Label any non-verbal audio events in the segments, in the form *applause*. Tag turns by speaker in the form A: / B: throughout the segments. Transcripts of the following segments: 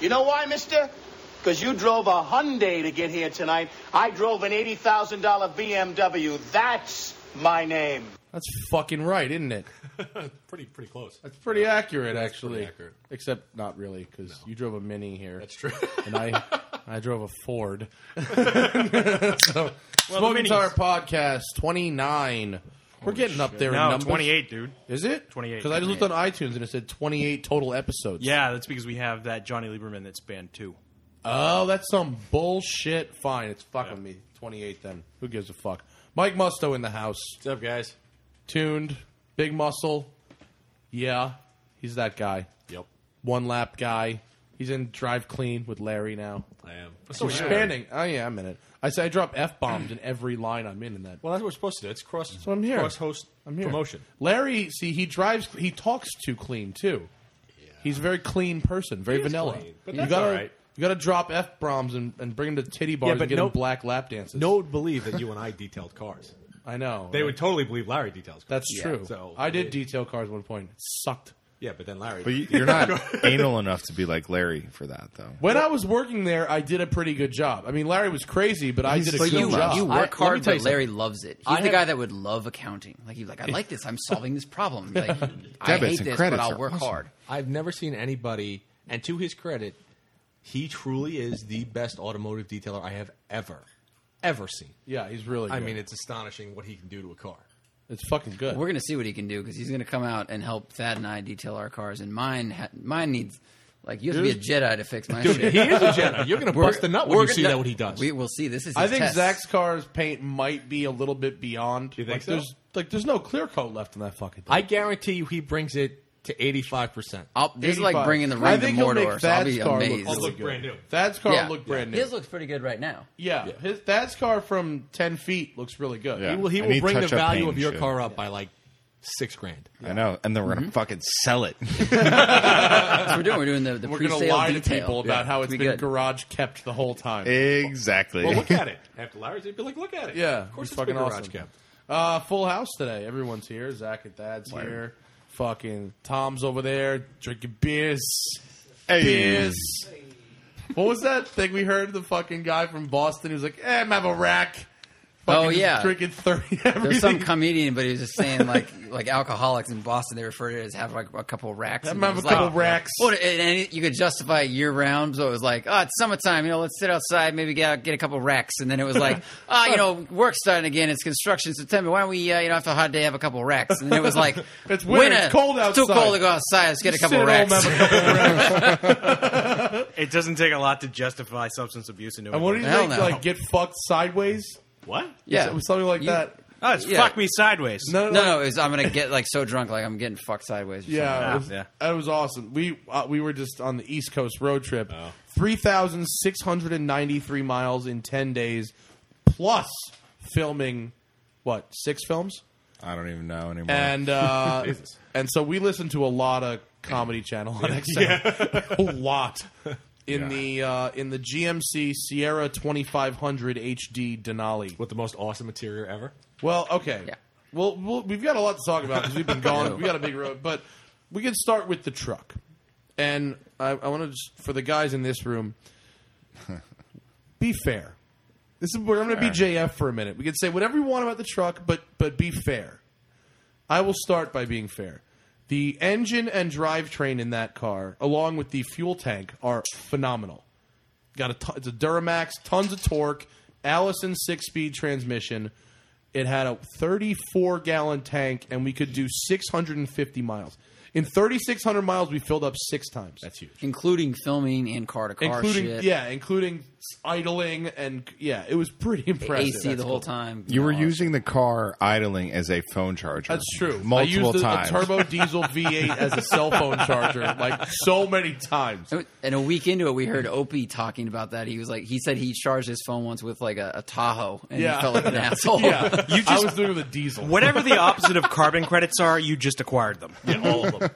A: You know why, mister? Because you drove a Hyundai to get here tonight. I drove an $80,000 BMW. That's my name.
B: That's fucking right, isn't it?
C: Uh, pretty pretty close.
B: That's pretty accurate, actually.
C: pretty accurate.
B: Except not really, because you drove a Mini here.
C: That's true.
B: *laughs* and I I drove a Ford. *laughs*
D: Well, the
B: Smoke
D: minis.
B: Guitar Podcast 29. We're getting up there in
D: No,
B: numbers.
D: 28, dude.
B: Is it?
D: 28.
B: Because I just looked on iTunes and it said 28 total episodes.
D: Yeah, that's because we have that Johnny Lieberman that's banned too.
B: Oh, that's some bullshit. Fine, it's fucking me. 28 then. Who gives a fuck? Mike Musto in the house.
C: What's up, guys?
B: Tuned. Big muscle. Yeah, he's that guy.
C: Yep,
B: One lap guy. He's in Drive Clean with Larry now.
C: I am.
B: So expanding. Oh yeah, I'm in it. I say I drop f bombs in every line I'm in in that.
C: Well, that's what we're supposed to do. It's cross.
B: So I'm here.
C: Cross host
B: I'm here.
C: promotion.
B: Larry, see, he drives. He talks too clean too. He's a very clean person, very
C: is
B: vanilla.
C: clean, but
B: you
C: that's
B: gotta
C: all right.
B: you gotta drop f bombs and, and bring him to titty bars
C: Yeah, but
B: and get
C: no-
B: him black lap dances.
C: No one would believe that you and I detailed cars.
B: I know
C: They would totally believe Larry details cars.
B: That's true.
C: so-
B: I did detail cars at one point. It sucked.
C: Yeah, but then Larry.
E: But you- you're not *laughs* anal enough to be like Larry for that, though.
B: When I was working there, I did a pretty good job. I mean, Larry was crazy, but I
E: He's
B: did a
E: so
B: good
E: you-
B: job.
E: you-
F: I-
E: work
F: let
E: hard,
F: me tell you
E: but
F: something.
E: Larry
F: Larry loves it. He's
B: I
F: the
B: have-
F: guy that would love accounting. Like he's like, I like this. I'm solving this problem. He's
B: *laughs*
F: Like, I
E: Debits
F: hate
E: and
F: this, but
E: credits
F: I'll
E: are
F: work
E: awesome.
F: hard.
C: I've never seen anybody, and to his credit, he truly is the best automotive detailer I have ever, ever seen.
B: yeah, he's really.
C: I
B: good.
C: mean, it's astonishing what he can do to a car.
B: it's fucking good.
F: We're gonna see what he can do because he's gonna come out and help Thad and I detail our cars. And mine, ha- mine needs like you have to be a Jedi to fix my shit.
C: He is a
F: *laughs*
C: Jedi. You're going to bust a nut when
F: We're
C: you see
F: gonna-
C: that what he does.
F: We will see. This is.
B: I
F: his
B: think
F: test.
B: Zach's car's paint might be a little bit beyond.
C: You think
B: like,
C: so?
B: There's, like, there's no clear coat left in that fucking thing.
C: I guarantee you, he brings it to eighty-five percent. Oh,
F: I'll, this is
B: 85.
F: like bringing the
B: I
F: ring to
B: think he'll make
F: Mordor. So I'll
B: Thad's
F: be
B: car look
F: amazed.
B: really
C: look
B: good.
C: brand new.
B: Thad's car
F: Yeah.
B: looked brand new.
F: His looks pretty good right now.
B: yeah, his Thad's car from ten feet looks really good.
E: Yeah.
C: He will, he
E: I
C: will
E: need
C: bring the
E: touch-up
C: value
E: paint
C: of your
E: and shit.
B: *laughs*
C: car up by like six grand.
E: I know. And then we're gonna fucking sell
B: *laughs*
E: it. *laughs*
F: That's what we're doing. We're doing the, the
B: We're gonna
F: pre-sale
B: lie to
F: detail.
B: people about how it's
F: be
B: been
F: good.
B: garage kept the whole time.
E: exactly.
C: Well, look *laughs*
E: *laughs*
C: at it. After Larry's, he'd be like, "Look at it."
B: yeah,
C: of course,
B: it's
C: it's
B: fucking
C: been garage
B: awesome.
C: kept.
B: Uh, full house today. Everyone's here. Zach and Thad's here. Fucking Tom's over there drinking beers.
E: Hey.
B: Beers. What was that thing we heard? The fucking guy from Boston who's like, eh, I'm have a rack.
F: Oh,
B: Fucking
F: yeah.
B: drinking thirty. *laughs* Everything.
F: There's some comedian, but he was just saying like like alcoholics in Boston. They refer to it as have like a couple racks.
B: I'm
F: and it
B: have a
F: was
B: couple
F: like,
B: racks.
F: Well, and- and it- you could justify it year round, so it was like, oh, it's summertime, you know, let's sit outside, maybe get out, get a couple racks, and then it was
B: *laughs*
F: like, oh, you know, work's starting again, it's construction September, why don't we, uh, you know, after a hot day, have a couple racks? And then it was like,
B: *laughs* It's winter, it's cold
F: too
B: outside.
F: cold to go outside, let's get a couple
B: Sit home,
F: racks.
B: have a
F: *laughs*
B: couple racks.
D: It doesn't take a lot to justify substance abuse in New
B: And what do you
F: Hell
B: think?
F: no.
B: Like get fucked sideways?
D: What?
F: yeah,
B: It was something like
F: You-
B: that.
D: Oh, it's
F: Yeah.
D: fuck me sideways.
B: No,
F: No, no, it was, I'm gonna get like so drunk, like I'm getting fucked sideways. Or
B: Yeah, it was,
D: Yeah.
B: it was awesome. We uh, we were just on the East Coast road trip,
D: Oh.
B: three thousand six hundred and ninety three miles in ten days, plus filming what six films,
E: I don't even know anymore.
B: and uh,
C: Jesus.
B: and so we listened to a lot of Comedy Channel on XM, *laughs* a lot in
E: Yeah.
B: the uh, in the GMC Sierra twenty five hundred HD Denali.
C: With the most awesome interior ever.
B: Well, okay.
F: Yeah.
B: Well, well, we've got a lot to talk about because
C: *laughs*
B: we've been gone. we got a big road, but we can start with the truck. And I, I want to just for the guys in this room,
C: *laughs*
B: be fair. This is where I'm going to be JF for a minute. We can say whatever we want about the truck, but but be fair. I will start by being fair. The engine and drivetrain in that car, along with the fuel tank, are phenomenal. Got a ton, it's a Duramax, tons of torque, Allison six-speed transmission. It had a 34 gallon tank, and we could do 650 miles. In 3,600 miles, we filled up six times
C: That's huge.
F: Including filming and car to car
B: including
F: shit.
B: yeah, including idling and yeah, it was pretty *laughs* impressive.
F: AC the whole time.
E: you were
F: know,
E: using the car idling as a phone charger.
B: That's true. I
E: Multiple
B: used a-
E: times. *laughs*
B: A, turbo diesel V8 as a cell phone charger, like so many times.
F: And a week into it, we heard Opie talking about that. He was like, he said he charged his phone once with like a, a Tahoe, and
B: Yeah.
F: he felt
B: *laughs*
F: like an asshole. *laughs*
B: Yeah,
D: You
B: I
D: just-
B: was doing it with a diesel.
D: Whatever
B: *laughs*
D: the opposite of carbon credits are, you just acquired them. Yeah,
F: *laughs*
D: all of them.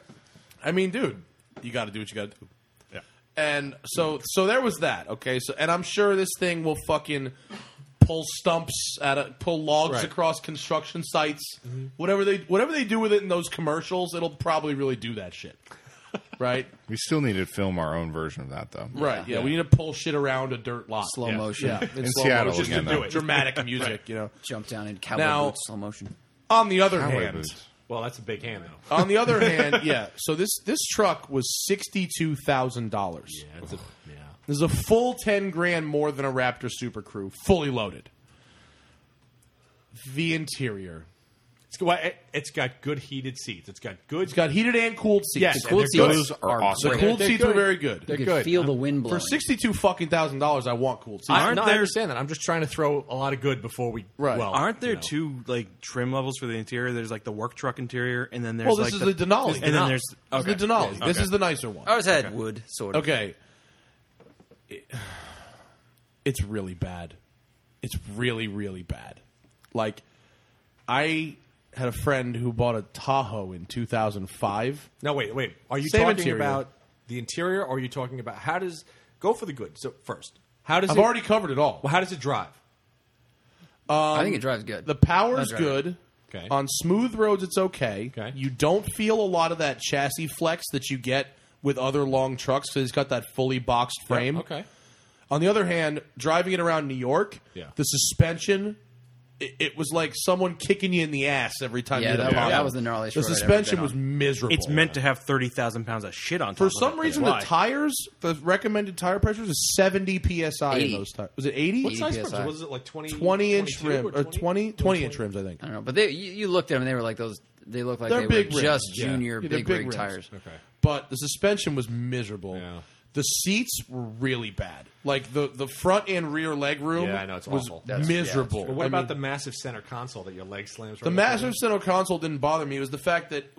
B: I mean, dude, you got to do what you got to do.
D: Yeah.
B: And so, so there was that. Okay. So, and I'm sure this thing will fucking pull stumps out of pull logs
C: Right.
B: across construction
F: Mm-hmm.
B: sites. Whatever they whatever they do with it in those commercials, it'll probably really do that shit. right?
E: We still need to film our own version of that, though.
B: Right. Yeah. We need to pull shit around a dirt lot.
F: Slow
B: yeah.
F: motion.
B: Yeah.
E: In Seattle
B: motion,
E: again,
B: just to
E: though.
C: *laughs*
B: dramatic *laughs* music. You know.
F: Jump down in cowboy
B: Now-
F: boots, slow motion.
B: On the other
E: Cowboy
B: hand,
E: boots.
C: Well, that's a big hand though.
B: on the
C: *laughs*
B: other hand, yeah. So this this truck was sixty two thousand dollars.
C: Yeah, that's a, yeah.
B: This is a full ten grand more than a Raptor Super Crew, fully loaded. The interior.
C: It's, got- well, it- it's got good heated seats. It's got good.
B: It's got heated and cooled seats.
C: Yes,
B: the
C: and
B: cooled
C: they're good.
B: seats.
E: Those are awesome.
B: The
F: great.
B: cooled
C: They're
B: seats
C: good.
B: were very good.
F: You
C: They're
F: could
C: good.
F: feel the wind blowing.
B: For sixty two fucking thousand dollars, I want cooled seats.
C: I,
D: Aren't
C: no, I
D: there-
C: understand that. I'm just trying to throw a lot of good before we.
B: Right.
C: Well,
D: Aren't there
C: you know.
D: two like trim levels for the interior? There's like the work truck interior, and then there's
B: well, this
D: like
B: is the, Denali,
D: and then there's okay.
B: the Denali.
D: Yeah,
B: This
D: okay.
B: is the nicer one.
F: I always had wood, sort of.
B: Okay. It- *sighs* It's really bad. It's really, really bad. Like, I had a friend who bought a Tahoe in 2005.
C: No, wait, wait. Are you
B: Same
C: talking
B: interior.
C: about the interior, or are you talking about how does go for the good? So first, how does
B: I've
C: it,
B: already covered it all. Um,
C: Well, how does it drive?
F: I think it drives good.
B: The power's
F: That's right.
B: good.
C: Okay.
B: On smooth roads, it's okay.
C: Okay.
B: You don't feel a lot of that chassis flex that you get with other long trucks because it's got that fully boxed frame.
C: Okay.
B: On the other hand, driving it around New York,
C: Yeah.
B: the suspension, it, it was like someone kicking you in the ass every time
F: Yeah,
B: you hit
F: that-
B: a pothole.
F: that was the gnarliest
B: The
F: road I'd ever
B: suspension
F: been
B: was
F: on.
B: miserable.
D: It's meant to have thirty thousand pounds of shit on top.
B: For
D: of
B: some
D: it.
B: reason,
D: That's
B: the
D: why.
B: tires, the recommended tire pressures is 70 psi in
F: 80.
B: those tires. Was it 80?
F: What's
C: Nice
F: PSI.
C: person. Was it like 20,
B: 20 inch
C: 22
B: rim or 20, 20 inch rims, I think.
F: I don't know, but they you, you looked at them and they were like those. They looked like
B: They're
F: they
B: big
F: were
B: rims.
F: just
B: Yeah.
F: junior
B: Yeah, they're
F: big,
B: big
F: rig
B: rims.
F: tires.
C: Okay.
B: but the suspension was miserable.
C: Yeah.
B: The seats were really bad. Like the the front and rear leg room
C: Yeah, I know, it's
B: was
C: awful. That's-
B: miserable.
C: But what
B: I
C: about
B: mean,
C: the massive center console that your leg slams? Right
B: the
C: up
B: massive
C: against?
B: center console didn't bother me. It was the fact that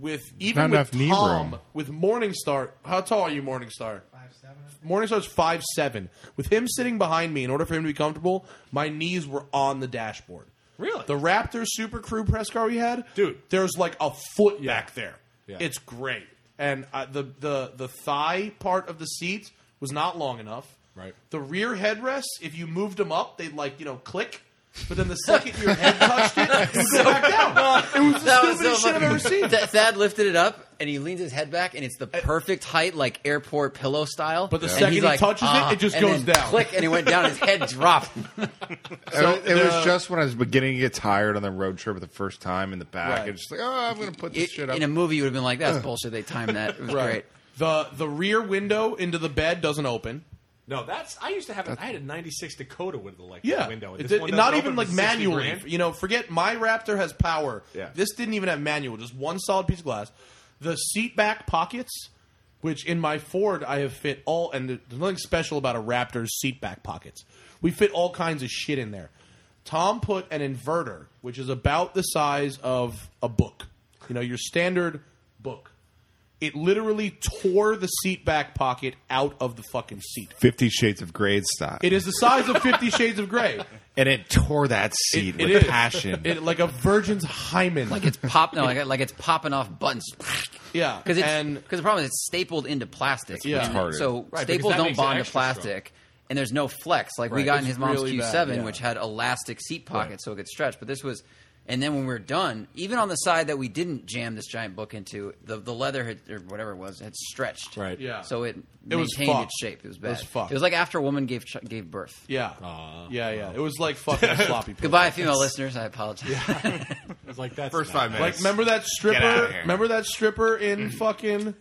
B: with
E: not
B: even with
E: enough knee
B: Tom
E: room.
B: with Morningstar, how tall are you, Morningstar? Five seven. Morningstar's five seven. With him sitting behind me, in order for him to be comfortable, my knees were on the dashboard.
C: Really?
B: The Raptor Super Crew press car we had,
C: Dude.
B: There's like a foot back there.
C: Yeah.
B: It's great, and uh, the the the thigh part of the seat was not long enough.
C: Right.
B: The rear headrests, if you moved them up, they'd like you know click. But then the second your head touched
F: *laughs*
B: it, it would go back
E: *laughs*
B: down. It was the
F: That was
B: stupidest
F: so
B: shit I've
F: funny.
B: ever seen. Uh,
F: Th- Thad lifted it up and he leans his head back and it's the perfect height, like airport pillow style.
B: But the
F: And
B: second
F: he's
B: he
F: like,
B: touches it,
F: "Ah,"
B: it just
F: and
B: goes
F: then
B: down.
F: Click, and he went down. His head dropped.
E: *laughs* So it
B: the-
E: was just when I was beginning to get tired on the road trip the first time in the back.
B: uh, Right.
E: It's just like, oh, I'm going to put this
F: It-
E: shit up.
F: in a movie, you would have been like, "That's bullshit." They timed that. It was great.
B: The the rear window into the bed doesn't open.
C: No, that's. I used to have. A, I had a '96 Dakota with the like
B: Yeah,
C: window.
B: It
C: This
B: did-
C: one
B: not
C: doesn't
B: even
C: open
B: like
C: for 60
B: manually.
C: grand.
B: You know, forget my Raptor has power.
C: Yeah.
B: This didn't even have manual, just one solid piece of glass. The seat back pockets, which in my Ford I have fit all, and there's nothing special about a Raptor's seat back pockets. We fit all kinds of shit in there. Tom put an inverter, which is about the size of a book. You know, your standard book. It literally tore the seat back pocket out of the fucking seat.
E: Fifty Shades of Grey style.
B: It is the size of Fifty Shades of Grey.
E: and it tore that seat
B: It- it
E: with
B: is.
E: passion.
B: It, like a virgin's hymen.
F: Like it's pop. No, like, like it's popping off buttons.
B: yeah,
F: Because
B: and
F: the problem is it's stapled into plastic.
B: Yeah. It's
F: And
E: harder.
F: So
C: Right, because
F: staples
C: that
F: don't
C: makes it
F: bond to
C: extra strong.
F: plastic, and there's no flex. Like we
B: Right,
F: got in
B: it's
F: his mom's
B: really
F: Q7,
B: bad, yeah.
F: which had elastic seat pockets, so it could stretch. But this was, and then when we were done, even on the side that we didn't jam this giant book into, the, the leather had, or whatever it was had stretched.
C: Right.
B: Yeah.
F: So it,
B: It was
F: maintained
B: fucked.
F: its shape. It was
B: It
F: bad.
B: was fucked.
F: like after a woman gave ch- gave birth.
B: yeah, yeah, yeah. It was
C: *laughs*
B: like
F: *laughs*
B: fucking sloppy. Pills.
F: Goodbye, female listeners. I apologize. *laughs*
C: It's like that's
E: First
C: not-
E: five
B: Like
E: minutes.
B: remember that
E: outta
B: stripper?
E: here. Mm-hmm.
B: Remember that stripper in fucking.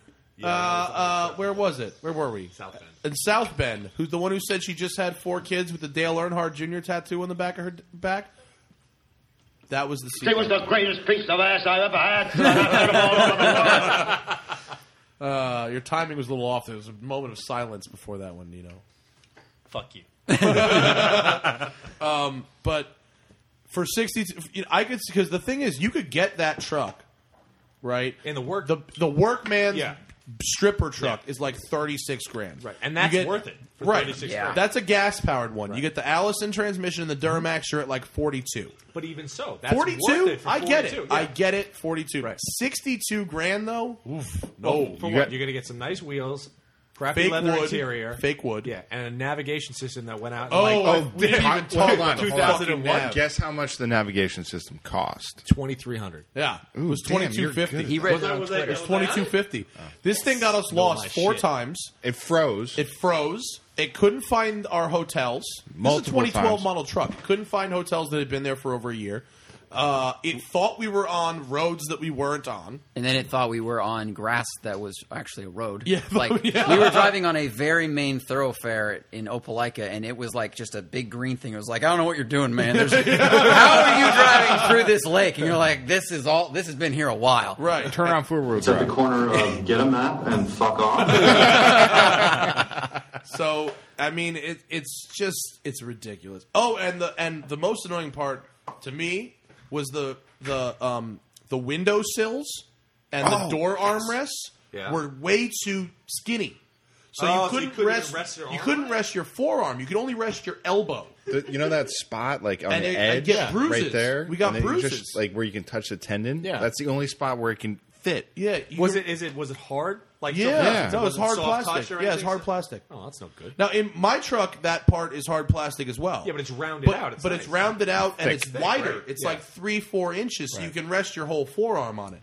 B: Uh, uh, where was it? Where were we?
C: South Bend.
B: In South Bend, who's the one who said she just had four kids with the Dale Earnhardt Jr. tattoo on the back of her d- back? That was the seat.
G: It was the greatest piece of ass I've ever
B: *laughs*
G: had. and I've heard 'em all over the world.
B: Uh, your timing was a little off. There was a moment of silence before that one, you know. *laughs*
C: Fuck you.
B: Um, but for sixty, you know, I could because the thing is, you could get that truck, right?
C: In the work-
B: the the workman's
C: Yeah.
B: stripper truck is like thirty six grand,
C: Right, and
B: You
C: that's worth it for
B: right?
C: 36
F: Yeah. grand.
B: That's a gas powered one. You get the Allison transmission and the Duramax. You're at like forty two.
C: But even so, that's
B: Forty
C: worth
B: two,
C: it for
B: I get it.
C: 42,
B: I
C: yeah.
B: get it. Forty two, sixty two grand though. Oh, Oof,
C: No, Oh, for
E: you
C: what?
E: got-
C: You're gonna get some nice wheels. crappy
B: Fake
C: leather
B: wood.
C: interior,
B: Fake wood.
C: Yeah, and a navigation system that went out.
B: Oh,
C: like,
B: oh,
C: *laughs*
E: we didn't
B: damn.
E: even talk
B: Hold
E: about
B: on,
E: the
B: hold on.
E: fucking
B: 2001.
E: nav. Guess how much the navigation system cost?
C: twenty three hundred.
B: Yeah, it
E: Ooh,
B: was
E: damn,
B: twenty
E: you're
B: two fifty.
E: good.
F: He read it on
D: was that-
F: Twitter.
B: It was twenty two fifty. This thing got us
C: Oh. my
B: lost four
C: shit.
B: times.
E: It froze.
B: It froze. It couldn't find our hotels.
E: Multiple
B: this is a 2012
E: times.
B: model truck. It couldn't find hotels that had been there for over a year. Uh, it thought we were on roads that we weren't on.
F: And then it thought we were on grass that was actually a road.
B: Yeah, *laughs*
F: like
B: yeah.
F: we were driving on a very main thoroughfare in Opelika, and it was like just a big green thing. It was like I don't know what you're doing, man.
B: *laughs*
F: There's, How are you driving through this lake? And you're like, this is all. This has been here a while.
B: Right.
E: Turn on four wheel
H: It's at the
E: drive.
H: corner of get a map and fuck off.
C: *laughs*
B: So I mean, it, it's just it's ridiculous. Oh, and the and the most annoying part to me was the the um the window sills and the
E: Oh,
B: door armrests
C: Yeah.
B: were way too skinny. So
D: Oh,
B: you
D: so you
B: couldn't
D: couldn't
B: rest,
D: rest your
B: you
D: arm?
B: couldn't rest your forearm. You could only rest your elbow.
E: *laughs* The- you know that spot like on
B: And
E: the
B: it- I
E: edge,
B: get bruises.
E: right there.
B: We got
E: And then you
B: bruises.
E: just, like where you can touch the tendon.
C: Yeah.
E: that's the only spot where it can fit.
B: Yeah. you
C: Was
B: could-
C: it? Is it? Was it hard? Like
B: Yeah.
C: something-
E: Yeah.
B: No, it's
C: wasn't
B: hard
C: soft touch
B: plastic.
C: or
B: Yeah, it's
C: anything?
B: hard plastic.
C: Oh, that's no good.
B: Now in my truck, that part is hard plastic as well.
C: Yeah, but it's rounded
B: But-
C: out. It's
B: but
C: nice.
B: it's rounded out and
E: Thick.
B: it's
E: Thick,
B: wider.
C: right?
B: It's
C: Yeah.
B: like three, four inches, so you can rest your whole forearm on it.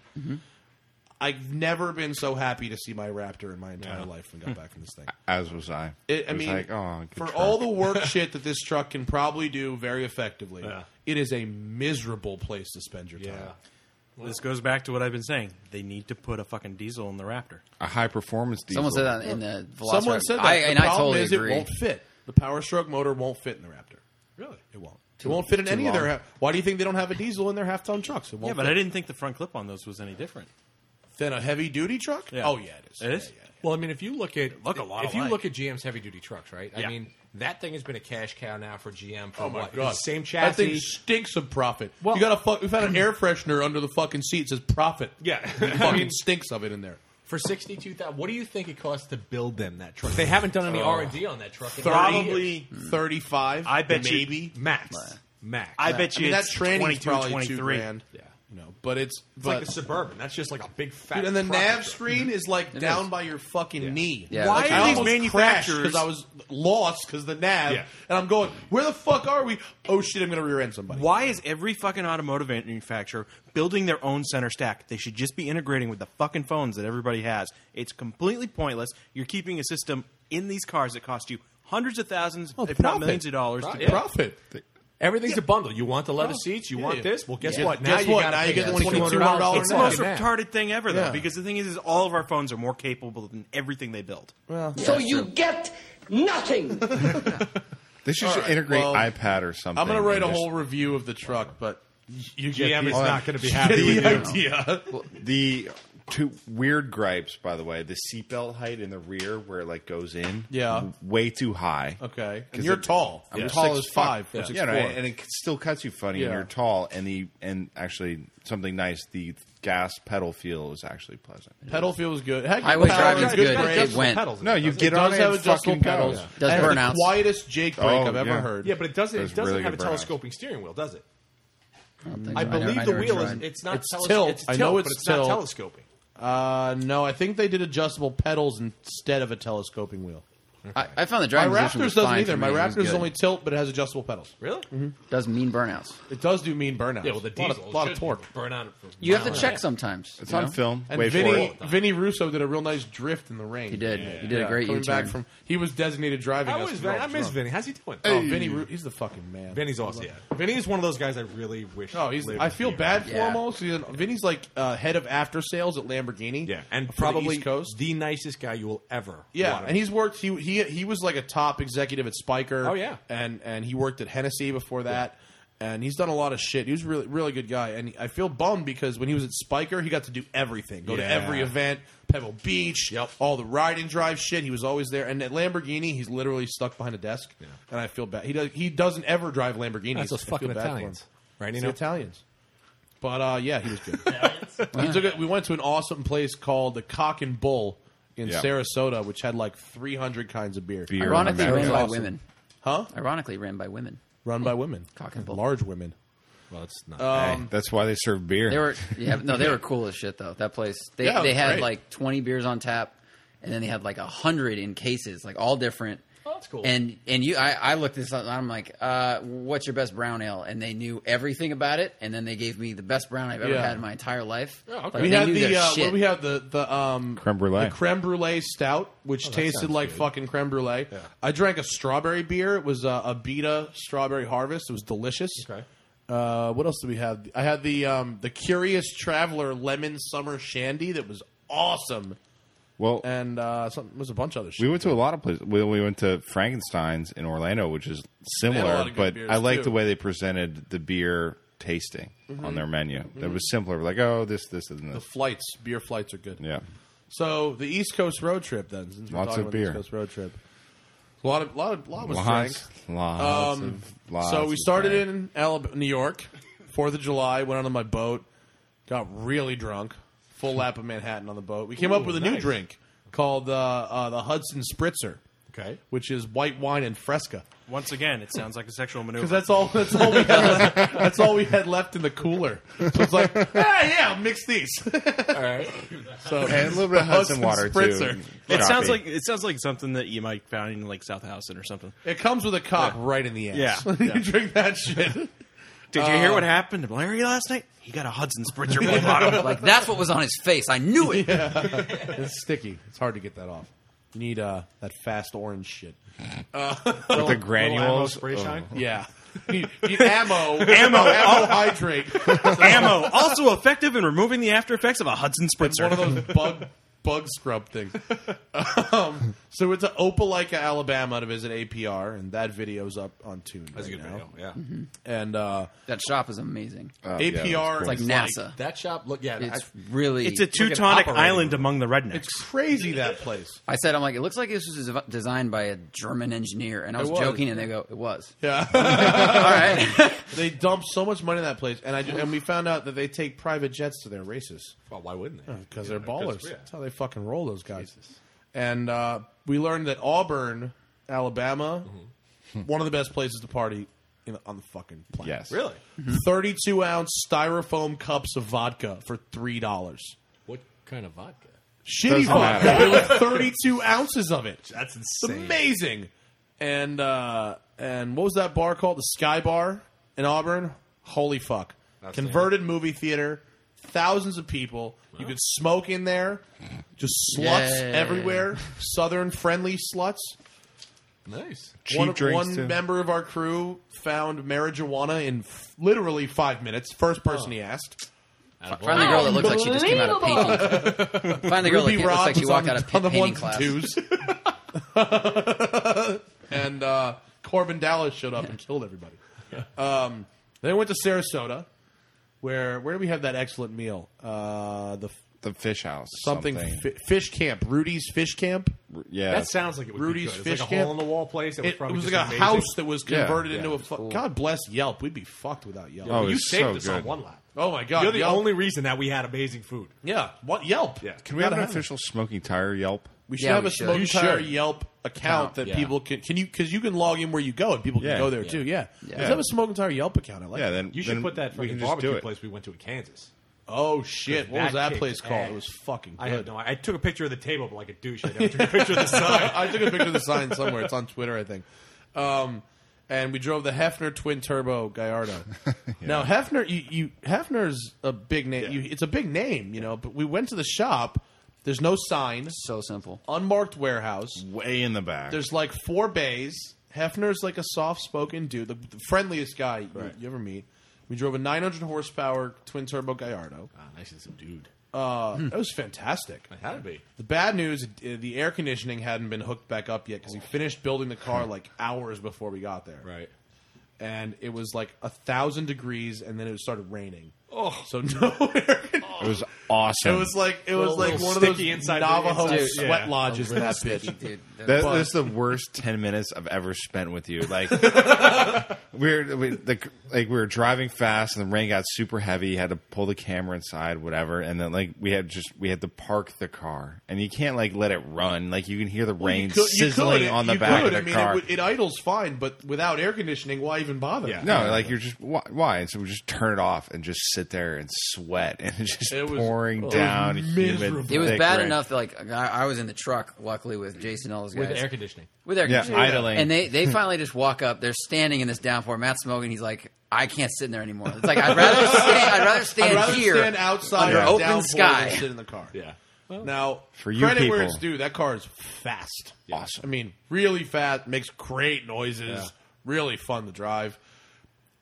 B: I've never been so happy to see my Raptor in my entire life when I got back from this thing.
E: As was I.
B: It, I
E: was
B: mean,
E: like, oh, good
B: for
E: truck.
B: all the work shit that this truck can probably do very effectively,
C: Yeah.
B: it is a miserable place to spend your time.
C: Yeah.
D: This goes back to what I've been saying. They need to put a fucking diesel in the Raptor.
E: a high performance diesel.
F: Someone said that in the Velociraptor.
B: Someone said that.
F: I,
B: the
F: and I
B: problem
F: totally
B: is
F: agree.
B: it won't fit. The Power Stroke motor won't fit in the Raptor. Really? It won't. it won't fit in any of their. ha- Why do you think they don't have a diesel in their half-ton trucks? It won't
D: Yeah, but
B: fit.
D: I didn't think the front clip on those was any different.
B: Then a heavy duty truck?
D: Yeah.
B: Oh yeah, it is.
D: It is?
B: Yeah, yeah.
C: Well, I mean, if you look at
D: look a lot
C: if you
D: alike.
C: look at GM's heavy duty trucks, right? I
D: Yeah.
C: mean, that thing has been a cash cow now for GM for
B: Oh my
C: what?
B: god!
C: The same
B: That thing
C: chassis.
B: stinks of profit.
C: Well-
B: you got a fuck. We've had an air freshener under the fucking seat. It says profit.
C: Yeah.
B: It
C: I
B: fucking
C: mean-
B: stinks of it in there.
C: for sixty two thousand, what do you think it costs to build them that truck? They haven't done any R and D on that truck. in 30 years.
D: Probably,
B: Thirty-five.
D: I bet you-
B: maybe.
D: max.
C: max.
D: I bet
B: I
D: you
B: mean, that
D: it's
B: training's
D: 22,
B: probably
D: 23.
B: two grand.
C: Yeah.
B: You know, but it's
C: it's
B: but
C: like the suburban. That's just like a big fat.
B: Dude, and the
C: profit
B: nav
C: truck.
B: screen is like down by your fucking knee.
F: Yeah,
D: Why
F: that's
D: are
B: I
D: these
B: almost
D: manufacturers?
B: Because I was lost because the nav,
D: Yeah.
B: and I'm going, where the fuck are we? Oh shit, I'm gonna rear end somebody.
D: Why is every fucking automotive manufacturer building their own center stack? They should just be integrating with the fucking phones that everybody has. It's completely pointless. You're keeping a system in these cars that cost you hundreds of thousands,
B: Oh,
D: if not
B: profit.
D: millions of dollars.
C: Right,
D: to
C: yeah.
D: build.
B: Profit.
C: Everything's a bundle. You want the leather seats? You
B: Yeah,
C: want
B: yeah.
C: this? Well, guess
F: Yeah.
C: what? Now
B: Guess
C: you
B: what?
C: gotta
B: Now you
C: pay
B: get
C: that
B: the
C: $2,200
B: $2,200
C: It's
D: It's
C: the
D: the
B: now.
C: most
D: most
B: Yeah.
D: retarded thing ever, though,
B: Yeah.
D: because the thing is, is all of our phones are more capable than everything they build.
B: Oh,
I: So you get
B: *laughs*
I: nothing.
E: They should
B: All
E: just
B: right,
E: integrate
B: well,
E: iPad or something.
B: I'm gonna write
E: and
B: a
E: just-
B: whole review of the truck, but you get
C: GM
B: the,
C: is
B: *laughs*
C: not going to be happy
B: the
C: with you.
B: idea.
E: The two weird gripes, by the way, the seatbelt height in the rear where it like goes in,
B: Yeah.
E: way too high.
B: Okay,
E: 'Cause
B: and you're
E: it-
B: tall.
E: I'm
B: you're
E: tall
B: six
E: as fuck.
B: five.
E: Yeah,
B: six
E: yeah, no,
B: four.
E: and it still cuts you funny.
B: Yeah.
E: And you're tall, and the and actually something nice. The gas pedal feel is actually pleasant.
B: pedal feels good. Heck,
F: Highway
B: pedal
F: driving's
B: drives
F: good.
B: brakes.
F: It went.
C: Pedals.
E: No, you get
B: it
E: on
B: does
E: it.
B: have
E: and
B: adjustable
E: fucking go.
B: pedals.
F: Does
B: And it's
F: burnouts.
B: the quietest Jake brake
E: Oh,
B: I've ever
E: yeah.
B: heard.
C: Yeah, but it doesn't.
E: Those
C: It doesn't
E: really
C: have a
E: good burnouts.
C: telescoping steering wheel, does it?
F: don't
C: I
F: think
C: believe
F: never- I
C: the
F: never
C: wheel is.
F: tried.
C: It's not.
B: It's
C: teles-
B: tilt.
C: It's
B: I know
C: tilt,
B: it's
C: but it's not
B: tilt.
C: telescoping.
B: Uh, no, I think they did adjustable pedals instead of a telescoping wheel.
F: I, I found the
B: My
F: driving position
B: Raptors
F: was
B: doesn't
F: fine for
B: either.
F: me.
B: My
F: It was
B: Raptors
F: good.
B: only tilt, but it has adjustable pedals. Mm-hmm.
C: Really?
F: does mean burnouts.
B: It does do mean burnout.
C: Yeah. Well, the
B: lot
C: diesel
B: of, lot of torque.
C: Burn out. for
F: You have to
C: miles.
F: check sometimes.
E: It's
F: you
E: on
F: know?
E: film.
B: And
E: Wait for
B: Vinny
E: it.
B: Vinny Russo did a real nice drift in the rain.
F: He did. He did a great
B: coming back
F: U-turn.
B: from. He was designated driving.
C: How
B: us
C: is
B: when
C: Vinny? I
B: was
C: miss
B: drunk.
C: Vinny. How's he doing?
B: Oh, Vinny, Ru- he's the fucking man.
C: Vinny's awesome. Yeah. Vinny is one of those guys I really wish.
B: Oh, he's.
C: lived
B: I feel
C: here.
B: bad for
F: Yeah.
B: him. Almost. He's an, Vinny's like uh, head of after sales at Lamborghini.
C: Yeah, and
B: for
C: probably
B: the East Coast.
C: the nicest guy you will ever.
B: yeah,
C: want to
B: and
C: meet.
B: he's worked. He he he was like a top executive at Spiker.
C: Oh, yeah.
B: and and he worked at Hennessy before that. And he's done a lot of shit. He was a really, really good guy, and I feel bummed because when he was at Spiker, he got to do everything, go to
C: Yeah.
B: every event, Pebble Beach,
C: Yep.
B: all the ride and drive shit. He was always there. And at Lamborghini, he's literally stuck behind a desk, and I feel bad. He does, he doesn't ever drive Lamborghinis.
C: That's those
B: I feel
C: fucking
B: bad for him.
C: Italians, right? You
B: It's
C: know,
B: the Italians. But uh, yeah, he was good. *laughs* we took it. We went to an awesome place called the Cock and Bull in
E: Yeah.
B: Sarasota, which had like 300 kinds of beer.
E: Beer.
F: Ironically
E: You're on the
F: ran
E: map.
F: by
B: Awesome.
F: women.
B: Huh?
F: Ironically ran by women.
B: Run by women.
F: Cock and Bull.
B: Large women. Um,
C: well, it's not.
E: Hey, that's why they serve beer.
F: They were yeah, no, they were cool as shit though. That place. They
B: Yeah, it
F: they
B: was
F: had
B: great.
F: like twenty beers on tap. and then they had like a hundred in cases, like all different.
C: Oh, that's cool.
F: And and you, I, I looked this up. and I'm like, uh, what's your best brown ale? And they knew everything about it, and then they gave me the best brown I've ever
B: Yeah.
F: had in my entire life.
C: Oh, okay.
F: Like,
B: we
F: they
B: had
F: knew
B: the
F: their
B: uh,
F: shit.
B: what we had the the um
E: Creme brulee.
B: the creme brulee stout, which
F: Oh,
B: tasted
C: sounds
B: like
C: good.
B: fucking creme brulee. I drank a strawberry beer. It was uh, a Beta strawberry harvest. It was delicious.
C: Okay.
B: Uh, what else did we have? I had the um, the Curious Traveler lemon summer shandy that was awesome,
E: Well,
B: and uh, some, was a bunch of other shit.
E: we went to a lot of places. We, we went to Frankenstein's in Orlando, which is
B: They had a lot
E: similar,
B: of good
E: but
B: beers,
E: I like
B: too.
E: the
B: Mm-hmm.
E: way they presented the beer tasting on their menu. That was simpler. Like, oh, this, this, and
B: the
E: this.
B: flights, beer flights are good.
E: Yeah.
B: So the East Coast road trip then, since we're
E: Lots
B: talking
E: of
B: about the East
E: beer.
B: Coast road trip. A lot of lot of lot was
E: Lots,
B: drank.
E: lots,
B: Um,
E: of, lots
B: so we
E: of
B: started
E: drank.
B: in Alab- New York, Fourth of July. Went out on my boat, got really drunk, full lap of Manhattan on the boat. We came up with a new
C: nice.
B: drink called uh, uh, the Hudson Spritzer,
C: Okay.
B: which is white wine and Fresca.
D: Once again, it sounds like a sexual maneuver.
B: Because that's all that's all we had
E: *laughs*
B: left, that's all we had left in the cooler. So it's like, ah, yeah, mix these.
C: All right.
B: *laughs* So
E: And a little bit of Hudson,
B: Hudson
E: water
B: Spritzer.
E: too.
D: it sounds
E: Choppy.
D: like it sounds like something that you might find in like South Houston or something.
B: It comes with a cop right in the ass. *laughs*
D: Yeah.
B: you drink that shit.
D: *laughs* Did
B: Uh,
D: you hear what happened to Larry last night? He got a Hudson Spritzer
B: *laughs*
D: by the bottom.
F: like that's what was on his face. I knew it.
B: It's sticky. It's hard to get that off. You need uh, that fast orange shit. Uh,
E: with
B: *laughs*
E: the granules. Oh.
C: spray
E: *laughs*
C: shine.
B: Yeah. You, you *laughs* ammo, ammo, ammo
E: Oh,
B: hydrate.
D: *laughs* Ammo, also effective in removing the after effects of a Hudson Spritzer.
B: One of those bug bug scrub things. Um, so we're to Opelika, Alabama, to visit APR, and that video's up on Tune.
C: That's a
B: right
C: good
B: now.
C: video. Yeah. Uh,
B: And uh,
F: That shop is amazing.
E: Oh, yeah,
B: APR,
E: that's cool.
B: is
F: like
B: like
F: NASA.
C: That shop. Look. Yeah.
F: It's
C: I-
F: really.
D: It's a
C: Look at
D: Teutonic
C: operating
D: island among the rednecks.
B: it's crazy that place.
F: I said, I'm like, it looks like this was des- designed by a German engineer, and I
B: It
F: was,
B: was.
F: joking, and they go, it was.
B: Yeah,
F: *laughs* All
B: *laughs*
F: right.
B: they dump so much money in that place, and I ju- and we found out that they take private jets to their races.
C: well, why wouldn't they?
B: because
C: You
B: they're
C: know, 'cause-
B: ballers.
C: yeah.
B: That's how they fucking roll those guys. And uh, we learned that Auburn, Alabama,
C: Mm-hmm.
B: *laughs* one of the best places to party in, on the fucking planet.
E: Yes.
C: Really?
B: *laughs* thirty-two ounce styrofoam cups of vodka for three dollars.
C: What kind of vodka?
B: Shitty
E: Doesn't
B: vodka.
E: matter.
B: There were thirty-two ounces of it.
C: *laughs* That's
B: It's amazing. And uh, and what was that bar called? The Sky Bar in Auburn. Holy fuck!
C: Outstanding.
B: Converted movie theater, thousands of people. You could smoke in there. Just sluts
F: Yay.
B: everywhere. Southern friendly sluts.
C: Nice.
E: Cheap
B: one
E: drinks
B: one
E: too.
B: member of our crew found marijuana in f- literally five minutes. First person he asked.
F: Find the girl that looks like she just came out of painting. Find the girl
B: Ruby
F: that looks
B: Rob
F: like she
B: was
F: walked
B: on,
F: out of
B: the, on the
F: painting
B: ones
F: class.
B: and twos. *laughs* and uh, Corbin Dallas showed up and killed everybody. Um, then went to Sarasota, where where do we have that excellent meal? Uh, the f-
E: the fish house.
B: something, fi- fish camp, Rudy's fish camp.
E: yeah.
C: That sounds like it would
B: Rudy's
C: be good.
B: Fish
C: It's like a
B: Camp.
C: hole in the wall place. It was
B: It, it
C: probably
B: was like
C: just
B: a
C: amazing.
B: house that was
E: Yeah,
B: converted
E: yeah,
B: into
E: it
B: a.
E: was
B: Fu- God bless Yelp. We'd be fucked without Yelp.
E: Oh,
C: you
E: it's
C: saved
E: so
C: us on
E: good.
C: one lap.
B: Oh my God!
C: You're the
B: Yelp.
C: only reason that we had amazing food.
B: Yeah. What Yelp?
C: Yeah.
E: Can we have
B: Gotta
E: an
B: it.
E: official smoking tire Yelp?
B: We should
F: Yeah,
B: have
F: we
B: a
F: should.
B: smoke
F: You
B: tire
C: should.
B: Yelp account that
C: yeah.
B: people can can you because you can log in where you go and people can
E: Yeah.
B: go there
E: Yeah.
B: too. Yeah,
F: Yeah.
B: let's have a smoke tire Yelp account. I like.
E: Yeah,
B: that.
E: then
C: You should
E: then
C: put that
E: we
C: fucking
E: can just do
C: barbecue
E: it.
C: place we went to in Kansas.
B: Oh shit! What was that
C: kicked
B: place called?
C: ass.
B: It was fucking
C: I
B: good.
C: had no. I took a picture of the table, but like a douche, I never took a picture
B: *laughs*
C: of the side.
B: I took a picture of the sign somewhere. *laughs* It's on Twitter, I think. Um, and we drove the Hefner twin
E: *laughs*
B: turbo Gallardo. Now Hefner, you, you Hefner's a big name. You, it's a big name, you know. But we went to the shop. There's no sign.
F: So simple.
B: Unmarked warehouse.
E: way in the back.
B: There's like four bays. Hefner's like a soft spoken dude, the, the friendliest guy you, you ever meet. We drove a 900 horsepower twin turbo Gallardo.
C: Ah, nice as a dude.
B: Uh, That was fantastic.
C: Hmm. It had to be.
B: The bad news, uh, the air conditioning hadn't been hooked back up yet because he finished building the car like hours before we got there.
C: Hmm. Right.
B: And it was like a thousand degrees, and then it started raining. Oh,
C: *laughs*
B: so no air. con-
E: it was awesome.
B: It was like it was
C: Little-
B: like
C: little
B: one of those
C: sticky inside the
B: Navajo
C: inside.
B: sweat
C: Yeah.
B: lodges. in That bitch.
F: Dude,
E: That,
B: But-
E: that's the worst ten minutes I've ever spent with you. Like we're we, the, like we were driving fast, and the rain got super heavy. Had to pull the camera inside, whatever. And then like we had just we had to park the car, and you can't like let it run. Like you can hear the rain
B: You could- you
E: sizzling
B: could,
E: on the
B: you
E: back of
B: could.
E: the
B: I mean,
E: car.
B: It, would- it idles fine, but without air conditioning, why even bother?
C: Yeah.
E: no, like you're just why, why? And so we just turn it off and just sit there and sweat, *laughs* and it just
B: It was
E: pouring pouring down, humid.
F: It was
E: thick
F: bad
E: rain.
F: enough that like I, I was in the truck, luckily with Jason and all those guys
C: with air conditioning.
F: with air
E: Yeah,
F: conditioning.
E: idling.
F: And they
E: *laughs*
F: they finally just walk up. They're standing in this downpour. Matt's smoking. He's like, I can't sit in there anymore. It's like I'd
B: *laughs*
F: rather stand. I'd rather stand
B: I'd rather
F: here.
B: stand outside
F: under
B: in a
F: open
B: downpour
F: sky.
B: than sit in the car.
C: Yeah.
B: Now,
E: For you
B: credit where
E: people.
B: it's due, that car is fast.
E: Awesome.
B: I mean, really fast. Makes great noises. Really fun to drive.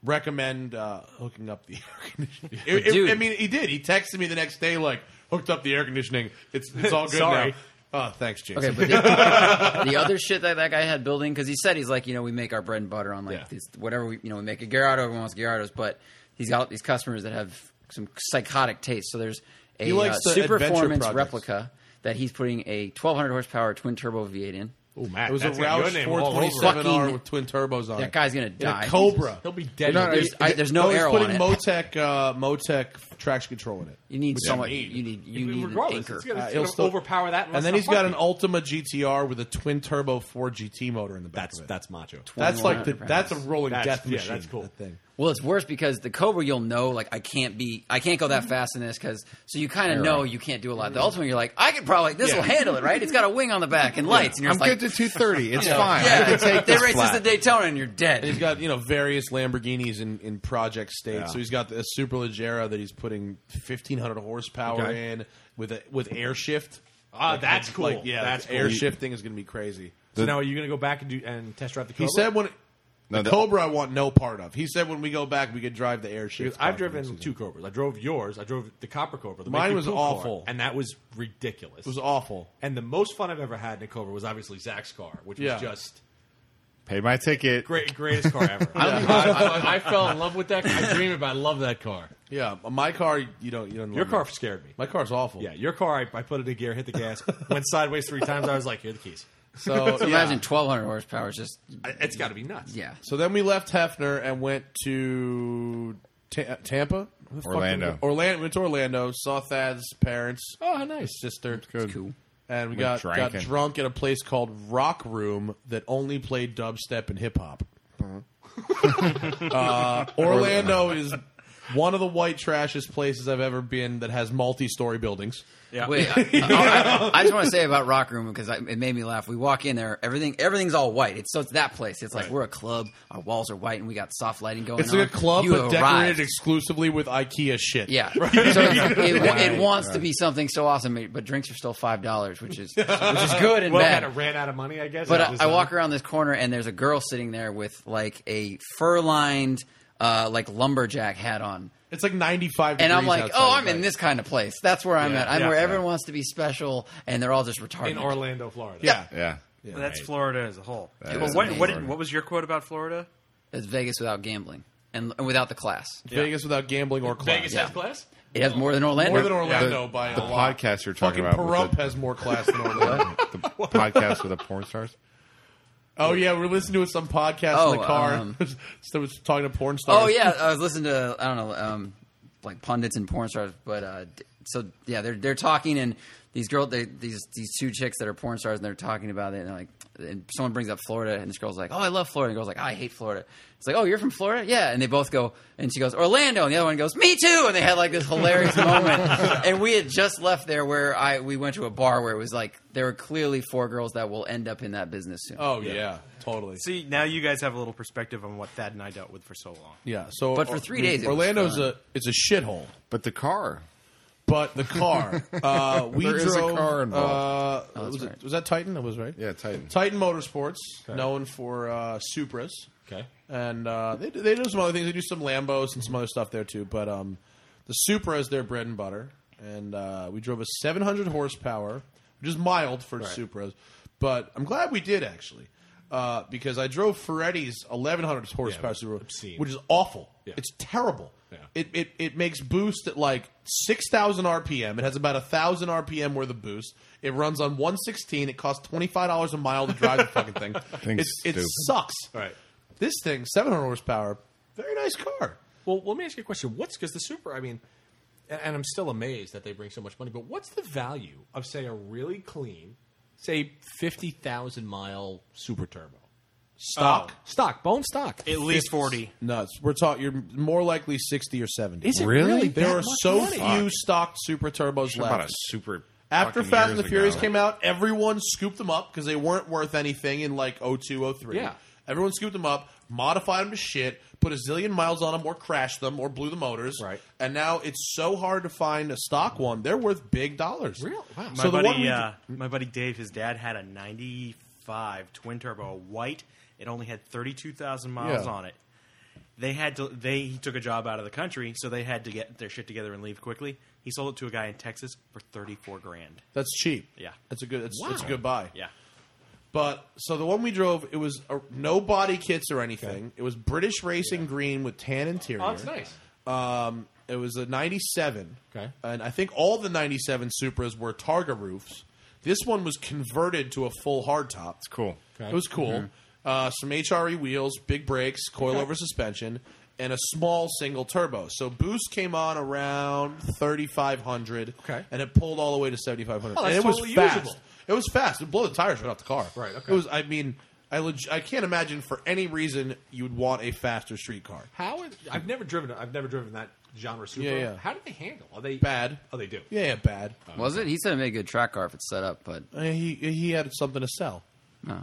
B: Recommend uh, hooking up the *laughs* air conditioning. It-
F: *laughs*
B: it-
F: Dude.
B: I mean, he did. He texted me the next day, like, hooked up the air conditioning. It's it's all
F: *laughs*
B: good
C: Sorry.
B: now. Oh, thanks, Jason.
F: Okay, but the,
B: *laughs*
F: the other shit that that guy had building because he said he's like you know we make our bread and butter on like
B: Yeah.
F: these, whatever we you know we make a Garado everyone wants Garados but he's got these customers that have some psychotic taste so there's a
B: He
F: uh,
B: likes the
F: super
B: adventure
F: performance
B: projects.
F: replica that he's putting a 1200 horsepower twin turbo V8 in
C: Oh, Matt,
B: It was a
C: that's got your
B: Roush
C: name all over it.
B: 427R
F: Fucking-
B: with twin turbos on it.
F: that guy's gonna
B: And
F: die
B: a Cobra.
C: He'll be dead.
F: No,
C: in a
F: there's,
C: week.
F: I, there's no
B: he's
F: arrow on
B: putting
F: it
B: Motec uh, Motec traction control in it.
F: you need so much
B: need.
F: you need you need an
C: Regardless,
F: anchor
C: it's gonna,
B: Uh,
C: it's
B: he'll
C: gonna
B: still-
C: overpower that.
B: And then he's got an Ultima GTR with a twin turbo 4GT motor in the back
C: That's
B: of it.
C: that's macho.
B: That's like the
F: 2100
B: that's a rolling
C: That's-
B: death
C: yeah,
B: machine.
C: that's cool.
B: that thing.
F: Well, it's worse because the Cobra, you'll know, like I can't be, I can't go that fast in this because so you kind of know you can't do a lot. The Ultimate, you're like, I could probably this will handle it, right? It's got a wing on the back and lights, and you're
E: I'm
F: just like,
E: good to 230. It's fine.
F: yeah,
E: I can take
F: they
E: this
F: race us
E: flat.
F: to Daytona and you're
B: And he's
F: dead.
B: got you know various Lamborghinis in, in project state. So he's got a Superleggera that he's putting fifteen hundred horsepower
E: Okay.
B: in with a, with air shift.
C: Ah, that's cool.
B: Like yeah,
C: that's
B: the air
C: cool.
B: shifting is going to be crazy.
C: So now are you going to go back and do and test drive the Cobra?
B: He said when
E: No,
B: the,
E: the-
B: Cobra I want no part of. He said when we go back we could drive the air shift.
C: Because I've
B: car for next
C: driven
B: season.
C: two Cobras. I drove yours. I drove the Copper Cobra. The
B: Mine
C: Make Your
B: was
C: Poop
B: awful.
C: car, and that was ridiculous.
B: It was awful.
C: And the most fun I've ever had in a Cobra was obviously Zach's car, which
B: Yeah.
C: was just
E: Pay my ticket.
C: great, greatest car ever. *laughs* I,
B: *laughs*
C: I, I fell in love with that. I dream about. I love that car.
B: Yeah, my car you don't you don't
C: Your
B: love
C: car
B: it.
C: scared me.
B: My car's awful.
C: Yeah, your car. I, I put it in gear, hit
B: *laughs*
C: the gas, went sideways three times. I was like, "Here are the keys."
B: So,
C: *laughs*
F: So
B: yeah.
F: imagine 1,200 horsepower is just
C: I- It's got to be nuts.
F: yeah.
B: So then we left Hefner and went to Ta- Tampa, Who the fuck
E: Orlando.
B: did we- Orlando, went to Orlando. Saw Thad's parents.
C: Oh, how nice.
B: sister.
F: cool.
B: And we got, got
E: drinking.
B: drunk at a place called Rock Room that
F: *laughs*
B: only played dubstep and hip hop.
C: Uh-huh.
B: *laughs* uh, Orlando
C: *laughs*
B: is one of the white trashest places I've ever been that has multi story buildings.
F: Wait,
B: *laughs*
F: I, I-
E: *laughs*
F: I- I just want to say about Rock Room because I, it made me laugh. We walk in there, everything everything's all white. It's so it's that place. It's like we're a club. Our walls are white, and we got soft lighting going.
B: It's
F: on.
B: like a club,
F: You
B: but decorated
F: arrived.
B: exclusively with IKEA shit. *laughs*
C: *laughs*
F: Yeah. So it, it, it wants to be something so awesome, but drinks are still five dollars, which is which
C: *laughs*
F: is good and
C: Well,
F: bad.
C: kind of ran out of money, I guess.
F: But
C: was,
F: I, I
C: uh,
F: walk around this corner and there's a girl sitting there with like a fur lined uh, like lumberjack hat on.
B: It's like 95
F: And I'm
B: degrees
F: like,
B: outside
F: oh,
B: of
F: I'm in
B: Vegas.
F: this kind of place. That's where I'm
B: Yeah,
F: at. I'm
B: yeah,
F: where
B: yeah.
F: everyone wants to be special, and they're all just retarded.
C: in Orlando, Florida.
B: Yeah.
E: Yeah.
D: Well, that's Florida as a whole.
E: is
D: But what,
F: amazing.
D: what, what was your quote about Florida?
F: It's Vegas without gambling and, and without the class.
B: Vegas without gambling or class.
C: Vegas
F: Yeah.
C: has class.
F: It has more than Orlando.
B: More than
E: The,
B: Orlando by
E: the
B: a lot.
E: podcast you're talking
B: Fucking
E: about.
B: Pahrump
E: with the,
B: has more class than Orlando.
E: the podcast with the porn stars.
B: oh yeah, we we're listening to some podcast in
F: Oh,
B: the car.
F: um,
B: *laughs* so it's talking to porn stars.
F: Oh yeah, I was listening to I don't know, um, like pundits and porn stars, but uh, d- so yeah, they're they're talking and these girls, they, these these two chicks that are porn stars, and they're talking about it, and they're like, and someone brings up Florida, and this girl's like, oh, I love Florida, and the girl's like, I hate Florida. It's like, oh, you're from Florida, yeah, and they both go, and she goes Orlando, and the other one goes me too, and they had like this hilarious moment, and we had just left there where I we went to a bar where it was like there were clearly four girls that will end up in that business soon.
B: Oh yeah, totally.
D: See, now you guys have a little perspective on what Thad and I dealt with for so long.
B: Yeah. So,
F: But for three days, it was
B: Orlando's
F: fun.
B: a it's a shithole.
E: But the car.
B: But
E: *laughs*
B: the car, uh, we
E: There is
B: drove.
E: a car involved.
B: Uh, was, it-
F: right.
B: was that Titan? That was right.
E: Yeah, Titan.
B: Titan Motorsports, known for uh, Supras,
C: Okay.
B: and uh, they do- they do some other things. They do some Lambos and some other stuff there too. But um, the Supra is their bread and butter, and uh, we drove a 700 horsepower, which is mild for Supras. But I'm glad we did actually, uh, because I drove Ferretti's 1100 horsepower Supra,
C: obscene.
B: which is awful.
C: Yeah.
B: It's terrible.
C: Yeah.
B: It, it it makes boost at like six thousand RPM. It has about a thousand RPM worth of boost. It runs on one sixteen. It costs twenty five dollars a mile to drive the fucking thing.
E: *laughs* Thing's
B: It's, it
E: stupid.
B: sucks.
C: Right.
B: This thing, seven hundred horsepower, very nice car.
C: Well, let me ask you a question. What's because the super? I mean, a- and I'm still amazed that they bring so much money. But what's the value of say a really clean, say fifty thousand mile super turbo?
B: Stock.
C: Stock, bone stock.
D: At least forty.
B: Nuts. We're taught you're more likely 60 or 70.
C: Is it
E: Really?
C: really
B: there
C: that
B: are
C: much
B: so
C: money?
B: few stocked Super Turbos
E: How about a
B: left.
E: super.
B: After
E: fucking
B: Fast and the
E: years
B: Furious
E: ago?
B: came out, everyone scooped them up because they weren't worth anything in like 02, 03.
C: Yeah.
B: Everyone scooped them up, modified them to shit, put a zillion miles on them, or crashed them, or blew the motors.
C: Right.
B: And now it's so hard to find a stock one. They're worth big dollars.
C: Real? Wow.
D: My
B: Ah, So the one
D: buddy,
B: we-
D: uh, my buddy Dave, his dad had a '95 twin turbo, a white. It only had thirty-two thousand miles
B: Yeah.
D: on it. They had to. They he took a job out of the country, so they had to get their shit together and leave quickly. He sold it to a guy in Texas for thirty-four grand.
B: That's cheap.
D: Yeah.
B: That's a good. That's, that's a good buy.
D: Yeah,
B: But so the one we drove, it was a, no body kits or anything. It was British Racing Green with tan interior.
C: Oh, that's nice.
B: Um, it was a '97.
C: Okay.
B: and I think all the '97 Supras were Targa roofs. This one was converted to a full hardtop. It's
E: Cool.
B: It was cool.
C: Mm-hmm.
B: Uh, some HRE wheels, big brakes, coilover suspension, and a small single turbo. So boost came on around 3,500.
C: Okay.
B: And it pulled all the way to 7,500.
C: Oh,
B: and
C: that's
B: it was
C: totally
B: fast.
C: usable.
B: It was fast. It blew the tires right off the car.
C: Right, okay.
B: It was. I mean, I leg- I can't imagine for any reason you'd want a faster street car.
C: How is, I've never driven. I've never driven that genre super.
B: Yeah, yeah.
C: How do they handle? Are they
B: Bad.
C: Oh, they do.
B: Yeah, yeah, bad.
F: Was it? He said it made a good track car if it's set up, but
B: Uh, he he had something to sell. *laughs*
F: oh,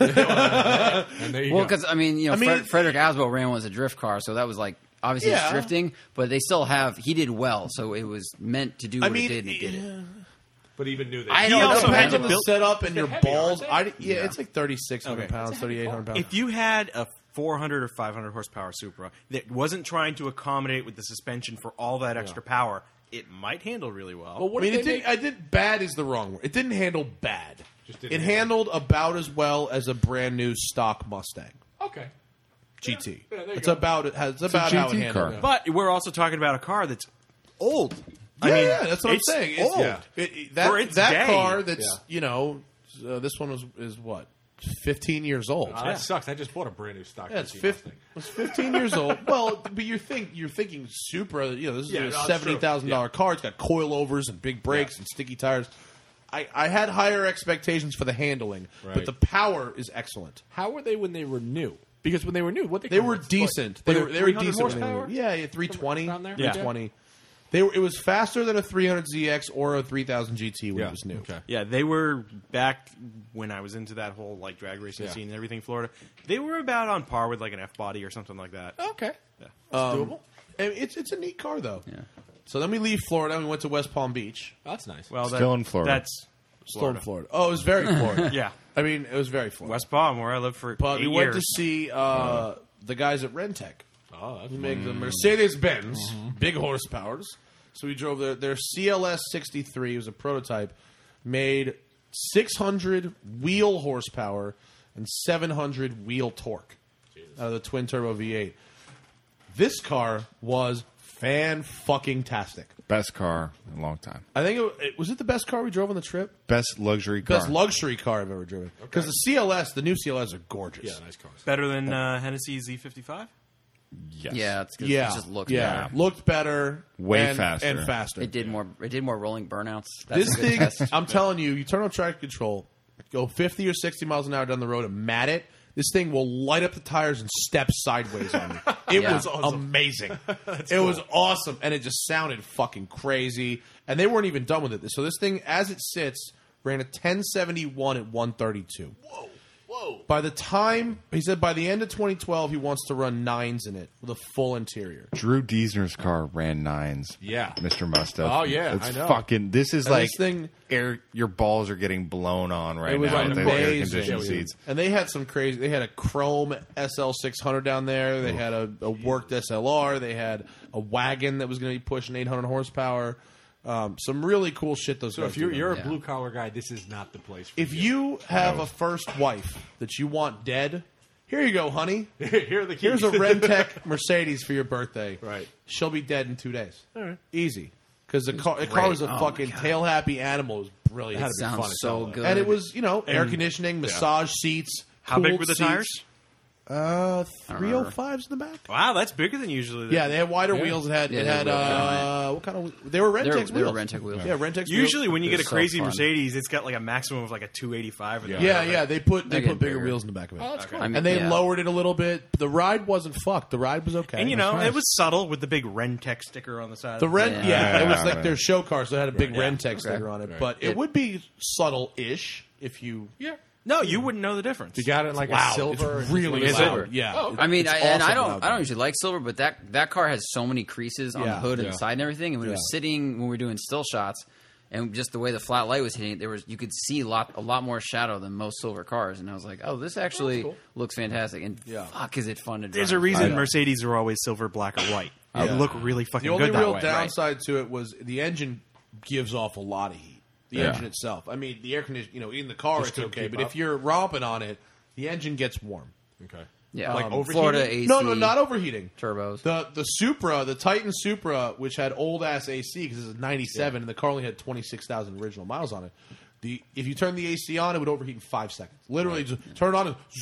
F: okay.
C: *laughs* And there you
F: well,
C: go.
F: because I mean, you know,
B: I mean-
F: Fred- Frederick Aswell ran one as a drift car, so that was like obviously it's
B: Yeah.
F: drifting, but they still have. He did well, so it was meant to do what
B: I mean,
F: it did, and it did it.
C: but even knew they.
F: I
C: did.
F: don't
B: It
F: know.
B: also
F: man.
B: depends on the setup and your
C: heavy,
B: balls.
C: aren't
B: I,
C: they?
B: yeah, it's like 3,600
D: Okay.
B: pounds, 3,800 pounds.
D: If you had a 400 or 500 horsepower Supra that wasn't trying to accommodate with the suspension for all that extra power, it might handle really well.
C: But what
B: I mean,
C: if
B: it
C: they
B: did,
C: make-
B: I did bad is the wrong word. It didn't handle bad.
C: Just didn't
B: it
C: handle
B: handled about as well as a brand new stock Mustang
C: Okay.
B: GT.
C: Yeah, there you
B: it's
C: go.
B: about it has it's about how it
E: GT
B: handled.
E: car.
B: it.
D: But we're also talking about a car that's old.
B: Yeah,
D: I mean,
B: yeah, that's what
D: it's
B: I'm saying. It's-
D: old.
B: yeah. It- it- that
D: For its
B: that
D: day.
B: car that's
C: Yeah.
B: you know uh, this one was is what 15 years old.
C: Uh, That sucks. I just bought a brand new stock.
B: Yeah, it's
C: GT
B: fifteen.
C: Mustang.
B: It's fifteen years
C: *laughs*
B: old. Well, but you think you're thinking Supra. You know, this is
C: Yeah, no,
B: a
C: that's
B: seventy thousand dollar car. It's got coilovers and big brakes and sticky tires. I, I had higher expectations for the handling,
C: Right.
B: but the power is excellent.
C: How were they when they were new? Because when they were new, what they
B: They were decent. They were they were decent. when they were-
C: Horsepower?
B: yeah, yeah, three twenty,
C: Around there?
B: three twenty. They were, it was faster than a 300 ZX or a 3000 GT when it was new.
C: Okay.
D: Yeah, they were back when I was into that whole like drag racing
C: Yeah.
D: scene and everything in Florida. They were about on par with like an F body or something like that.
B: Oh.
C: Okay.
B: Um, and it's it's a neat car though. Yeah. So then we leave Florida and we went to West Palm Beach.
C: Oh, That's nice.
D: Well, that,
E: Still in Florida.
D: That's
B: Still in Florida. Oh, it
D: *laughs*
B: was very Florida.
D: Yeah.
B: I mean, it was very Florida.
D: West Palm, where I lived for eight
B: But we went to
D: years.
B: see uh, the guys at Rentec. Mm-hmm.
C: oh, that's
B: They make the Mercedes Benz,
C: Mm-hmm.
B: big horsepowers. So we drove their their CLS 63. It was a prototype, made 600 wheel horsepower and 700 wheel torque out of the twin turbo V8. This car was fan fucking tastic.
E: Best car in a long time.
B: I think it, it was it the best car we drove on the trip.
E: Best luxury car.
B: Best luxury car I've ever driven. Because the CLS, the new CLS, are gorgeous.
C: yeah, nice cars.
D: better than uh, Hennessy Z55.
E: Yes.
F: Yeah, it's 'cause
B: Yeah,
F: it just looked
B: yeah,
F: better.
B: looked better,
E: Way
B: and,
E: faster.
B: and faster.
F: It did more. It did more rolling burnouts. That's
B: this
F: a good
B: thing,
F: test.
B: I'm telling you, you turn on traction control, go 50 or 60 miles an hour down the road and mat it. This thing will light up the tires and step
F: *laughs*
B: sideways on you. It
F: Yeah.
B: was *laughs* amazing. it was awesome, and it just sounded fucking crazy. And they weren't even done with it. So this thing, as it sits, ran a 1071 at 132. Whoa, whoa! By the time he said, by the end of 2012, he wants to run nines in it with a full interior.
E: Drew Deesner's car ran nines.
C: Yeah.
E: Mr. Musto.
C: Oh, yeah,
E: it's
C: I know.
E: fucking. This is
B: And
E: like
B: this thing-
E: Air, your balls are getting blown on right
B: It was
E: now. with the air
B: amazing.
E: conditioned seats.
B: And they had some crazy. They had a chrome SL600 down there. They had a, a worked SLR. They had a wagon that was going to be pushing 800 horsepower. Um, some really cool shit. Those
C: So
B: guys
C: if you're,
B: do.
C: you're a
F: Yeah.
C: blue collar guy, this is not the place. For
B: if you have a first wife that you want dead, here you go, honey.
C: *laughs* here are the keys.
D: *laughs*
B: Here's a
C: *laughs*
B: Remtech Mercedes for your birthday.
C: Right.
B: She'll be dead in two days. All right. Easy. Because the car, the car was
F: Oh
B: a fucking tail happy animal. It was brilliant.
C: Had to be
F: sounds
C: fun as hell,
F: so
C: though.
F: good.
B: And it was, you know, air conditioning, massage seats.
D: How
B: cooled
D: big were the
B: seats.
D: tires?
B: Uh, three
F: remember.
B: hundred fives in the back.
D: Wow, that's bigger than usually.
B: Yeah, they had wider
F: Yeah.
B: wheels. It had
F: Yeah,
B: it
F: they
B: had
F: were wheel
B: uh, what kind of they were Rentex
F: They were-
B: wheels.
F: they were Rentex wheels.
B: Yeah, Rentex. wheels.
D: Usually, when you
F: They're
D: get a
F: so
D: crazy
F: fun.
D: Mercedes, it's got like a maximum of like a 285. Or
E: Yeah.
B: Yeah, yeah, they put they
F: They're
B: put
F: getting
B: bigger,
F: bigger.
B: wheels in the back
D: Oh,
B: of it.
F: I mean,
B: and they
F: yeah.
B: lowered it a little bit. The ride wasn't fucked. The ride was okay.
D: And you know,
B: That's
D: it
B: nice.
D: was subtle with the big Rentec sticker on the side.
B: the
D: of it.
B: rent. Yeah,
F: Yeah.
B: it was
E: Yeah,
B: like
E: right.
B: their show car, so it had a big
D: Yeah.
B: Rentex sticker on it. But it,
F: It-
B: would be subtle-ish if you. Yeah,
D: No, you wouldn't know the difference.
E: You got it in like a silver.
B: It's really
E: Is it?
B: loud. Yeah, It-
F: Oh, I mean,
B: it's
F: I, and
B: awesome
F: I don't,
B: loud.
F: I don't usually like silver, but that that car has so many creases on
B: Yeah.
F: the hood and
E: Yeah.
F: the side and everything. And when it was
B: Yeah.
F: sitting, when we were doing still shots, and just the way the flat light was hitting, it, there was you could see a lot, a lot more shadow than most silver cars. And I was like, oh, this actually looks fantastic. And
B: Yeah.
F: fuck, is it fun to drive?
D: There's a reason Mercedes are always silver, black, or white. They look really fucking
B: The only
D: good that
B: real
D: way.
B: downside to it was the engine gives off a lot of heat. The
E: Yeah.
B: engine itself. I mean, the air condition. You know, in the car
E: Just
B: it's
E: couldn't
B: okay,
E: keep
B: but
E: up.
B: if you're romping on it, the engine gets warm.
E: Okay.
F: Yeah,
B: like
F: um,
B: overheating.
F: Florida AC.
B: No, no, not overheating.
F: Turbos.
B: The the Supra, the Titan Supra, which had old ass AC because it's a '97, and the car only had 26,000 original miles on it. The if you turn the AC on, it would overheat in five seconds. Literally, just turn it on and, *laughs*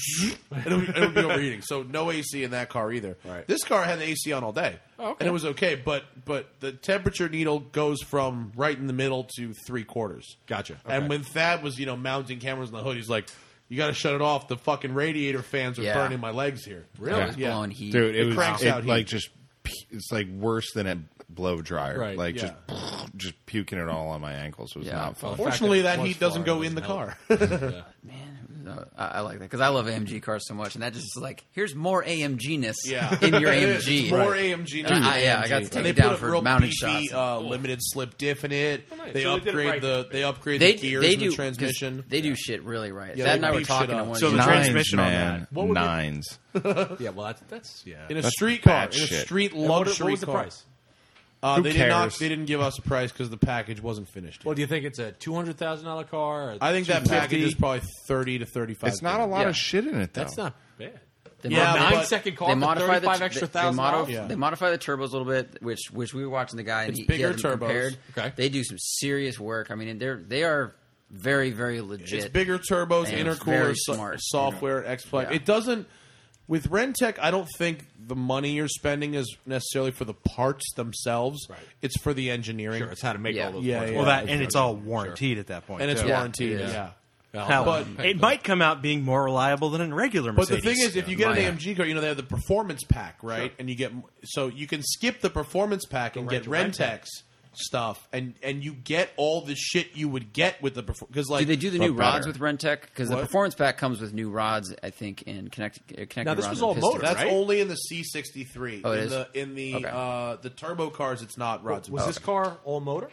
B: and it, would, it would be overheating. So no AC in that car either.
E: Right.
B: This car had the AC on all day,
J: Oh,
B: and
I: *laughs*
B: it was Oh, okay. But but the temperature needle goes from right in the middle to three quarters.
E: Gotcha.
B: And
E: Okay.
B: when Thad was you know mounting cameras in the hood, he's like. You got to shut it off. The fucking radiator fans are
F: Yeah.
B: burning my legs here.
F: Really? It was
B: Yeah.
F: blowing heat.
E: Dude, it,
B: It
E: was
B: cranks
E: it,
B: out heat.
E: like just p- it's like worse than a blow dryer.
B: Right,
E: Like
B: yeah.
E: just just puking it all on my ankles was
F: Yeah.
E: not fun.
B: Fortunately,
C: fact that
B: that,
C: it was
B: heat doesn't go
C: Florida
B: in the
C: doesn't
B: car. *laughs*
F: Man, no, I, I like that because I love AMG cars so much, and that just is like here's more AMG ness
B: yeah,
F: *laughs* in your
B: It is.
F: AMG.
B: *laughs* It's more AMG.
F: And Uh, I- yeah, I got to take
B: and they
F: it down
B: put a
F: for
B: real
F: mounting
B: beefy,
F: shots.
B: Uh, limited slip diff in it.
C: Oh,
B: They
D: So they did it
B: upgrade
D: right.
B: the they upgrade
F: They,
B: the gears
F: they
B: and
F: do
B: the
F: 'cause
B: transmission.
F: They do shit really right.
B: Yeah,
F: that and
B: they
F: I were
B: beef shit
F: talking to
B: up.
F: one.
D: So
F: of
D: the
F: these-
E: Nines,
D: transmission on
E: man.
D: that.
B: What would it-
E: Nines.
B: *laughs*
C: Yeah, well, that's that's yeah.
B: In a street car, in a
E: bad shit.
B: street
C: And what,
B: luxury
C: what was the
B: car.
C: price?
B: Uh,
E: Who
B: they did not.
E: cares?
B: They didn't give us a price because the package wasn't finished. yet.
C: Well, do you think it's a two hundred thousand dollar car? or
B: I think that
C: 250?
B: package is probably thirty to thirty-five.
E: It's not a lot
F: Yeah.
E: of shit in it though.
C: That's not bad.
F: they
B: Yeah,
F: mod-
B: but-
C: Nine second car
F: they
C: for
F: modify the
C: thirty-five extra
F: they,
C: thousand.
F: They, modif-
C: dollars?
B: Yeah.
F: they modify the turbos a little bit, which which we were watching the guy. And
B: It's
F: he,
B: bigger
F: he had them
B: turbos.
F: Compared.
C: Okay.
F: They do some serious work. I mean, and they're they are very very legit.
B: It's bigger turbos,
F: And it's
B: intercoolers,
F: very
B: so-
F: smart.
B: software, X Play.
F: Yeah.
B: It doesn't. With Rentec, I don't think the money you're spending is necessarily for the parts themselves.
C: Right.
B: It's for the engineering,
C: Sure, it's how to make
F: Yeah.
C: all those.
B: Yeah,
C: parts
B: yeah.
C: work.
D: Well, that and it's all warrantied at that point.
B: and it's
D: too.
F: Yeah,
B: warranted.
F: it
B: Yeah.
F: is.
D: Now,
B: But-
D: it might come out being more reliable than a regular
B: But the
D: Mercedes.
B: thing is, if you get
F: Yeah.
B: an AMG car, you know they have the performance pack, right? And you get so you can skip the performance pack and
C: right
B: get
C: to Rentex.
B: Rentex stuff, and and you get all the shit you would get with the because like
F: Do they do the
E: But
F: new rods with
E: better.
F: Rentec? Because the
B: What?
F: performance pack comes with new rods, I think, and connect uh, connected.
B: Now this
F: rods
B: was
F: and
B: all
F: pistons.
B: motor. That's
C: right?
B: only in the C63.
F: Oh, it
B: in
F: is?
B: the in the
F: Okay.
B: uh, the turbo cars, it's not rods. and
C: was this
B: pistons.
C: car all motor?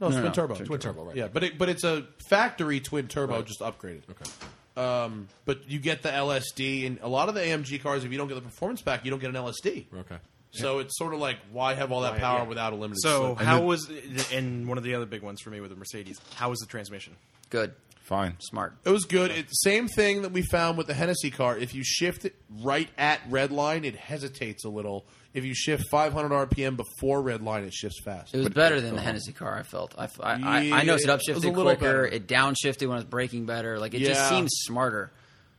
B: no, it's
F: No,
B: twin
F: no,
B: turbo?
F: twin
C: turbo, right.
B: Yeah, but it, but it's a factory twin turbo, just upgraded.
C: Okay.
B: Um, but you get the LSD, and a lot of the AMG cars, if you don't get the performance pack, you don't get an LSD.
C: Okay.
B: So it's sort of like, why have all that
C: Right,
B: power
C: yeah.
B: without a limited?
D: so
B: slip?
D: how was and one of the other big ones for me with the Mercedes? How was the transmission?
F: good,
E: fine.
F: smart.
B: It was good. It's same thing that we found with the Hennessy car. If you shift it right at red line, it hesitates a little. If you shift 500 RPM before red line, it shifts fast.
F: It was better than the Hennessy car. I felt. I I, I, I
B: Yeah,
F: noticed it
B: it was a
F: upshifted
B: little
F: quicker.
B: better.
F: It downshifted when it was braking better. Like it
B: Yeah.
F: just seems smarter.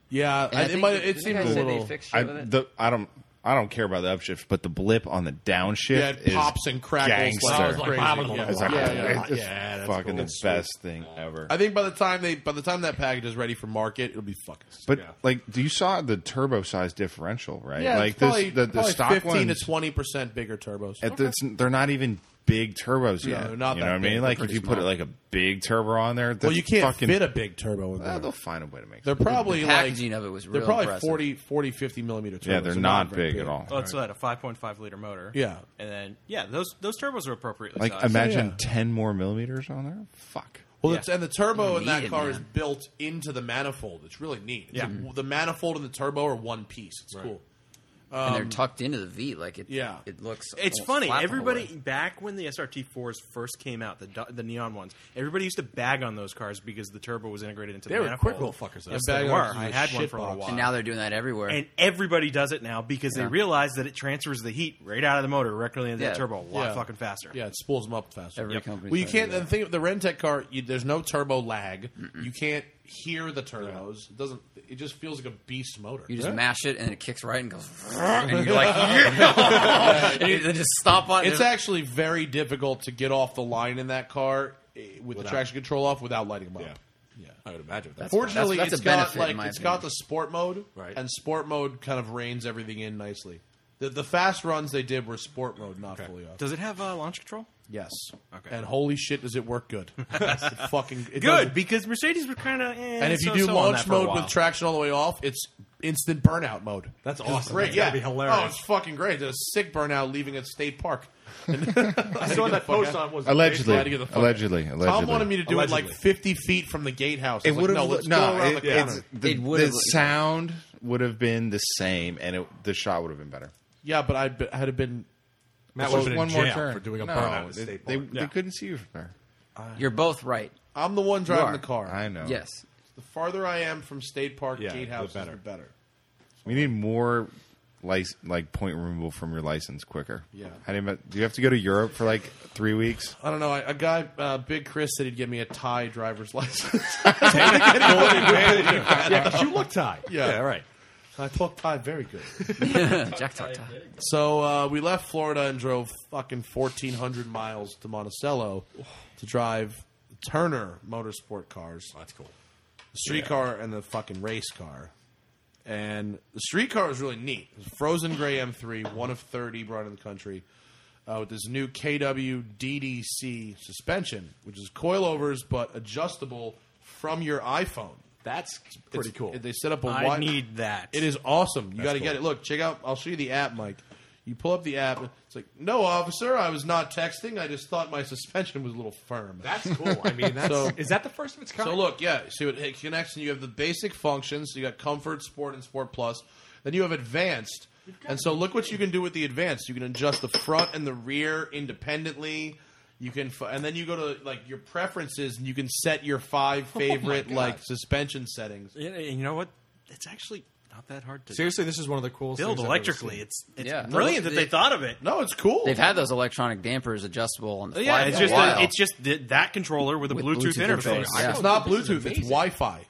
B: yeah,
F: And
B: I,
F: I
B: it,
F: think
B: might,
F: the-
B: it
F: the
B: seemed a
F: guy said they
B: little.
F: fixed
E: I
F: shit with it.
E: the I don't I don't care about the upshift, but the blip on the downshift
B: Yeah, it
E: is
B: pops and crackles.
E: gangster.
B: Like,
C: Like,
B: crazy.
C: blah,
B: Yeah.
E: It's like,
B: Yeah,
E: yeah,
B: yeah.
E: it's
C: Yeah, that's
E: fucking
C: cool.
E: the best thing ever.
B: I think by the time they, by the time that package is ready for market, it'll be fucking.
E: But like, do you saw the turbo size differential, right?
B: yeah,
E: like
B: it's
E: this,
B: probably,
E: the, the
B: probably
E: stock
B: fifteen
E: ones
B: to twenty percent bigger turbos.
E: At this, they're not even big turbos yet.
B: they're not
E: you know
B: that
E: what
B: big.
E: I
B: They're
E: mean? Like if
B: pretty
E: you put
B: small.
E: like a big turbo on there,
B: well, you can't
E: fucking,
B: fit a big turbo in
E: Ah,
B: there.
E: they'll find a way to make.
B: They're
E: it.
B: probably
F: The packaging
B: like,
F: of it was
B: They're
F: real
B: probably
F: impressive.
B: 40, 40, 50 millimeter turbos.
E: yeah, they're not big at all.
D: Well, it's at a 5.5 liter motor.
B: Yeah.
D: and then yeah, those those turbos are appropriately
E: Like
D: sized.
E: imagine
B: yeah.
E: ten more millimeters on there. Fuck.
B: Well,
D: Yeah.
B: it's, and the turbo
F: You
B: in that
F: need it,
B: car
F: man.
B: is built into the manifold. It's really neat. It's
D: Yeah.
B: a- the manifold and the turbo are one piece. It's cool.
F: and they're tucked into the V. Like it.
B: Um, yeah.
F: It looks.
D: It's
F: almost
D: funny.
F: flat the whole
D: Everybody
F: way.
D: back when the SRT fours first came out, the do- the neon ones, everybody used to bag on those cars because the turbo was integrated into
B: They
D: the
B: were
D: manifold.
B: quick little fuckers, though.
D: Yes,
B: Yeah,
D: they
B: bag
D: were.
B: on is
D: I
B: a
D: had one
B: shit
D: for a
B: box.
D: while.
F: And now they're doing that everywhere.
D: and everybody does it now because they
F: Yeah.
D: realize that it transfers the heat right out of the motor directly into
F: Yeah.
D: the turbo a lot
B: Yeah.
D: fucking faster.
B: Yeah, it spools them up faster.
F: Every company.
B: Well, you can't. The thing the Rentec car, you, there's no turbo lag. You can't hear the turbos. It doesn't. It just feels like a beast motor.
F: You just mash it and it kicks right and
B: *laughs*
F: goes, *laughs* and you're like, yeah. and you then just stomp on it.
B: It's actually very difficult to get off the line in that car eh, with the traction control off without lighting them up.
C: Yeah, I would imagine that's
B: Fortunately,
F: that's- that's
B: it's
F: a
B: got
F: benefit,
B: like
F: in my
B: it's got
F: opinion.
B: the sport mode,
C: Right.
B: and sport mode kind of reins everything in nicely. The, the fast runs they did were sport mode, not fully off.
D: Does it have uh, launch control?
B: Yes.
D: Okay.
B: And holy shit, does it work *laughs* good? It's fucking it does-
D: Good, because Mercedes were kind of. Eh,
B: And if you do
D: so-so on that
B: launch
D: for a
B: mode
D: while.
B: with traction all the way off, it's instant burnout mode.
C: That's
B: It's
C: awesome.
B: Great.
C: That's
B: yeah.
C: gotta be hilarious.
B: Oh, it's fucking great. There's a sick burnout leaving at State Park. *laughs* I
K: saw that post on was it
E: Allegedly,
B: I had to get the fuck
E: allegedly,
B: out. Tom
E: allegedly.
B: wanted me to do it
C: Allegedly.
B: like 50 feet from the gatehouse. I
E: It
B: was
E: would
B: like,
E: have
B: no, let's go
E: no.
B: around
E: It,
B: the corner.
E: it's, the
F: It would've
E: the
F: looked-
E: sound would have been the same, and it, the shot would have been better.
B: yeah, but I'd, be, I'd have been.
C: Matt
E: Just
C: would have
E: one
C: been in
E: more
C: jail
E: turn
C: for doing a
E: no,
C: burnout. at
E: They,
C: State
E: they,
C: Park.
E: they couldn't see you from there.
F: You're both right.
B: I'm the one
F: are.
B: driving the car.
E: I know.
F: Yes.
B: The farther I am from State Park
C: Yeah,
B: gatehouse,
C: the
B: the
C: better.
B: better. The better.
E: We need more lic- like point removal from your license quicker.
B: Yeah.
E: How do you, ma- do you have to go to Europe for like three weeks?
B: I don't know. I, a guy, uh, Big Chris, said he'd give me a Thai driver's *laughs* license.
C: yeah, 'cause you look Thai.
B: Yeah.
C: right.
B: I talk Thai very good.
F: Jack talk talk.
B: So uh, we left Florida and drove fucking 1,400 miles to Monticello to drive Turner Motorsport cars,
C: Oh, That's cool.
B: the street car and the fucking race car. And the street car was really neat. It was a frozen gray M3, one of 30 brought in the country, uh, with this new KW DDC suspension, which is coilovers but adjustable from your iPhone.
C: That's
B: It's-
C: pretty cool.
B: They set up a
D: I
B: wide-
D: need that.
B: it is awesome. You got to
C: cool.
B: get it. Look, check out. I'll show you the app, Mike. You pull up the app. It's like, no, officer, I was not texting. I just thought my suspension was a little firm.
C: that's cool.
B: *laughs*
C: I mean, that's
B: So-
C: is that the first of its kind?
B: so look, yeah. So it, it connects, and you have the basic functions. So you got comfort, sport, and sport plus. Then you have advanced, and so look what you can do with the advanced. You can adjust the front and the rear independently. You can, f- and then you go to like your preferences, and you can set your five favorite like suspension settings.
D: Yeah, and you know what? It's actually not that hard to
C: seriously, this is one of the coolest
D: build
C: things I've ever
D: electrically.
C: seen.
D: It's it's
F: Yeah.
D: brilliant that they thought of it.
B: No, it's cool.
F: They've had those electronic dampers adjustable on the fly
D: Yeah,
F: for
D: it's
F: a
D: just
F: while.
D: a, it's just th- that controller with a
F: With
D: Bluetooth,
F: Bluetooth
D: interface.
F: interface, yeah.
B: It's not Bluetooth. It's Wi-Fi.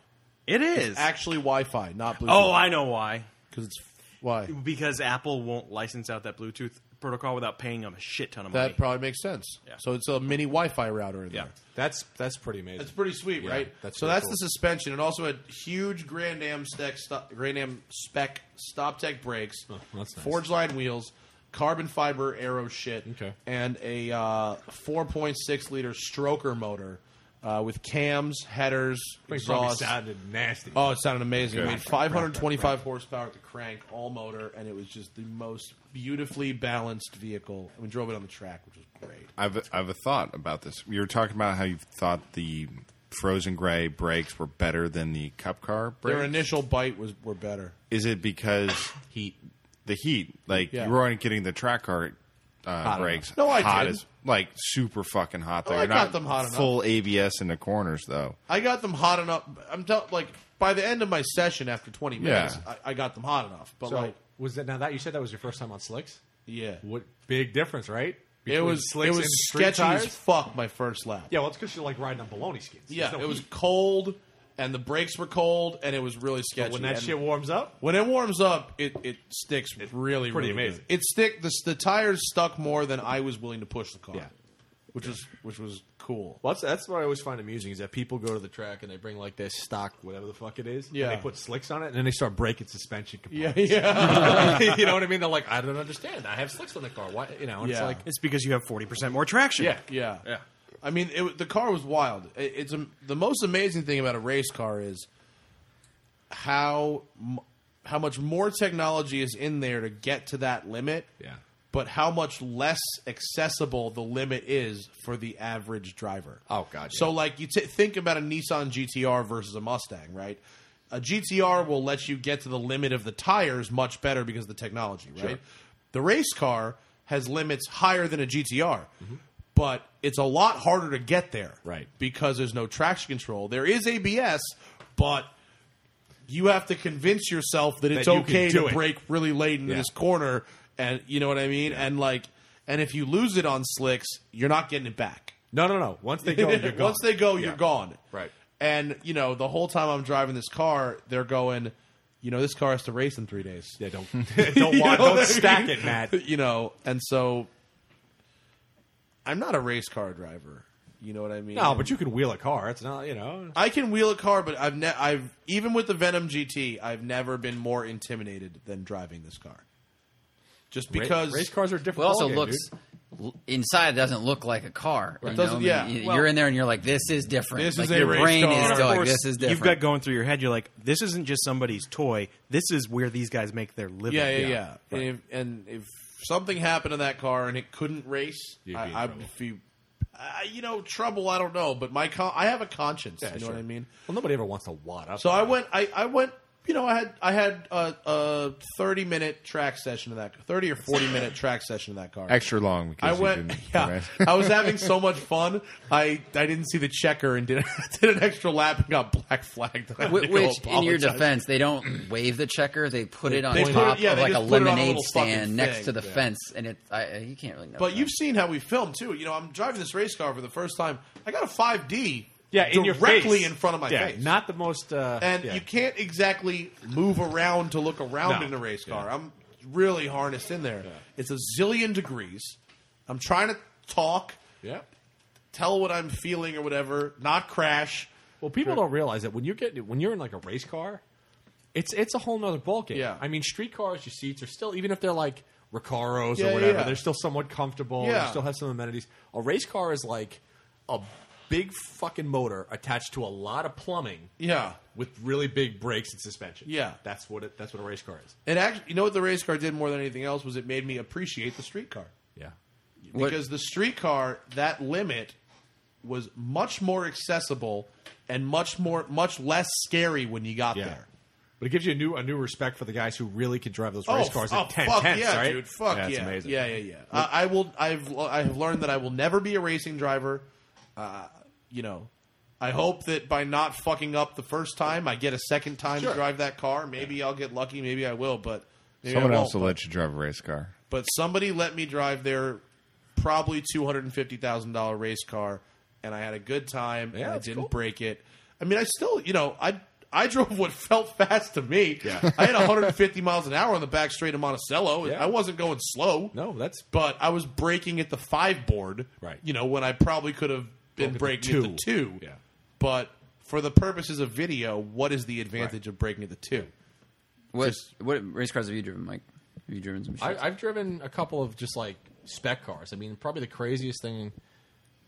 D: It is.
B: Actually, Wi-Fi, not Bluetooth.
D: Oh, I know why.
B: because it's why
D: Because Apple won't license out that Bluetooth protocol without paying them a shit ton of money.
B: that probably makes sense.
D: Yeah.
B: So it's a mini Wi-Fi router in
D: yeah.
B: there.
C: that's that's pretty amazing.
B: That's pretty sweet,
C: Yeah,
B: right?
C: that's
B: so
C: pretty
B: that's
C: cool.
B: the suspension. It also had huge Grand Am spec, stop, Grand Am spec stop tech brakes,
C: Oh, that's nice.
B: forged line wheels, carbon fiber aero shit,
C: Okay.
B: and a uh, 4.6 liter stroker motor uh, with cams, headers,
C: It probably
B: exhaust.
C: sounded nasty.
B: Oh, it sounded amazing. It made 525 horsepower at the crank, all motor, and it was just the most beautifully balanced vehicle. And we drove it on the track, which was great.
E: I've I've a thought about this. You were talking about how you thought the frozen gray brakes were better than the cup car brakes.
B: Their initial bite was were better.
E: Is it because
C: *coughs* Heat.
E: the heat? Like
B: Yeah.
E: you were only getting the track car uh, brakes.
B: No, I
E: hot
B: did.
E: as like super fucking hot. Though.
B: No, I
E: You're
B: got
E: not
B: them hot enough.
E: Full ABS in the corners though.
B: I got them hot enough. I'm tell, like by the end of my session after 20 minutes,
E: Yeah.
B: I, I got them hot enough. But
C: So
B: like,
C: was that now that you said that was your first time on slicks?
B: yeah,
C: What big difference, right?
B: it
C: Between
B: was it was
C: street
B: sketchy as
C: tires?
B: fuck my first lap.
C: Yeah, well, it's because you're like riding on baloney skins. There's
B: Yeah,
C: no
B: it was
C: heat.
B: cold and the brakes were cold and it was really sketchy.
C: But when that
B: And-
C: shit warms up,
B: When it warms up, it, it sticks really really
C: pretty amazing.
B: good. It stick the, the tires stuck more than I was willing to push the car.
C: Yeah.
B: Which was which was cool.
C: well, that's, that's what I always find amusing is that people go to the track and they bring like their stock, whatever the fuck it is. and
B: Yeah.
C: they put slicks on it and then they start breaking suspension.
B: Yeah,
C: Components.
D: *laughs*
B: *laughs* yeah.
C: *laughs* you know what I mean? They're like, I don't understand. I have slicks on the car. Why? You know, and it's
B: Yeah.
C: like,
D: It's because you have forty percent more traction.
C: yeah,
B: Yeah.
D: Yeah.
B: I mean, it, wa- the car was wild. It, it's a, the most amazing thing about a race car is how m- how much more technology is in there to get to that limit.
C: Yeah.
B: But how much less accessible the limit is for the average driver.
C: Oh, God, yeah.
B: So like you t- think about a Nissan GTR versus a Mustang, right? A GTR will let you get to the limit of the tires much better because of the technology, right? The race car has limits higher than a GTR, but it's a lot harder to get there,
C: Right.
B: Because there's no traction control. There is ABS, but you have to convince yourself that it's
C: you can
B: okay
C: do
B: to
C: it.
B: break really late into
C: Yeah.
B: this corner, and you know what I mean. And like, and if you lose it on slicks, you're not getting it back.
C: no, no, no. Once they go, you're
B: *laughs*
C: gone.
B: Once they go,
C: Yeah.
B: you're gone.
C: Right.
B: And you know, the whole time I'm driving this car, they're going, you know, this car has to race in three days. *laughs*
C: Yeah, don't *laughs* don't, want,
B: know what I
C: don't stack
B: mean?
C: it, Matt.
B: You know, and so I'm not a race car driver. You know what I mean?
C: No, but you can wheel a car. It's not, you know.
B: I can wheel a car, but I've ne- I've even with the Venom GT, I've never been more intimidated than driving this car. Just
C: Ra-
B: because
C: race cars are different.
F: Well, also
C: ballgame,
F: looks
C: dude.
F: l- inside it doesn't look like a car. you
B: It
F: know?
B: doesn't-
F: I mean,
B: yeah.
F: y- You're
B: Well-
F: in there and you're like, this is different.
B: This
F: like
B: is a
F: your
B: race
F: brain
B: car.
F: is
B: And of
F: like,
D: course,
F: this is different.
D: You've got going through your head. You're like, this isn't just somebody's toy. This is where these guys make their living.
B: yeah, yeah, yeah. And, if, and if something happened to that car and it couldn't race,
C: You'd be in
B: I, I
C: trouble.
B: if you, I, you know, trouble. I don't know, but my con- I have a conscience. you know
C: sure.
B: what I mean?
C: Well, nobody ever wants to wad up.
B: So I went. I, I went. You know, I had I had a, a thirty minute track session of that thirty or forty minute track session of that car.
E: Extra long. Because
B: I
E: you
B: went.
E: didn't-
B: Yeah,
E: right?
B: *laughs* I was having so much fun. I I didn't see the checker and did *laughs* did an extra lap and got black flagged. *laughs* I had to
F: Wh-
B: go
F: Which, in your
B: apologize.
F: defense, they don't wave the checker; they put it on
B: They put it-
F: top
B: yeah,
F: of
B: they
F: like a
B: just put it on a
F: lemonade
B: little fucking
F: stand next
B: thing.
F: to the
B: Yeah.
F: fence, and it I, I- you can't really know.
B: *clears throat* But
F: that.
B: you've seen how we film too. You know, I'm driving this race car for the first time. I got a 5D.
C: yeah, in your
B: directly
C: face.
B: in front of my
C: Yeah,
B: face.
C: Not the most. Uh,
B: and
C: yeah.
B: you can't exactly move around to look around
C: No.
B: in a race car. I'm really harnessed in there. It's a zillion degrees. I'm trying to talk,
C: Yeah.
B: tell what I'm feeling or whatever, not crash.
C: Well, people don't realize that when you get when you're in like a race car, it's it's a whole nother ballgame.
B: Yeah.
C: I mean, street cars, your seats are still even if they're like Recaros
B: Yeah,
C: or whatever,
B: yeah.
C: they're still somewhat comfortable.
B: Yeah.
C: You still have some amenities. A race car is like a big fucking motor attached to a lot of plumbing
B: Yeah.
C: with really big brakes and suspension.
B: Yeah.
C: that's what it. That's what a race car is.
B: And actually, you know what the race car did more than anything else was it made me appreciate the street car.
C: Yeah.
F: What-
B: because the streetcar that limit was much more accessible and much more much less scary when you got there.
C: But it gives you a new a new respect for the guys who really can drive those race cars at ten
B: Oh, fuck
C: tenths,
B: yeah,
C: right?
B: dude! Fuck yeah,
E: Yeah, it's
B: yeah.
E: amazing.
B: yeah, yeah, I, I will. I've I have learned that I will never be a racing driver. Uh, you know, I hope that by not fucking up the first time, I get a second time to drive that car. Maybe I'll get lucky. Maybe I will, but maybe
E: Someone
B: I won't.
E: else will let you drive a race car.
B: but somebody let me drive their probably two hundred and fifty thousand dollar race car, and I had a good time. and I
C: that's
B: didn't
C: cool.
B: break it. I mean, I still, you know, I I drove what *laughs* felt fast to me. I had one hundred and fifty miles an hour on the back straight of Monticello.
C: Yeah.
B: I wasn't going slow.
C: No, that's
B: but I was braking at the five board.
C: Right.
B: You know, when I probably could have been
C: Broke at the
B: braking at the
C: two.
B: two.
C: Yeah.
B: But for the purposes of video, what is the advantage of braking at the two?
F: what, what race cars have you driven, Mike? Have you driven
B: Uh,
F: some? Shit?
C: I, I've driven a couple of just like spec cars. I mean, probably the craziest thing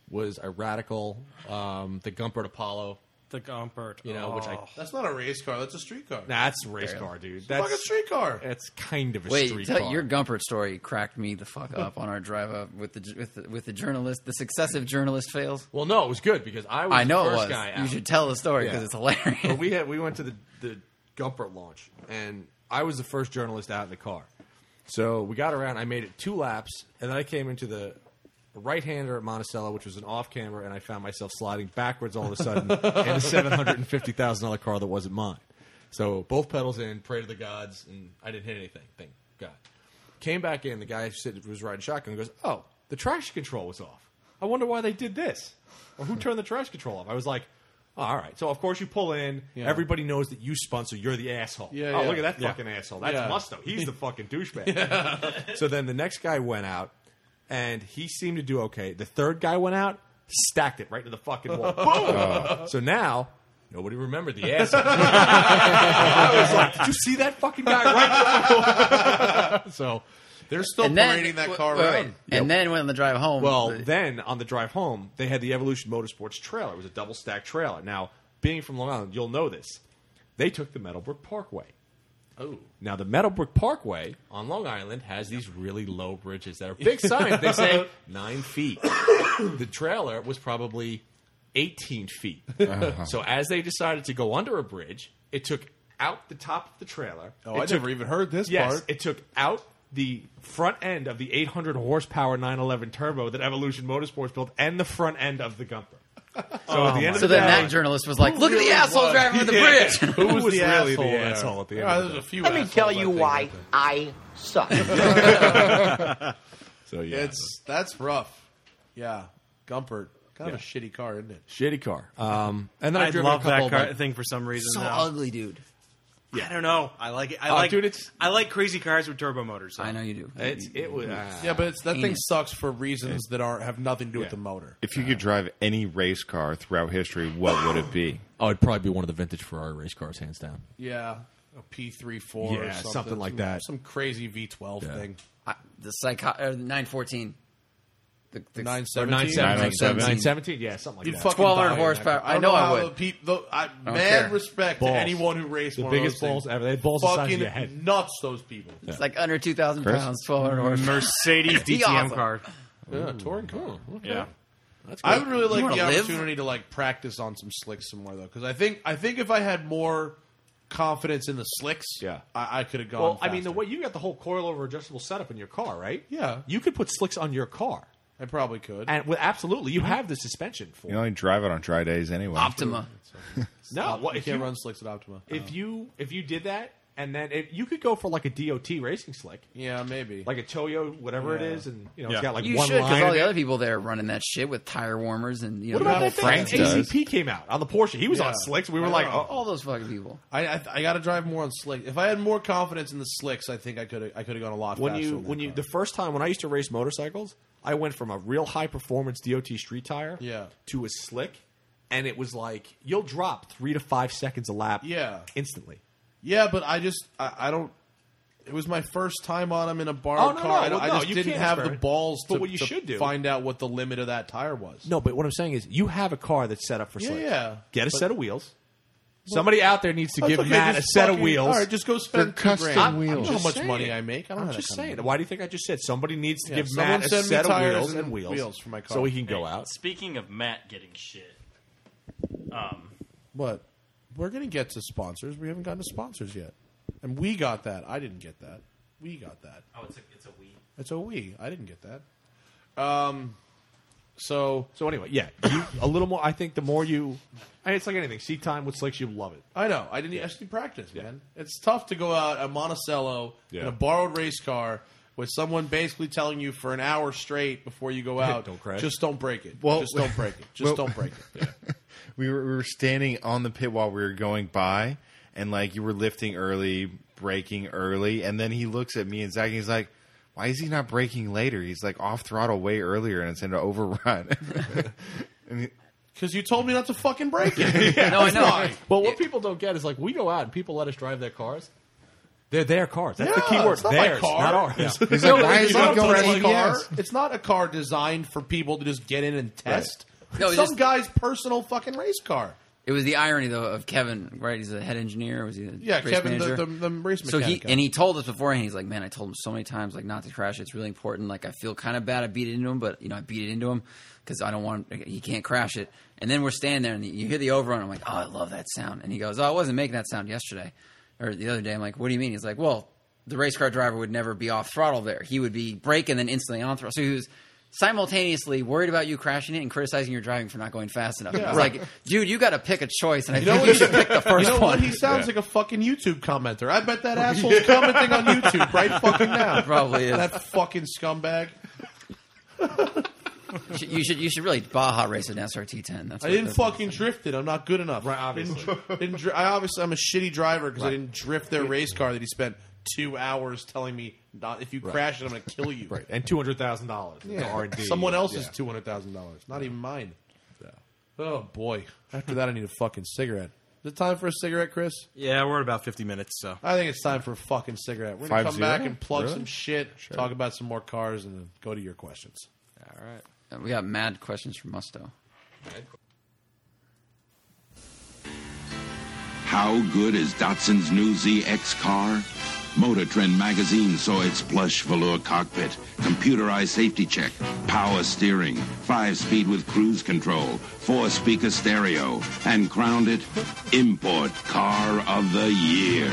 C: was a radical, um, the Gumpert Apollo.
D: The Gumpert.
C: You know, which I nah,
B: That's not a race car. That's a street car.
C: that's a race car, dude.
B: It's
C: That's
B: like a street car.
C: That's kind of a
F: Wait,
C: street
F: tell,
C: car.
F: your Gumpert story cracked me the fuck up on our drive up with the with the, with the journalist, the successive journalist fails.
C: well, no, it was good because I was
F: I know
C: the
F: it
C: first
F: was.
C: guy.
F: You
C: out.
F: should tell the story
C: Yeah.
F: because it's hilarious.
C: But we had we went to the the Gumpert launch, and I was the first journalist out in the car. So we got around. I made it two laps, and then I came into the right-hander at Monticello, which was an off-camera, and I found myself sliding backwards all of
B: *laughs*
C: a sudden in a seven hundred and fifty thousand dollar car that wasn't mine. So both pedals in, pray to the gods, and I didn't hit anything. Thank God. Came back in. The guy sitting was riding shotgun goes, "Oh, the traction control was off. I wonder why they did this, or who turned the traction control off." I was like. "Oh, All right, so of course you pull in. Everybody knows that you sponsor. You're the asshole.
B: Yeah,
C: oh,
B: yeah.
C: look at that
B: Yeah.
C: fucking asshole. That's
B: Yeah.
C: Musto.
B: *laughs*
C: He's the fucking douchebag. *laughs* So then the next guy went out, and he seemed to do okay. The third guy went out, stacked it right to the fucking wall. Boom! So now nobody remembered the
B: *laughs*
C: asshole. *laughs* I was like, "Did you see that fucking guy right?" there?" *laughs* so
B: They're still
F: and then,
B: parading that
F: wait,
B: car
F: wait,
B: around.
F: wait. and then when on the drive home,
C: Well,
F: the-
C: then on the drive home, they had the Evolution Motorsports trailer. It was a double stack trailer. Now, being from Long Island, you'll know this. They took the Meadowbrook Parkway. Oh. Now, the Meadowbrook Parkway on Long Island has these really low bridges that are big signs.
B: *laughs*
C: They say nine feet. the trailer was probably 18 feet.
B: Uh-huh.
C: So, as they decided to go under a bridge, it took out the top of the trailer.
B: Oh,
C: It
B: I
C: took-
B: never even heard this
C: yes,
B: part.
C: it took out the front end of the 800 horsepower 911 turbo that Evolution Motorsports built, and the front end of the Gumper.
B: *laughs*
C: So
B: Oh
C: at the end
F: so
C: of the
F: then
C: day,
F: that journalist was like, "Look at the asshole driving
C: *laughs*
F: with the bridge."
C: who was,
B: the
C: really
B: asshole
C: the
B: there?
C: asshole at the end?
B: Yeah,
C: of the
B: there's a
C: day?
B: few.
I: Let me
B: assholes,
I: tell
B: I
I: you
B: think,
I: why
B: out there.
I: I
B: *laughs*
I: suck.
C: So yeah, *laughs*
B: It's that's rough. Yeah, Gumpert. Kind of a shitty car, isn't it?
C: Shitty car. Um, and then I,
D: I
C: drove
D: love
C: a couple
D: that car
C: of, like,
D: thing for some reason.
F: So
D: now.
F: ugly, dude.
D: I don't know. I like it. I
C: Oh,
D: like
C: dude, it's-
D: I like crazy cars with turbo motors. so.
F: I know you do.
C: It's, it was.
D: uh,
C: ah.
B: Yeah, but it's, that thing
F: Anus.
B: sucks for reasons that aren't have nothing to do with the motor.
E: If you could drive any race car throughout history, what would it be?
C: Oh, it'd probably be one of the vintage Ferrari race cars, hands down.
B: Yeah, a P three four,
C: Yeah,
B: or something.
C: something like
B: Some-
C: that.
B: Some crazy V twelve
C: Yeah.
B: thing.
F: I, the psycho uh, nine fourteen. The, the
B: Nine
C: Or 917.
E: 917.
C: 917, yeah, something like
B: You'd
C: that.
B: fucking
F: 1200
B: die in that
F: horsepower.
B: car.
F: I know I
B: how
F: would.
B: the peop- the- I,
F: don't
B: mad
F: care.
B: respect
C: Balls.
B: to anyone who raced
C: The
B: one of
C: biggest
B: those
C: balls
B: things.
C: ever. They had balls the size of
B: Fucking
C: your head.
B: nuts. Those people.
F: It's like under two thousand
E: Chris?
F: pounds, twelve hundred horsepower.
D: *laughs*
F: *laughs*
D: Mercedes
F: Be
D: DTM
F: awesome.
D: car.
B: Yeah, touring car.
D: Yeah.
B: I would really like
F: wanna
B: the
F: live?
B: opportunity to like practice on some slicks somewhere though, because I think I think if I had more confidence in the slicks,
C: Yeah.
B: I, I could have gone.
C: Well, I mean, the
B: faster.
C: way you got the whole coilover adjustable setup in your car, right?
B: Yeah.
C: You could put slicks on your car,
B: I probably could.
C: and well, absolutely, you have the suspension for.
E: You only drive it on dry days anyway.
B: *laughs*
F: Optima.
C: no,
B: Op-
C: what-
B: you
C: if you,
B: can't run slicks at Optima. Oh.
C: if you if you did that, and then if you could go for like a DOT racing slick,
B: yeah, maybe.
C: like a Toyo, whatever
B: Yeah.
C: it is, and you know it's
D: Yeah.
C: got like
F: You
C: one
F: should, because
C: line.
F: all the other people there are running that shit with tire warmers and you know
C: what
F: the
C: about
F: whole
C: that thing?
E: Franz does.
C: ACP came out on the Porsche. He was
B: Yeah.
C: on slicks. We were
B: I
C: like,
B: know.
C: oh,
F: all those fucking people.
B: I I, I got to drive more on slicks. If I had more confidence in the slicks, I think I could I could have gone a lot
C: when
B: faster.
C: you
B: in that
C: when you
B: car.
C: the first time when I used to race motorcycles, I went from a real high performance DOT street tire
B: Yeah.
C: to a slick, and it was like you'll drop three to five seconds a lap
B: Yeah.
C: instantly.
B: yeah, but I just I, I don't. It was my first time on them in a borrowed
C: Oh, no, no,
B: car. I,
C: well,
B: don't- I
C: no,
B: just
C: you
B: didn't
C: can't
B: have the
C: experiment.
B: balls
C: But
B: to,
C: what you
B: to
C: should do-
B: find out what the limit of that tire was.
C: No, but what I'm saying is you have a car that's set up for
B: Yeah,
C: slicks.
B: yeah.
C: Get a set of wheels. Somebody out there needs to give
B: That's okay,
C: Matt a
B: just
C: set of
B: fucking-
C: wheels.
B: All right, just go spend two
E: custom
B: grand.
E: wheels.
B: I don't know how
E: Just
B: much
C: saying.
B: money I make. I don't
C: I'm
B: have
C: just
B: that kind of
C: saying.
B: money.
C: Why do you think I just said somebody needs to
B: Yeah,
C: give
B: someone
C: Matt a
B: send me
C: set of
B: tires
C: wheels
B: and
C: and wheels,
B: wheels for my car.
C: so he can go
K: Hey,
C: out?
K: Speaking of Matt getting shit, um,
B: What? We're gonna get to sponsors. We haven't gotten to sponsors yet, and we got that. I didn't get that. We got that.
K: oh, it's a it's a weed.
B: It's a we. I didn't get that. Um. So
C: So anyway, yeah, you, a little more. I think the more you, I mean, it's like anything. Seat time with slicks, you love it.
B: I know I didn't actually practice, man. It's tough to go out a Monticello in
C: Yeah.
B: a borrowed race car with someone basically telling you for an hour straight before you
C: *laughs*
B: go out,
C: Don't crash.
B: Just don't break it.
E: Well-
B: just don't break it. Just
C: *laughs*
E: well-
B: don't break it.
E: we were, we were standing on the pit while we were going by, and like you were lifting early, braking early, and then he looks at me and Zach, and he's like, "Why is he not braking later? He's like off throttle way earlier, and it's an overrun." *laughs* and he-
B: Because you told me not to fucking break
E: *laughs*
B: it.
F: no, I know.
C: But what
F: *laughs*
C: people don't get is like we go out and people let us drive their cars. They're their cars. That's the
B: Yeah,
C: key word.
B: it's not my
C: Theirs,
B: car.
C: not
B: *laughs*
C: ours.
E: he's like, "Why
B: It's
E: is he
B: not, a
E: going
B: press
E: APS?"
B: car. It's not a car designed for people to just get in and test.
F: No,
B: It's
F: it's just-
B: some guy's personal fucking race car.
F: It was the irony though of Kevin, right? He's a head engineer. Was he? The
B: Yeah,
F: race
B: Kevin, the,
F: manager?
B: the, the race
F: so
B: mechanic.
F: he and he told us beforehand. He's like, man, I told him so many times like not to crash. It's really important. Like I feel kind of bad. I beat it into him, but you know I beat it into him because I don't want he can't crash it. And then we're standing there and you hear the overrun. I'm like, oh, I love that sound. And he goes, oh, I wasn't making that sound yesterday or the other day. I'm like, what do you mean? He's like, well, the race car driver would never be off throttle there. He would be brake and then instantly on throttle. So he was. Simultaneously worried about you crashing it and criticizing your driving for not going fast enough. I was like, dude, you got to pick a choice, and I
B: *laughs*
F: think you should pick the first
B: you know
F: one.
B: what? He sounds like a fucking YouTube commenter. I bet *laughs* that asshole's commenting on YouTube right fucking *laughs* now.
F: Probably is.
B: That fucking scumbag.
F: Sh- You should you should really Baja race an SRT ten. That's
B: I
F: what
B: didn't
F: that's-
B: fucking drift it. I'm not good enough. Right, obviously. Didn't, didn't dri- I obviously I'm a shitty driver because I didn't drift their race car that he spent two hours telling me not if you crash it I'm going to kill you.
C: right. And two hundred thousand dollars. R and
B: Someone else's two hundred thousand dollars, not even mine. Oh boy! After that, I need a fucking cigarette. Is it time for a cigarette, Chris?
D: Yeah, we're at about fifty minutes. So
B: I think it's time for a fucking cigarette. We're gonna
E: Five
B: come
E: zero?
B: back and plug
E: Really?
B: some shit, talk about *laughs* some more cars, and then go to your questions.
F: Uh, we got mad questions from Musto.
L: How good is Datsun's new ZX car? Motor Trend magazine saw its plush velour cockpit, computerized safety check, power steering, five speed with cruise control, four speaker stereo, and crowned it Import Car of the Year.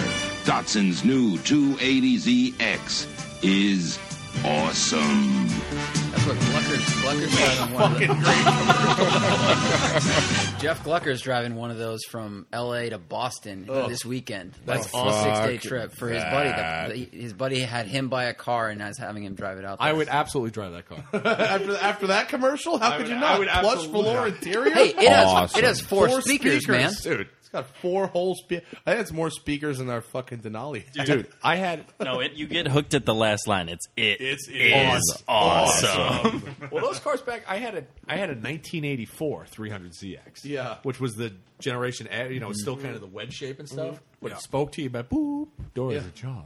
L: Datsun's new 280ZX is awesome.
F: That's what Glucker's Glucker's driving one.
D: fucking
F: of those. Jeff Glucker's driving one of those from L.A. to Boston uh,
D: Ugh.
F: this weekend.
D: That's
F: That's a six day
C: Oh. fuck
F: trip for his
C: that.
F: buddy. The- the- his buddy had him buy a car and now he's having him drive it out.
C: I would absolutely
F: *laughs*
C: drive that car.
B: after, after that commercial, how
C: I
B: could
C: would-
B: you
C: I
B: not?
C: would
B: Plush
C: absolutely
B: velour
C: not.
B: interior.
F: Hey, it has- Awesome. it has four speakers, man.
B: Dude, it's got four whole speakers. I think it's more speakers than our fucking Denali,
K: Dude.
B: I had
K: *laughs* No, it, you get hooked at the last line. It's it.
B: It's- it
K: is
B: is
K: awesome.
C: well, those cars back. I had a I had a 1984 300ZX.
B: Yeah.
C: which was the generation. a- You know, it's still kind of the wedge shape and stuff.
B: Mhm.
C: But
B: Yeah.
C: it spoke to you about boop doors
B: *laughs* Yeah.
C: ajar.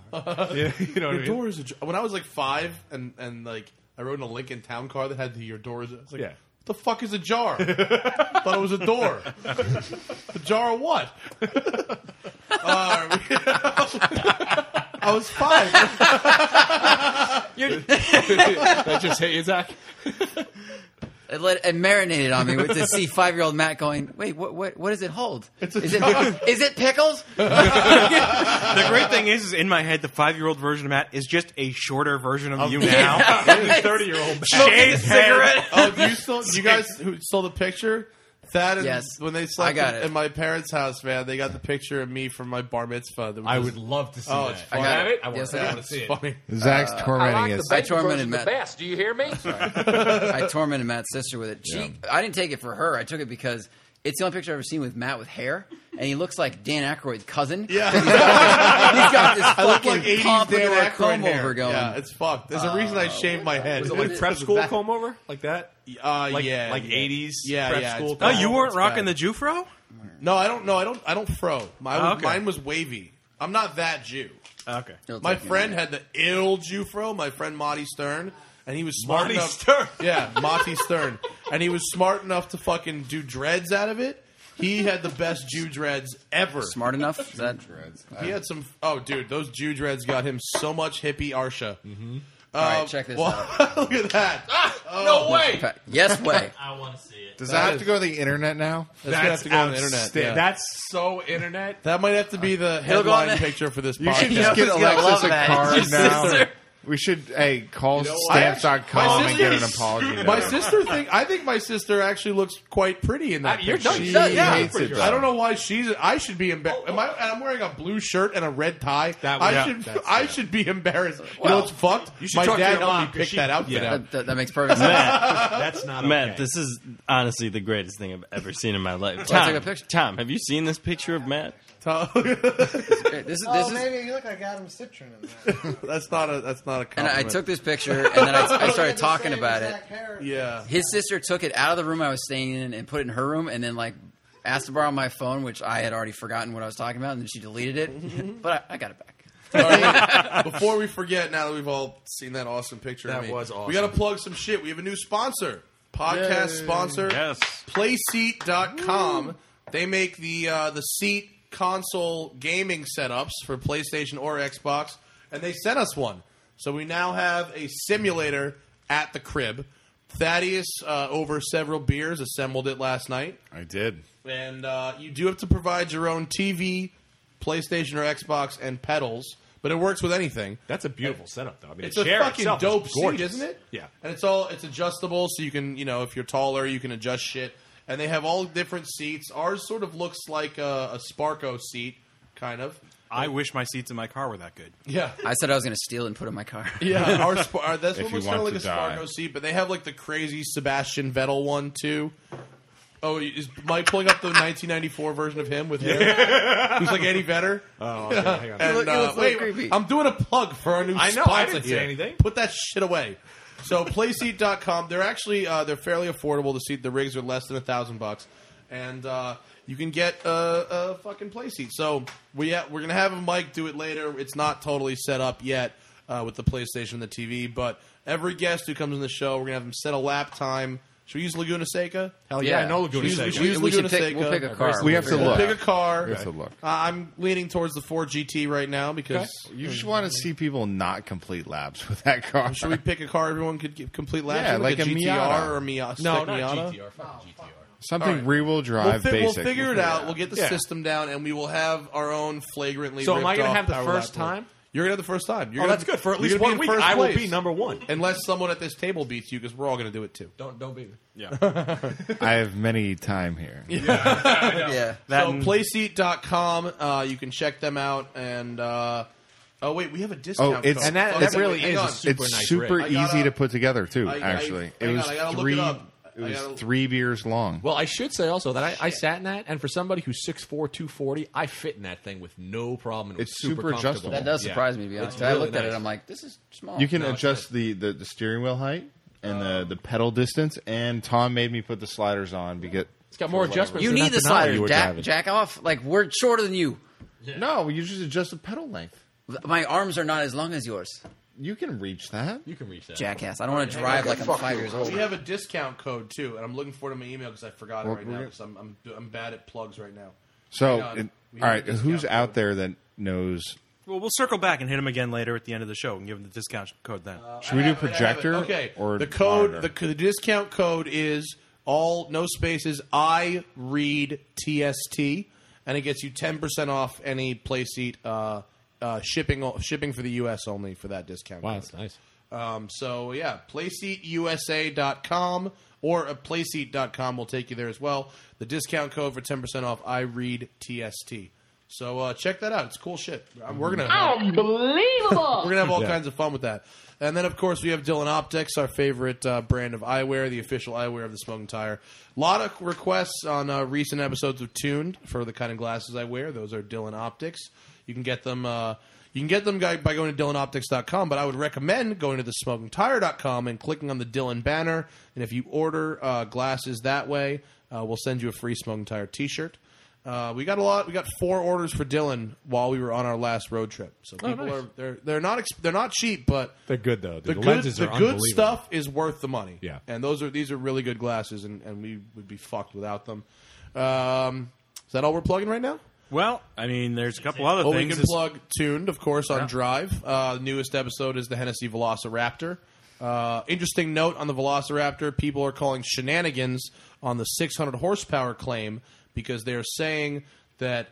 B: yeah,
C: you know
B: your
C: what I mean?
B: door is ajar. When I was like five, and and like I rode in a Lincoln Town car that had the, your doors. I was like,
C: Yeah.
B: what the fuck is a jar?
I: *laughs*
B: Thought it was a door. a jar of what? Uh, *laughs* I was five. *laughs*
C: *laughs* that just hit you, Zach.
F: It, let, it marinated on me with to see five year old Matt going, wait, what, what, what does it hold? is, it, is it
K: *laughs*
F: pickles?
D: the great thing is, is in my head, the five-year-old version of Matt is just a shorter version of you
B: *laughs*
D: now.
F: *laughs*
B: Thirty-year-old
D: Shaved head.
B: Oh, do you still? do
F: *laughs*
B: You guys who saw the picture? That and
F: Yes.
B: when they
F: I
B: slept
F: got
B: in,
F: it.
B: in my parents' house, man, they got the picture of me from my bar mitzvah. that was
C: I
B: just-
C: would love to see
B: Oh,
C: that.
B: it's
C: I
B: funny.
C: have it. I
F: Yes,
C: want
F: I
C: I
F: do.
C: want to see it.
B: funny.
E: Zach's tormenting us.
F: I tormented Matt.
I: best. Do you hear
C: *laughs*
I: me?
F: I tormented Matt's sister with it. She, I didn't take it for her. I took it because it's the only picture I've ever seen with Matt with hair, and he looks like Dan Aykroyd's cousin. Yeah, *laughs* he's got this
B: *laughs* I look
F: fucking
B: like 80s
F: pomp
B: Dan
F: into a
B: Aykroyd
F: comb
B: hair.
F: over going.
B: Yeah, it's fucked. There's a reason
F: Oh.
B: I shave my head.
C: Was it
B: *laughs*
C: like prep school comb over like that?
B: Uh,
C: Like-
B: yeah,
C: like
B: yeah.
C: 80s
B: Yeah,
C: prep
B: yeah.
C: school
B: it's
D: Oh,
C: comb?
B: bad.
D: you weren't
B: It's
D: rocking the
B: bad.
D: Jufro?
B: No, I don't. No, I don't. I don't fro. My
D: Oh, okay.
B: mine was wavy. I'm not that Jew.
D: Okay.
F: It'll
B: My
F: take me a
B: friend
F: minute.
B: had the ill Jew fro. My friend Monty Stern, and he was smart
C: Monty
B: enough.
C: Stern.
B: *laughs* Yeah, Monty Stern, and he was smart enough to fucking do dreads out of it. He had the best Jew dreads ever.
F: smart
B: *laughs*
F: enough. Is that
B: He had some. Oh, dude, those Jew dreads got him so much hippie Arsha. Mm-hmm.
F: All right, check this
B: out. *laughs* look at that. oh,
C: No way.
F: fa-
B: *laughs*
F: yes way.
K: I want to see it.
E: Does that have to go to the internet now?
B: That's, gonna have to go on the internet.
C: outsta-
B: yeah.
C: That's so internet.
B: That might have to be the
F: He'll go on
B: headline
F: the-
B: picture for this
E: You should
B: podcast.
E: just get
F: Yeah, I love
E: Alexis a
F: that. *laughs*
E: car
F: It's your
E: now.
F: sister.
E: We should, hey, call
B: know what?
E: stamps.com
B: My
E: and get an
B: sister-
E: apology. letter.
B: my sister think I think my sister actually looks quite pretty in that.
C: I- you're
B: picture.
C: done.
E: She
C: Yeah, yeah.
E: hates it, though.
B: I don't know why she's. I should be embarrassed. Am I? And I'm wearing a blue shirt and a red tie.
C: That-
B: I
C: yeah,
B: should.
C: that's-
B: I should be embarrassed. you know what's fucked?
C: you should
B: my
C: talk to
B: dad
C: your mom
B: helped me pick
C: because she-
B: that outfit
C: yeah.
B: out.
F: That, that, that makes perfect sense.
K: Matt,
C: That's not
K: Matt,
C: okay.
K: this is honestly the greatest thing I've ever seen in my
B: *laughs*
K: life.
F: Well, I
K: Tom,
F: took a picture.
K: Tom, have you seen this picture of Matt?
F: Okay, This is
M: Oh,
F: this is.
N: Oh, maybe look, I got him citron in there.
B: that's not a. That's not a.
F: And
B: Compliment.
F: I took this picture, and
K: *laughs*
F: then I, I started talking about it.
B: Yeah.
F: His sister took it out of the room I was staying in and put it in her room, and then like asked to borrow my phone, which I had already forgotten what I was talking about, and then she deleted it. but I, I got it back.
B: All
C: *laughs*
B: right. *laughs* Before we forget, now that we've all seen that awesome picture, of
C: That
B: me,
C: was awesome.
B: We got to plug some shit. We have a new sponsor, podcast sponsor,
K: Yes.
B: PlaySeat.com. They make the uh, the seat console gaming setups for PlayStation or Xbox, and they sent us one. So we now have a simulator at the crib. Thaddeus, uh, over several beers, assembled it last night.
E: I did.
B: And uh, you do have to provide your own TV, PlayStation or Xbox, and pedals, but it works with anything.
C: That's a beautiful setup, though. I mean,
B: It's
C: the
B: a
C: chair
B: fucking
C: itself is
B: dope seat,
C: gorgeous.
B: isn't it?
C: Yeah.
B: And it's all it's adjustable, so you can you know if you're taller, you can adjust shit. And they have all different seats. Ours sort of looks like a, a Sparko seat, kind of.
D: I wish my seats in my car were that good.
B: Yeah.
F: I said I was going to steal it and put it in my car. *laughs*
C: *laughs*
B: Yeah, our, Sp- our that's
E: If
B: one
E: you
B: looks kind of
E: want
B: like a
E: to die.
B: Spargo seat, but they have like the crazy Sebastian Vettel one too. Oh, is Mike pulling up the 1994 version of him with hair? *laughs* Who's like Eddie Vedder?
C: Oh, okay, hang on.
B: And,
F: look- you
B: uh,
F: look so
B: wait,
F: creepy.
B: I'm doing a plug for our new
C: I know, I
B: sponsor
C: didn't say
B: here.
C: anything.
B: Put that shit away. So playseat.com, they're actually uh, they're fairly affordable. The seat, the rigs are less than a thousand bucks, and uh, you can get a, a fucking playseat. So we ha- we're gonna have Mike do it later. It's not totally set up yet uh, with the PlayStation and the TV, but every guest who comes on the show, we're gonna have them set a lap time. Should we use Laguna Seca?
C: Hell
F: yeah,
C: yeah,
F: Yeah.
C: I know Laguna
B: She's-
C: Seca.
B: she's-
F: we should
B: Laguna
F: pick, we'll
B: Seca.
F: pick a car.
E: We have to
F: We'll
B: We'll
E: look.
B: pick a car.
E: We have to look.
B: Uh, I'm leaning towards the 4GT right now because
E: You just want to see people not complete laps *laughs* with that car.
B: Should we pick a car everyone could get complete laps?
E: Yeah,
B: in,
E: like
B: a,
E: a
B: GTR
E: Miata.
B: or a Miata.
C: no,
B: stick
C: not
B: Miata?
C: GTR. Fuck GTR.
E: Something
B: All right.
E: rear-wheel
B: We'll, *laughs*
E: drive
B: fi- we'll
E: basic.
B: figure it out. We'll get the
C: Yeah.
B: system down, and we will have our own flagrantly.
C: So am
B: ripped
C: I going
B: off
C: to have the
B: power
C: first
B: lap lap.
C: time?
B: You're gonna have the first time. You're
C: Oh,
B: gonna,
C: that's good. For at
B: you're
C: least
B: gonna be
C: one
B: in
C: week,
B: first
C: I will
B: place.
C: be number one.
B: unless someone at this table beats you because we're all gonna do it too.
C: Don't don't beat me.
B: *laughs* Yeah.
E: I have many time here.
F: *laughs*
B: yeah.
E: That
B: So
E: and-
B: playseat.com, uh, you can check them out and uh, oh wait, we have a discount.
E: Oh, it's
B: code. Oh,
E: it's-
B: wait, hang on.
E: it's super
B: I gotta-
E: easy to put together too.
B: I- I-
E: actually,
B: hang
E: it
B: on,
E: was
B: I gotta look it
E: three.
B: up.
E: It
B: I
E: was
B: gotta-
E: three beers long.
C: Well, I should say also that I, I sat in that, and for somebody who's 6'4", 240, I fit in that thing with no problem. It was
E: It's
C: super,
E: super
C: comfortable.
E: adjustable. That does surprise me, to be
C: It's
E: honest. I
C: really
E: looked at it,
C: nice.
E: I'm
F: like, this is small.
E: You can
C: No, it's
E: adjust the, the, the steering wheel height and
B: Oh.
E: the, the pedal distance. And Tom made me put the sliders on because it's
C: got more adjustments
F: You need the slider, jack, jack off. Like we're shorter than you.
E: No, you just adjust the pedal length.
F: My arms are not as long as yours.
E: You can reach that.
C: You can reach that.
F: Jackass. I don't want to drive like I'm five years old.
B: We have a discount code too, and I'm looking forward to my email because I forgot it
E: Well,
B: right
E: we're
B: now
E: gonna-
B: because I'm, I'm I'm bad at plugs right now.
E: So,
B: Hang on.
E: it-
B: We
E: all
B: have a
E: right,
B: discount
E: who's out there that knows?
D: Well, we'll circle back and hit him again later at the end of the show and give him the discount code then.
E: Should we do
B: Wait, I have it.
E: projector?
B: Okay.
E: Or
B: the code, the,
E: monitor?
B: the discount code is all no spaces. I read TST, and it gets you ten percent off any playseat uh, uh, shipping o- shipping for the U.S. only for that discount. Wow,
C: that's nice.
B: Um, so yeah, playseatusa.com or uh, playseat.com will take you there as well. The discount code for ten percent off. I read TST. So uh, check that out. It's cool shit. We're gonna
I: Unbelievable.
B: we're gonna have all
I: Yeah.
B: kinds of fun with that. And then, of course, we have Dylan Optics, our favorite uh, brand of eyewear, the official eyewear of the Smoking Tire. A lot of requests on uh, recent episodes of Tuned for the kind of glasses I wear. Those are Dylan Optics. You can get them. Uh, you can get them guy- by going to dylanoptics.com, but I would recommend going to the smokingtire.com and clicking on the Dylan banner. And if you order uh, glasses that way, uh, we'll send you a free Smoking Tire T-shirt. Uh, we got a lot. We got four orders for Dylan while we were on our last road trip. So
C: Oh,
B: people
C: nice.
B: are they're they're not exp- they're not cheap, but
C: *laughs* They're good though.
B: the,
C: The
B: good
C: lenses
B: the
C: are
B: good
C: unbelievable.
B: stuff is worth the money.
C: Yeah.
B: and those are these are really good glasses, and, and we would be fucked without them. Um, is that all we're plugging right now?
D: Well, I mean, there's a couple other
B: Well,
D: things.
B: we can
D: It's-
B: plug Tuned, of course, on Drive. Uh, the newest episode is the Hennessy Velociraptor. Uh, interesting note on the Velociraptor: people are calling shenanigans on the 600 horsepower claim because they are saying that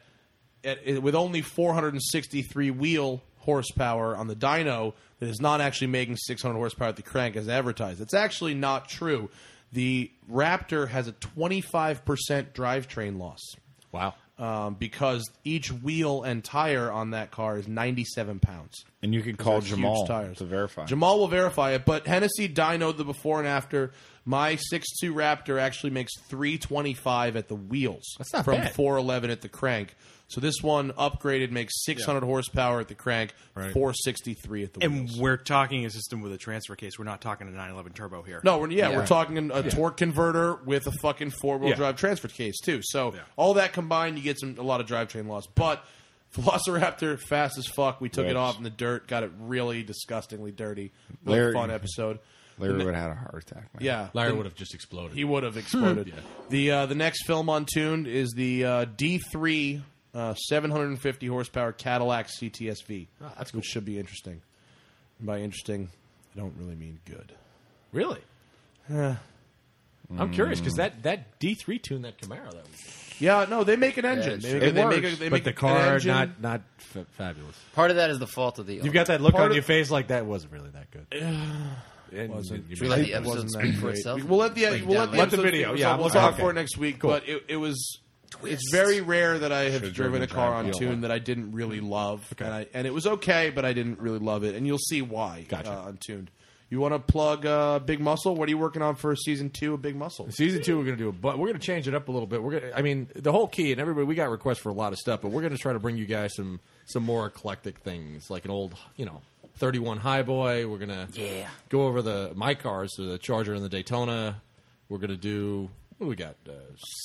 B: at, it- with only 463 wheel horsepower on the dyno, that is not actually making 600 horsepower at the crank as advertised. It's actually not true. The Raptor has a 25% drivetrain loss.
C: Wow.
B: Um, because each wheel and tire on that car is 97 pounds.
E: And you can
B: Those
E: call
B: are huge
E: Jamal
B: tires.
E: to verify.
B: Jamal will verify it, but Hennessy dynoed the before and after. My 6.2 Raptor actually makes 325 at the wheels. That's
C: not
B: From
C: bad.
B: 411 at the crank. So this one upgraded makes 600 horsepower at the crank, 463 at the wheels.
D: and we're talking a system with a transfer case. We're not talking a 911 turbo here.
B: No, we're, yeah, we're talking a torque converter with a fucking four wheel
D: Yeah.
B: drive transfer case too. So all that combined, you get some a lot of drivetrain loss. But Velociraptor, fast as fuck. We took it
E: Yes.
B: off in the dirt, got it really disgustingly dirty. Really
E: Larry-
B: fun episode.
E: Larry
B: The ne-
E: would have had a heart attack. Man.
B: yeah,
C: Larry
B: The-
C: would have just exploded. Hmm.
B: He would have exploded. The uh, the next film on tuned is the uh, D three uh, seven hundred and fifty horsepower Cadillac CTSV,
C: Ah,
B: which should be interesting. And by interesting, I don't really mean good.
C: Really?
B: Yeah.
C: I'm curious because
B: Mm.
C: that, that D3 tuned that Camaro that was.
B: Yeah, no, they make an engine. they make,
C: it
B: they
C: works,
B: make a, they
C: but
B: make
C: the
B: an
C: car
B: engine.
C: not not f- fabulous.
F: Part of that is the fault of the.
C: You've got that look
B: Part
C: on
B: of-
C: your face like that wasn't really that good. *sighs*
B: *sighs* It wasn't.
C: you-
F: Should we let the
B: It
F: episode
B: wasn't
F: speak
B: that
F: for
B: great.
F: itself?
B: We'll let the
F: Like,
B: we'll let
F: download
B: the,
F: it?
B: episode
F: Let the video,
B: speak
F: yeah,
B: for itself.
F: I'm
B: We'll
F: sorry.
B: talk
F: Okay.
B: for it next week. But it, it was. It's very rare that I have driven a car on tune that I didn't really love, and, I, and it was okay, but I didn't really love it, and you'll see why
C: Gotcha.
B: uh, on tuned. You want to plug uh, Big Muscle? What are you working on for season two of Big Muscle?
C: Season two, we're going to do a but we're going to change it up a little bit. We're going to, I mean, the whole key and everybody, we got requests for a lot of stuff, but we're going to try to bring you guys some some more eclectic things, like an old, you know, thirty one highboy. We're going to
F: Yeah.
C: go over the my cars, so the Charger and the Daytona. We're going to do what do we got uh,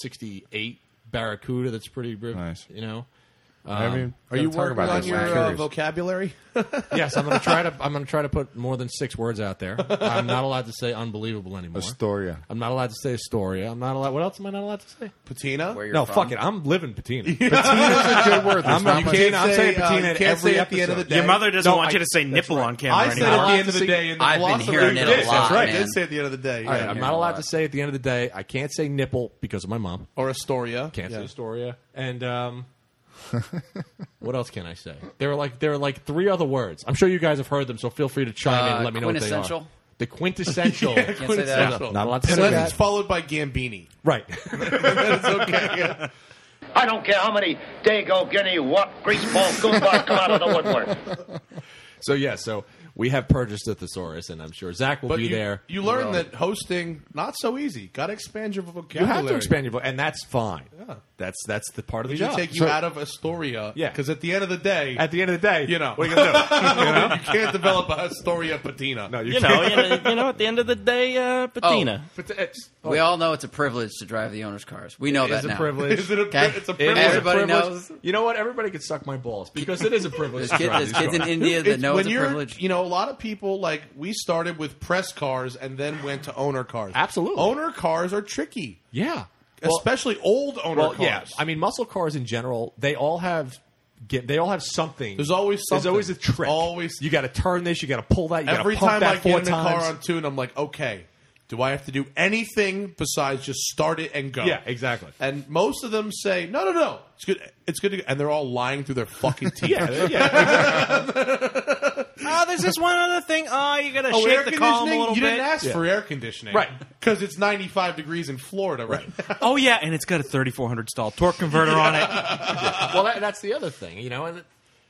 C: sixty eight Barracuda. That's pretty br-
E: Nice.
C: You know, Um,
E: I mean,
B: Um, Are you
E: Gotta talk
B: working
E: about
B: on
E: this.
B: your
E: I'm
B: uh,
E: curious.
B: vocabulary?
C: yes, I'm going to try to I'm going to try to put more than six words out there. I'm not allowed to say unbelievable anymore.
E: Astoria.
C: I'm not allowed to say Astoria. I'm not allowed. What else am I not allowed to say?
B: Patina?
C: No, fuck it. I'm living patina.
B: *laughs* *laughs* Patina's a good word. That's
C: I'm,
B: not
C: you
B: my-
C: can't, I'm
B: You
C: saying
B: can't say,
C: patina
B: uh, you
C: at
B: can't
C: every
B: say at the end of the
C: episode.
B: day. Your mother doesn't
C: No,
D: want
C: I-
D: you to say
C: that's
D: nipple
C: right.
D: on camera
C: I said
D: anymore.
C: at the
D: I'll
C: end of the
D: see-
C: day. In the
D: I've been
C: philosophy-
D: hearing it a
C: You did,
D: lot,
C: That's right.
D: man. I did
B: say at the end of the day.
C: All right,
B: yeah.
C: I'm not allowed to say at the end of the day. I can't say nipple because of my mom.
B: Or Astoria.
C: Can't
B: Yeah.
C: say Astoria. And um, what else
B: *laughs*
C: can I say? There were like there were like three other words. I'm sure you guys have heard them, so feel free to chime in.
B: Uh,
C: and Let me know what they are.
B: quintessential? *laughs*
C: The quintessential.
B: Yeah, Can't say that.
C: quintessential. Not a lot to say.
B: Unless
C: about
B: it's
C: that.
B: followed by *laughs* Gambini.
C: Right.
B: That's
F: *laughs*
B: okay. yeah.
G: I don't care how many Dago, Guinea, what greaseball, goomba come out of the woodwork.
C: *laughs* So yeah, so we have purchased a thesaurus, and I'm sure Zach will
B: But
C: be
B: you,
C: there.
B: you learn that hosting not so easy. Got to expand your
C: you
B: vocabulary.
C: have to expand your vote, and that's fine.
B: Yeah.
C: That's that's the part of
B: We
C: the
B: should
C: job.
B: take you
C: So-
B: out of Astoria.
C: Yeah.
B: Because at the end of the day,
C: At the end of the day,
B: you know,
C: what are you gonna
B: *laughs*
C: do?
B: you, can't develop a Astoria patina. No,
K: You know, you know, you know, at the end of the day,
C: Oh,
K: uh, patina.
F: We all know it's a privilege to drive the owner's cars. We know
C: It
F: that
C: is a
F: now. *laughs*
C: privilege.
B: Is it a
F: Okay?
B: pri- it's a
C: It is a
F: Everybody
C: privilege.
F: knows.
C: You know what? Everybody could suck my balls because it is a
F: There's
C: privilege. to
F: kids-
C: drive
F: there's
C: these
F: kids in
C: cars.
F: India that know
B: when
F: it's a
B: you're-
F: privilege.
B: You know, a lot of people like we started with press cars and then went to owner cars.
C: Absolutely.
B: owner cars are tricky,
C: Yeah.
B: especially old owner
C: well,
B: cars.
C: yeah. I mean, muscle cars in general, they all have. Get, they all have something.
B: There's always
C: There's
B: something.
C: always a trick.
B: Always.
C: you got to turn this. You got to pull that. You gotta
B: Every
C: pump
B: time
C: that
B: I
C: four
B: get in the car
C: times. *laughs*
B: on tune, I'm like, okay, do I have to do anything besides just start it and go?
C: Yeah, exactly.
B: And most of them say, no, no, no, it's good, it's good, to go. and they're all lying through their
C: *laughs*
B: fucking teeth.
C: yeah, yeah.
D: Oh, there's this one other thing. Oh, you gotta
B: Oh, air
D: shake the column a
B: conditioning?
D: little
B: You
D: bit.
B: didn't ask
C: Yeah.
B: for air conditioning, *laughs*
C: Right.
B: Because it's 95 degrees in Florida, right?
D: oh yeah, and it's got a 3400 stall torque converter on it.
C: *laughs* well, that, that's the other thing, you know. And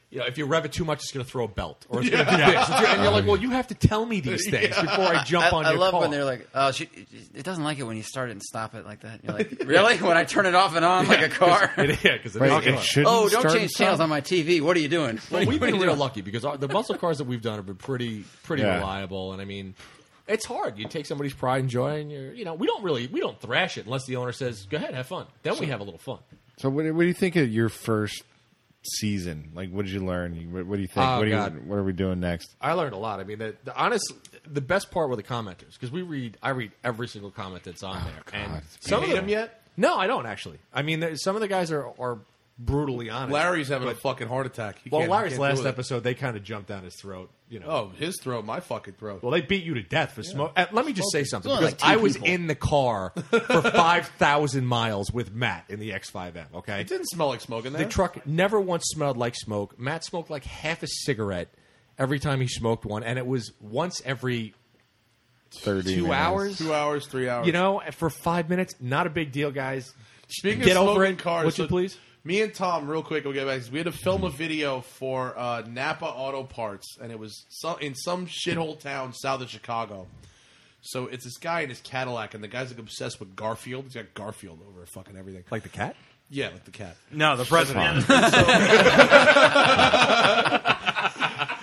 C: you know, if you rev it too much, it's going to throw a belt, or it's going to do this. And you're like, well, you have to tell
F: *laughs*
B: *laughs*
C: me these things before I jump
F: I,
C: on
F: I
C: your
F: love
C: car.
F: when they're like, "Oh, she, it doesn't like it when you start it and stop it like that." You're
C: *laughs*
F: like, "Really? When I turn it off and on like a car?"
C: yeah, because
E: Right, it shouldn't
F: oh, don't
E: start
F: change channels
E: inside.
F: on my TV. What are you doing?
C: Well, we've been real lucky because our, the muscle cars that we've done have been pretty pretty
E: Yeah.
C: reliable, and I mean, it's hard. You take somebody's pride and joy, and you're you know we don't really we don't thrash it unless the owner says go ahead have fun. Then we have a little fun.
E: So what, do- what do you think of your first season? Like, what did you learn? You- What, what do you think?
C: Oh,
E: what, do you,
C: God.
E: what are we doing next?
C: I learned a lot. I mean, the, the honest, the best part were the commenters because we read. I read every single comment that's on there. and some of them yet? No, I don't actually. I mean, there, some of the guys are are brutally honest.
B: Larry's having a fucking heart attack. He
C: well,
B: can't-
C: Larry's
B: can't do
C: last
B: it.
C: episode, they kind of jumped down his throat. You know.
B: Oh, his throat, my fucking throat.
C: Well, they beat you to death for smoke. Uh, let me just say something
F: It's only
C: because
F: like two
C: I was
F: people.
C: in the car for five thousand miles with Matt in the X5M.
B: *laughs*
C: Okay,
B: it didn't smell like smoke in there.
C: the truck never once smelled like smoke. Matt smoked like half a cigarette every time he smoked one, and it was once every
E: Thirty
C: two
E: minutes.
C: hours.
B: two hours, three hours.
C: You know, for five minutes, not a big deal, guys.
B: Speaking
C: Get
B: of
C: over
B: smoking
C: it,
B: cars,
C: would you
B: so
C: please?
B: Me and Tom, real quick, we'll get back. to this. We had to film a video for uh, Napa Auto Parts, and it was so, in some shithole town south of Chicago. So it's this guy in his Cadillac, and the guy's like obsessed with Garfield. He's got Garfield over fucking everything.
C: Like the cat?
B: yeah, like the cat.
D: No, the president.
C: *laughs*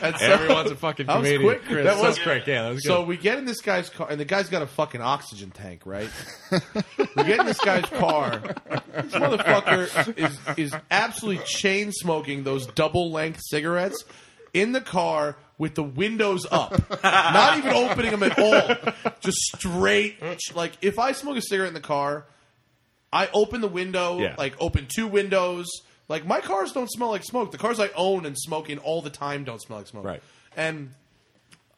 B: And so-
C: Everyone's a fucking
B: That was
C: comedian.
B: quick, Chris.
C: That was
B: So-
C: quick. Yeah, that was good.
B: So we get in this guy's car, and the guy's got a fucking oxygen tank, right? we get in this guy's car. This motherfucker is is absolutely chain smoking those double length cigarettes in the car with the windows up, not even opening them at all, just straight. Like if I smoke a cigarette in the car, I open the window,
C: Yeah.
B: like open two windows. Like my cars don't smell like smoke. The cars I own and smoke in all the time don't smell like smoke.
C: Right.
B: And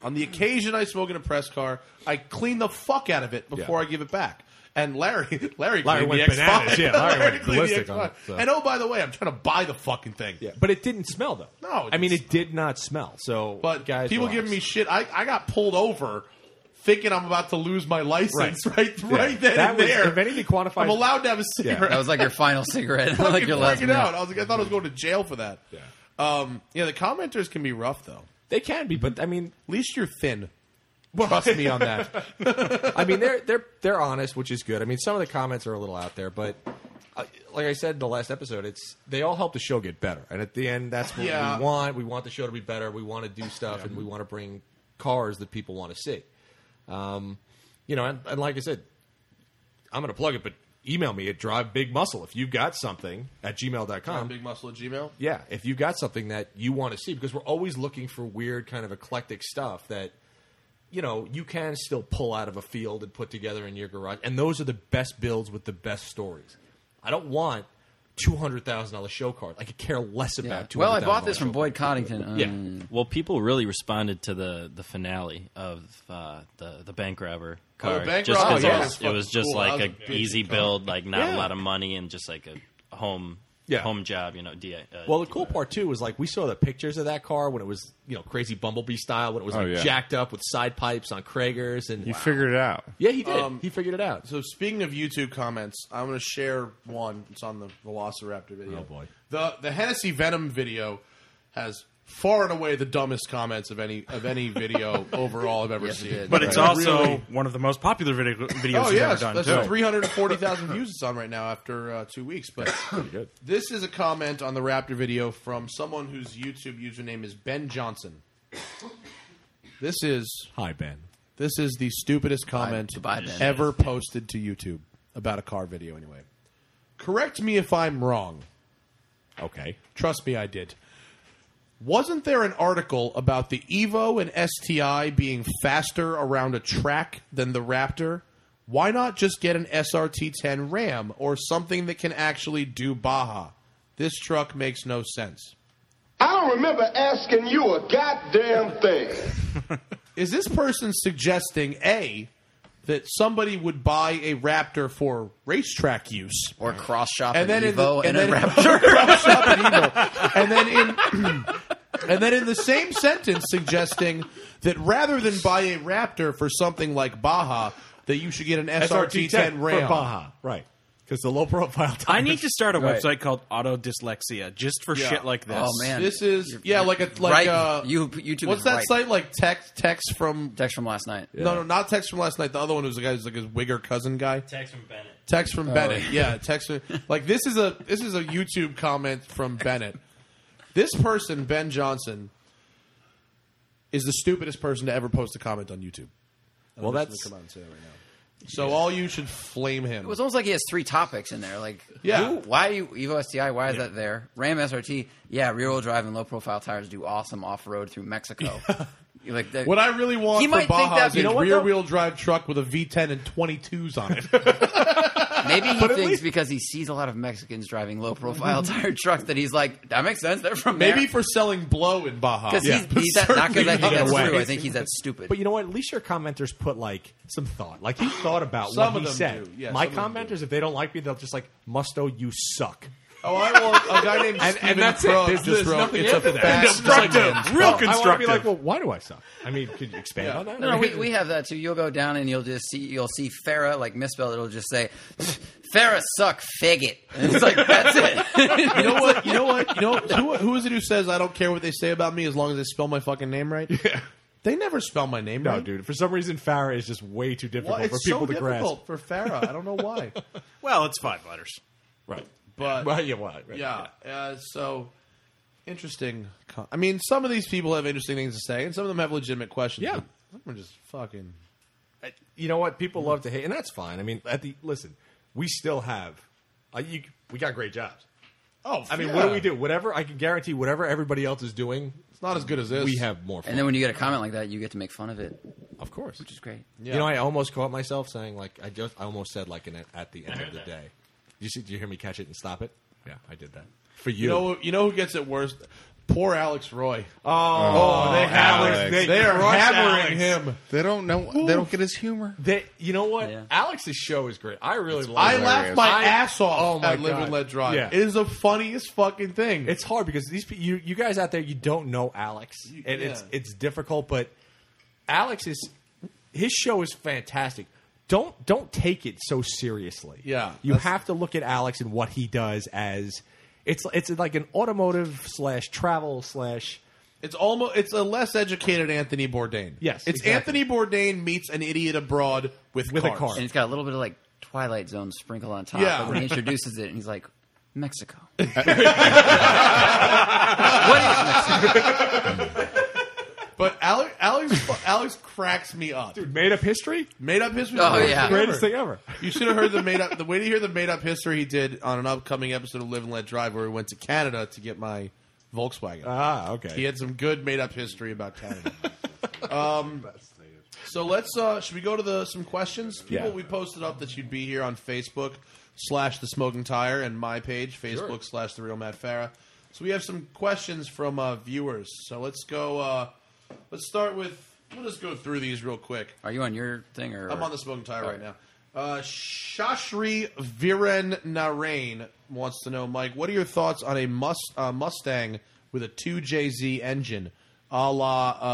B: on the occasion I smoke in a press car, I clean the fuck out of it before
C: Yeah.
B: I give it back. And Larry, *laughs* Larry,
C: Larry
B: cleaned
C: went
B: the X5.
C: bananas. Yeah, Larry
B: *laughs* cleaned
C: went
B: the
C: ballistic on
B: X5.
C: it, so.
B: And oh, by the way, I'm trying to buy the fucking thing.
C: Yeah, but it didn't smell though.
B: No, it
C: I mean
B: didn't
C: it did not smell. So,
B: But
C: guys,
B: people
C: relax.
B: giving me shit. I, I got pulled over thinking I'm about to lose my license right, right, then
C: That
B: and
C: was-
B: there.
C: if anything quantifies-
B: I'm allowed to have a cigarette.
F: That was like your
B: *laughs*
F: final cigarette, *laughs* like
B: fucking
F: your last
B: freaking
F: meal.
B: out. I was like, I thought I was going to jail for that.
C: Yeah.
B: Um, yeah, the commenters can be rough though.
C: They can be, but I mean,
B: At least you're thin. Trust me
C: *laughs*
B: on that.
C: I mean they're they're they're honest, which is good. I mean, some of the comments are a little out there, but uh, like I said in the last episode, it's they all help the show get better. And at the end, that's what
B: Yeah.
C: we want. We want the show to be better. We want to do stuff, and we want to bring cars that people want to see. Um, you know, and, and like I said, I'm going to plug it, but email me at Drive Big Muscle if you've got something at gmail.com.
B: Big muscle at Gmail.
C: yeah, if you've got something that you want to see, because we're always looking for weird, kind of eclectic stuff that, you know, you can still pull out of a field and put together in your garage. And those are the best builds with the best stories. I don't want two hundred thousand dollar show card. I could care less about
F: Yeah.
C: two.
F: Well, I bought this from Boyd Coddington. Um,
C: Yeah.
K: Well, people really responded to the the finale of uh, the the bank robber
B: Oh,
K: car.
B: the bank
K: just
B: robber,
K: 'cause
B: yeah.
K: it was, it was just
B: Cool, that
K: like
B: was a
K: a
B: big
K: easy
B: car.
K: build, like not
C: Yeah.
K: a lot of money, and just like a home
C: Yeah.
K: home job, you know, D, uh,
C: Well, the cool part too was like we saw the pictures of that car when it was you know crazy bumblebee style when it was
E: Oh,
C: like
E: yeah.
C: jacked up with side pipes on Kragers and
E: You figured it out.
C: Yeah, he did. he figured it
B: Um,
C: out.
B: So speaking of YouTube comments, I'm going to share one. It's on the Velociraptor video.
C: Oh, boy.
B: the the Hennessy Venom video has far and away the dumbest comments of any of
F: *laughs*
B: any video overall I've ever seen.
D: But it's
B: Like,
D: also
B: really-
D: one of the most popular video- videos
B: Oh
D: he's
B: yeah,
D: ever done.
B: that's
D: too.
B: 340,000 views it's on right now after uh, two weeks. But this is a comment on the Raptor video from someone whose YouTube username is Ben Johnson. This is
C: hi Ben.
B: This is the stupidest comment
F: Goodbye, Ben.
B: ever posted to YouTube about a car video. Anyway, correct me if I'm wrong.
C: Okay.
B: Trust me, I did. Wasn't there an article about the Evo and STI being faster around a track than the Raptor? Why not just get an SRT 10 Ram or something that can actually do Baja? This truck makes no sense.
O: I don't remember asking you a goddamn thing.
B: Is this person suggesting A, that somebody would buy a Raptor for racetrack use?
F: Or cross shop
B: and
F: an
B: then in the-
F: Evo
B: and
F: and,
B: then-
F: a
B: *laughs*
F: Raptor.
B: and then in and then in *clears throat* the same sentence suggesting that rather than buy a Raptor for something like Baja, that you should get an SRT ten Ram.
C: for Baja, right? Because the low profile.
D: *laughs* I need to start a
B: Right.
D: website called Auto Dyslexia just for
B: Yeah.
D: shit like this.
F: Oh, man.
B: This is yeah, like a like
F: right.
B: uh,
F: you, YouTube
B: What's
F: is
B: that
F: right.
B: site like? Text text from
F: Text from last night.
B: no no not text from last night. The other one was a guy who's like his wigger cousin guy.
K: Text from Bennett.
B: Text
F: Oh.
B: from Bennett.
F: *laughs*
B: Yeah, text from, like this is a this is a YouTube comment from Bennett. This person, Ben Johnson, is the stupidest person to ever post a comment on YouTube. I'm just gonna
C: Well, that's-
B: come out and say that right now. So all you should flame him.
F: It was almost like he has three topics in there. Like,
B: Yeah.
F: who- why you Evo STI? Why is that there? Ram SRT. Yeah, rear-wheel drive and low-profile tires do awesome off-road through
B: *laughs*
F: Mexico. You like that,
B: what I really want
F: He
B: for
F: might think
B: Baja
F: that-
B: is
F: you
B: a
F: know what, though?
B: rear-wheel drive truck with a V10 and 22s on it. *laughs*
F: maybe he thinks because he sees a lot of Mexicans driving low-profile tire trucks that he's like, that makes sense. They're from
B: Maybe for selling blow in Baja.
F: because
B: Yeah.
F: he's, he's that, not because I think
C: Certainly
F: that's
C: not.
F: true. I think he's that stupid.
C: But you know what? At least your commenters put like some thought. Like he thought about
B: Some
C: what
B: of
C: he
B: them
C: said.
B: do. Yeah,
C: My
B: some of them
C: commenters, if they don't like me, they'll just like Musto, you suck.
B: Oh, I want a guy named
C: And,
B: Steven
C: and that's
B: Pro
C: it. There's,
B: just
C: there's
B: wrote,
C: nothing
B: it's a
C: after that.
B: fast
D: Constructive. Real
C: I want to be
D: constructive.
C: like, well, why do I suck? I mean, could you expand on that?
F: No, no,
B: *laughs*
F: we, we have that too. You'll go down and you'll just see you'll see Farah like misspelled. It'll just say Farah suck faggot. And it's like that's
C: *laughs*
F: it.
B: *laughs* You know what? You know what? You know who, who is it who says I don't care what they say about me as long as they spell my fucking name right? Yeah. They never spell my name
C: No,
B: right.
C: dude. For some reason, Farah is just way too
B: Why-
C: difficult for
B: it's
C: people
B: so
C: to grasp.
B: difficult for Farah. I don't know
C: *laughs*
B: why.
D: Well, it's five
B: *laughs*
D: letters.
C: Right.
B: But
C: Well, yeah, well, right.
B: yeah, uh, so interesting. co- I mean, some of these people have interesting things to say, and some of them have legitimate questions.
C: Yeah.
B: but some of them are just fucking. Uh,
C: you know what? People love to hate, and that's fine. I mean, at the listen, we still have. Uh, you, we got great jobs.
B: Oh,
C: I mean, what do we do? Whatever I can guarantee, whatever everybody else is doing,
B: It's not as good as this.
C: we have more. Fun.
F: And then when you get a comment like that, you get to make fun of it,
C: of course.
F: which is great.
B: Yeah.
C: You know, I almost caught myself saying like I just I almost said like an, at
B: *laughs*
C: the end of the day. You see? Do you hear me catch it and stop it? Yeah, I did that for you.
B: You know, you know who gets it worse? Poor Alex Roy.
C: oh,
B: they
E: Alex.
B: hammer- They, they are hammering him.
E: They don't know. They don't get his humor.
C: They, you know what?
F: Yeah.
C: Alex's show is great. I really love.
B: I
C: it.
B: laughed my
C: I-
B: ass off
C: Oh my
B: at Live
C: God.
B: and Let Drive.
C: Yeah.
B: It is the funniest fucking thing.
C: It's hard because these pe- you you guys out there you don't know Alex and it's
B: yeah.
C: it's difficult but Alex is his show is fantastic. Don't don't take it so seriously.
B: Yeah,
C: You
B: that's-
C: have to look at Alex and what he does as it's it's like an automotive slash travel slash
B: it's almost it's a less educated Anthony Bourdain.
C: Yes,
B: it's
C: exactly.
B: Anthony Bourdain meets an idiot abroad with
C: With a
B: cars.
C: car.
F: And it's got a little bit of like Twilight Zone sprinkle on top.
B: Yeah.
F: But when he introduces it, and he's like,
B: *laughs*
F: Mexico. what is Mexico?
B: *laughs* But Alex Alex Alex cracks me up.
C: made up history.
B: Made up history.
F: Oh,
B: is the
F: yeah.
C: Greatest thing ever.
B: You should have heard the
C: *laughs*
B: made up. The way to hear the made up history he did on an upcoming episode of Live and Let Drive, where he went to Canada to get my Volkswagen.
C: Ah,
B: He
C: okay.
B: had some good made up history about
C: *laughs*
B: Canada. um, so let's uh, should we go to the some questions? People
C: Yeah.
B: we posted up that you'd be here on Facebook slash the smoking tire and my page Facebook slash the real Matt Farah. So we have some questions from uh, viewers. So let's go. Uh, let's start with. We'll just go through these real quick.
F: Are you on your thing or? Oh.
B: I'm on the smoking tire right now. Uh, Shashri Viren Narain wants to know, Mike, what are your thoughts on a must, uh, Mustang with a 2JZ engine, a la uh,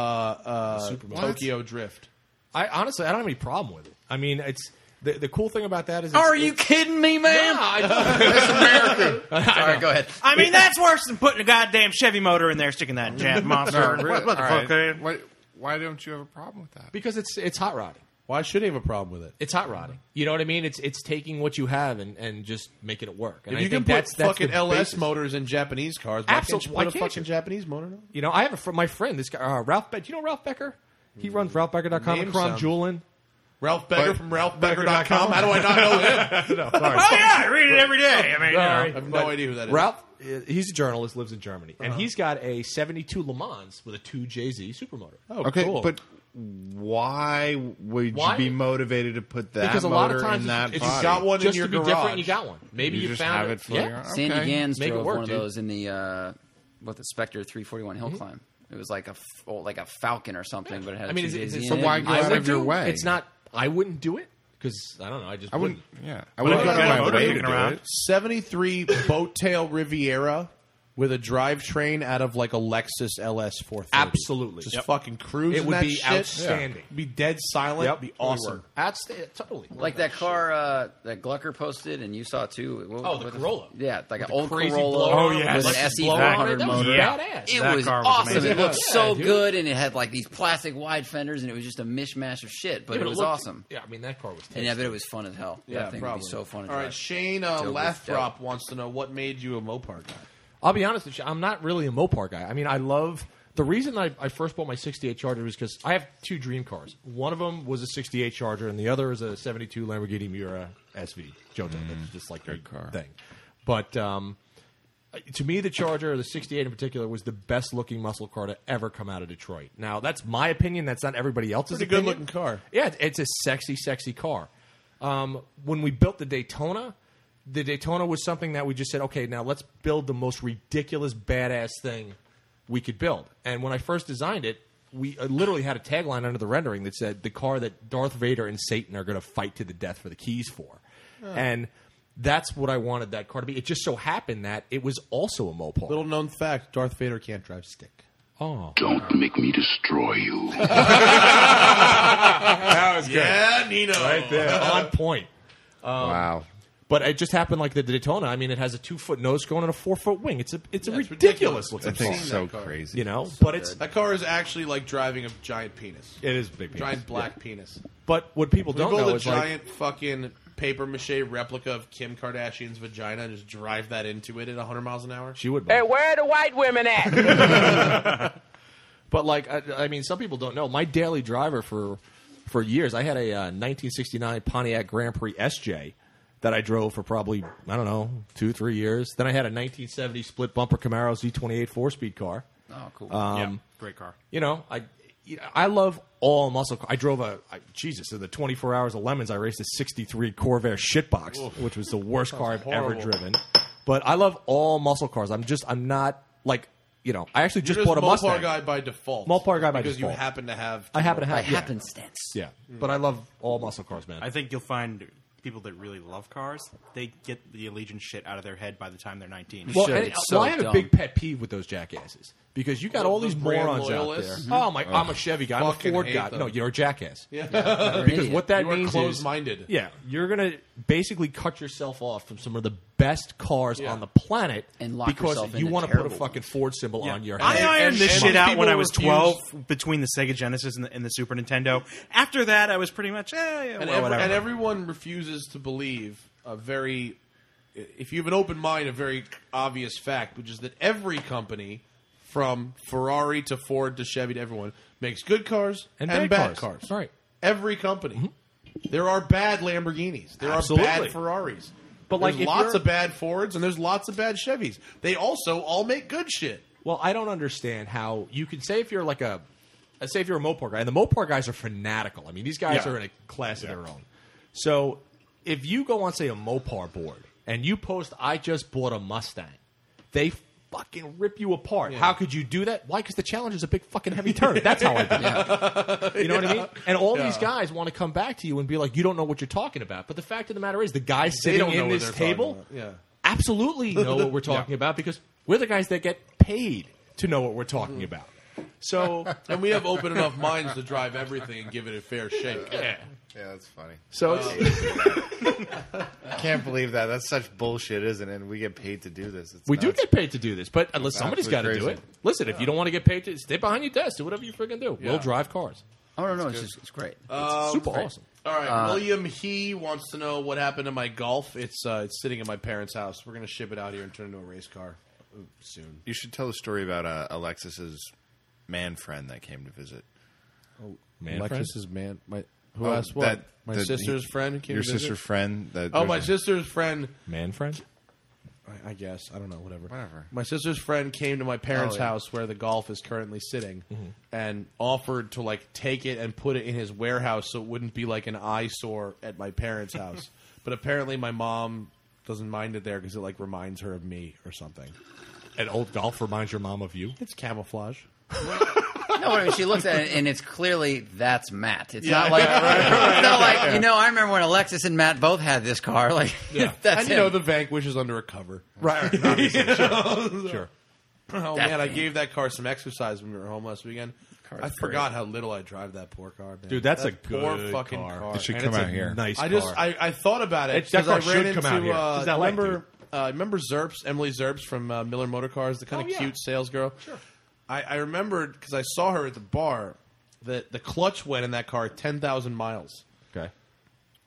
B: uh,
C: Superman.
B: Tokyo Drift?
C: I honestly, I don't have any problem with it. I mean, it's the, the cool thing about that is. It's,
F: Are you kidding me, man? *laughs*
C: That's
D: *laughs*
C: American.
F: Sorry, go ahead.
D: I mean, that's worse than putting a goddamn Chevy motor in there, sticking that
E: *laughs*
D: jet monster.
E: No, really?
D: what, what the
E: All
D: fuck?
E: right.
D: eh?
E: Why, why don't you have a problem with that?
C: Because it's it's hot rodding.
B: Why should he have a problem with it?
C: It's hot rodding. You know what I mean? It's it's taking what you have and, and just making it work. And
B: If
C: I
B: you can
C: think
B: put
C: that's, that's
B: fucking
C: the
B: LS
C: basis.
B: motors in Japanese cars, why
C: Absol-
B: can't you
C: why
B: put a
C: can't
B: fucking
C: you?
B: Japanese motor in it?
C: You know, I have a fr- my friend, this guy uh, Ralph. Be- Do you know Ralph Becker? He runs RalphBecker.com.
B: Mm. Name
C: and Kron
B: sounds-
C: Julin.
B: Ralph Becker from RalphBecker.com? How do I not know him?
C: no, sorry.
D: Oh yeah, I read it every day. I mean, you know.
B: Sorry. I have no
C: But
B: idea who that is.
C: Ralph, uh, he's a journalist, lives in Germany, and he's got a '72 Le Mans with a two JZ supermotor.
B: Oh,
E: okay,
B: cool.
E: but why would
C: Why?
E: you be motivated to put that
C: because a lot
E: motor
C: of times
E: in that
C: it's,
E: body?
C: it's
B: got one in
C: just
B: your
C: to be different.
B: garage.
C: You got one. Maybe
E: You
C: you,
E: just
C: found
E: have
C: it.
E: it floating
C: yeah.
E: around?
F: Sandy
E: Okay.
F: Gans
C: Make it
F: drove
C: work,
F: one of
C: dude. Hmm?
F: those in the uh, what the Spectre 341 Hill Climb. It was like a f- oh, like a Falcon or something, but it had
C: I mean,
F: a
C: is,
F: 2JZ
C: it- is
F: in
C: it
F: it.
E: So why
C: something
E: go
C: I
E: out
C: would
E: of your
C: do?
E: way?
C: It's not. I wouldn't do it because I don't know. I just
E: I wouldn't.
C: wouldn't.
E: Yeah, I wouldn't
D: if
E: go
D: you got a
E: out of
D: motor
E: my way to
D: kicking
E: do
D: around.
E: it.
B: 73 Boat Tail Riviera with a drivetrain out of like a Lexus LS 430.
C: Absolutely.
B: Just
C: Yep.
B: fucking cruising
C: It would
B: that
C: be
B: shit.
C: outstanding.
B: Be dead silent.
C: Yep.
B: Be awesome.
C: Outsta- totally.
F: Like that car uh, that Glucker posted, and you saw too. What,
C: Oh, the
F: what
C: Corolla.
F: yeah, like an
C: the
F: old
C: crazy
F: Corolla.
C: blowout
D: Oh, yes.
F: with an
D: Lexus
F: SE
C: blowout.
F: 500
C: That was
F: motor.
D: yeah.
C: badass.
F: It
D: That
F: was
D: car was
F: awesome.
D: amazing.
F: it looked
C: Yeah,
F: so
C: dude.
F: good, and it had like these plastic wide fenders, and it was just a mishmash of shit. But
C: Yeah,
F: it
C: but
F: was
C: looked-
F: awesome.
C: Yeah, I mean that car was.
F: And I
C: tasty.
F: bet it was fun as hell. that thing would be so fun. to
B: All right,
F: drive.
B: Shane uh,
F: Dope as
B: Lathrop
F: dope.
B: wants to know what made you a Mopar guy.
C: I'll be honest with you. I'm not really a Mopar guy. I mean, I love the reason I, I first bought my '68 Charger was because I have two dream cars. One of them was a '68 Charger, and the other is a '72 Lamborghini Miura SV Johto.
B: Mm.
C: That's just like your
E: car.
C: thing. But um, to me, the Charger, the '68 in particular, was the best looking muscle car to ever come out of Detroit. Now, that's my opinion. That's not everybody else's.
B: Pretty good
C: opinion.
B: looking car.
C: Yeah, it- it's a sexy, sexy car. Um, when we built the Daytona, the Daytona was something that we just said, okay, now let's build the most ridiculous, badass thing we could build. And when I first designed it, we uh, literally had a tagline under the rendering that said, the car that Darth Vader and Satan are going to fight to the death for the keys for. And that's what I wanted that car to be. It just so happened that it was also a Mopar.
B: Little known fact Darth Vader can't drive stick.
C: oh.
L: Don't make me destroy you.
C: that was
B: Yeah, Nino.
C: Right there.
B: *laughs*
C: On point. Um,
E: wow.
C: But it just happened like the Daytona. I mean, it has a two foot nose cone and a four foot wing. It's a it's a
B: it's ridiculous.
C: ridiculous, looking
E: That
C: thing,
E: thing's so
B: that car.
E: crazy.
C: you know. but it's
B: That car is actually like driving a giant penis.
C: it is big.
B: Giant black penis.
C: But what people
B: We
C: don't
B: build
C: know
B: a
C: is like
B: giant fucking paper mache replica of Kim Kardashian's vagina and just drive that into it at 100 miles an hour.
C: she would.
I: where are the white women at?
C: But like I, I mean, some people don't know. My daily driver for for years, I had a uh, 1969 Pontiac Grand Prix SJ that I drove for probably I don't know two three years. Then I had a 1970 split bumper Camaro Z28 four speed car.
F: Oh, cool.
C: Um,
D: Great car.
C: you know, I I love all muscle. car- I drove a I, Jesus in the 24 hours of lemons. I raced a 63 Corvair shitbox, which was the worst car I've
B: horrible.
C: ever driven. But I love all muscle cars. I'm just I'm not like you know. I actually just
B: You're
C: bought a
B: Mopar
C: Mustang.
B: guy by default.
C: Mopar guy by
B: because
C: default.
B: you happen to have.
C: I happen to
F: by
C: have yeah, Mm.
F: happenstance.
C: yeah. But I love all muscle cars, man.
D: I think you'll find people that really love cars. They get the Allegiant shit out of their head by the time they're 19.
C: well,
F: should.
C: and- uh,
F: It's so
C: well, I have a
F: dumb.
C: big pet peeve with those jackasses because you got
B: Well,
C: all
B: the
C: these
B: brand
C: morons out there.
B: loyalists. Mm-hmm.
C: Oh my! I'm a Chevy guy. I'm a
B: Fucking
C: Ford
B: hate
C: guy.
B: them.
C: No, you're a jackass.
B: Yeah.
C: because what that
B: You are
C: means is
B: closed-minded.
C: Yeah, you're gonna basically cut yourself off from some of the best cars
B: Yeah.
C: on the planet,
F: And lock
C: because
F: yourself
C: you
F: into
C: wanna put a
F: terrible
C: fucking Ford symbol on your
D: I
C: head.
D: ironed
B: and-
D: this
B: and
D: shit
B: some
D: out when
B: people
D: I was
B: refuse-
D: 12 between the Sega Genesis and the, and the Super Nintendo. After that, I was pretty much, eh, yeah,
B: and,
D: well,
B: ev-
D: whatever.
B: and everyone refuses to believe a very if you have an open mind a very obvious fact which is that every company from ferrari to ford to chevy to everyone makes good cars
C: And
B: and,
C: bad
B: bad,
C: cars.
B: cars.
C: Right.
B: every company there are bad lamborghinis there
C: Absolutely.
B: are bad ferraris
C: But, like,
B: there's
C: if
B: lots
C: you're-
B: of bad fords and there's lots of bad chevys they also all make good shit
C: well, I don't understand how you can say if you're like a, uh, say if you're a Mopar guy, and the Mopar guys are fanatical. I mean, these guys
B: Yeah.
C: are in a class of their own. So if you go on say a Mopar board and you post, "I just bought a Mustang," they fucking rip you apart. How could you do that? Why? Because the challenge is a big fucking heavy turn. That's how
B: *laughs*
C: I did it. You know what I mean? And all these
B: Yeah.
C: guys want to come back to you and be like, you don't know what you're talking about. But the fact of the matter is, the guys
B: They
C: sitting
B: don't know
C: in
B: what
C: this
B: they're talking
C: table
B: about. Yeah.
C: absolutely know
B: *laughs*
C: what we're talking about because we're the guys that get paid to know what we're talking about. So,
B: Mm-hmm. and we have open enough minds to drive everything and give it a fair shake.
E: Yeah. Yeah, that's funny.
C: So
B: Um,
E: Uh, I *laughs* can't believe that. That's such bullshit, isn't it? And we get paid to do this. It's
C: *laughs* we do
E: nuts.
C: get paid to do this, but unless
E: It's
C: somebody's got
E: absolutely
C: to do it.
E: crazy.
C: Listen, if you don't want to get paid to stay behind your desk, do whatever you freaking do. We'll drive cars.
F: I don't know. Oh, It's just it's great.
B: *laughs* Um,
C: super
B: great.
C: awesome.
B: All right,
C: Uh,
B: William He wants to know what happened to my golf. It's uh, it's sitting in my parents' house. We're gonna ship it out here and turn it into a race car uh, soon.
E: You should tell the story about uh, Alexis's man friend that came to visit.
B: Oh,
E: Man
B: Alexis's man. My who
E: Oh,
B: asked what?
E: that-
B: my
E: that
B: sister's
E: he-
B: friend. Came
E: your
B: to visit?
E: sister friend that-
B: oh,
E: there's
B: my
E: a-
B: sister's friend.
C: Man friend.
B: I, I guess I don't know. Whatever.
E: Whatever.
B: My sister's friend came to my parents'
E: Oh, yeah.
B: house where the golf is currently sitting,
C: Mm-hmm.
E: Mhm.
B: and offered to like take it and put it in his warehouse so it wouldn't be like an eyesore at my
C: *laughs*
B: parents' house. But apparently, my mom doesn't mind it there because it like reminds her of me or something.
C: An old golf reminds your mom of you.
B: It's camouflage.
F: No, I mean, she looks at it, and it's clearly that's Matt. It's
B: Yeah.
F: not like
C: *laughs*
B: Yeah, right, right,
F: it's not
B: right.
F: like you know. I remember when Alexis and Matt both had this car. Like *laughs* that's
B: and
F: him.
B: you know the Vanquish is under a cover, *laughs*
F: Right, right,
B: Obviously,
F: obviously.
B: sure.
F: Sure.
B: Oh
F: That
B: man, I
F: thing.
B: gave that car some exercise when we were home last weekend.
F: Car's
B: I
F: great.
B: forgot how little I drive that poor car, man.
C: Dude, that's
B: that
C: a
B: poor
C: good
B: fucking
C: car.
B: car.
E: It should And come it's out a here. nice
B: I just
E: car.
B: I, I thought about it
E: It- that
B: because I
E: car
B: ran
E: should
B: into
E: come out here.
B: uh,
E: It's not like,
B: remember uh, remember Zerps Emily Zerps from uh, Miller Motor Cars, the kind of
C: Oh, yeah.
B: cute sales girl. Sure. I, I remembered because I saw her at the bar that the clutch went in that car ten thousand miles.
C: Okay.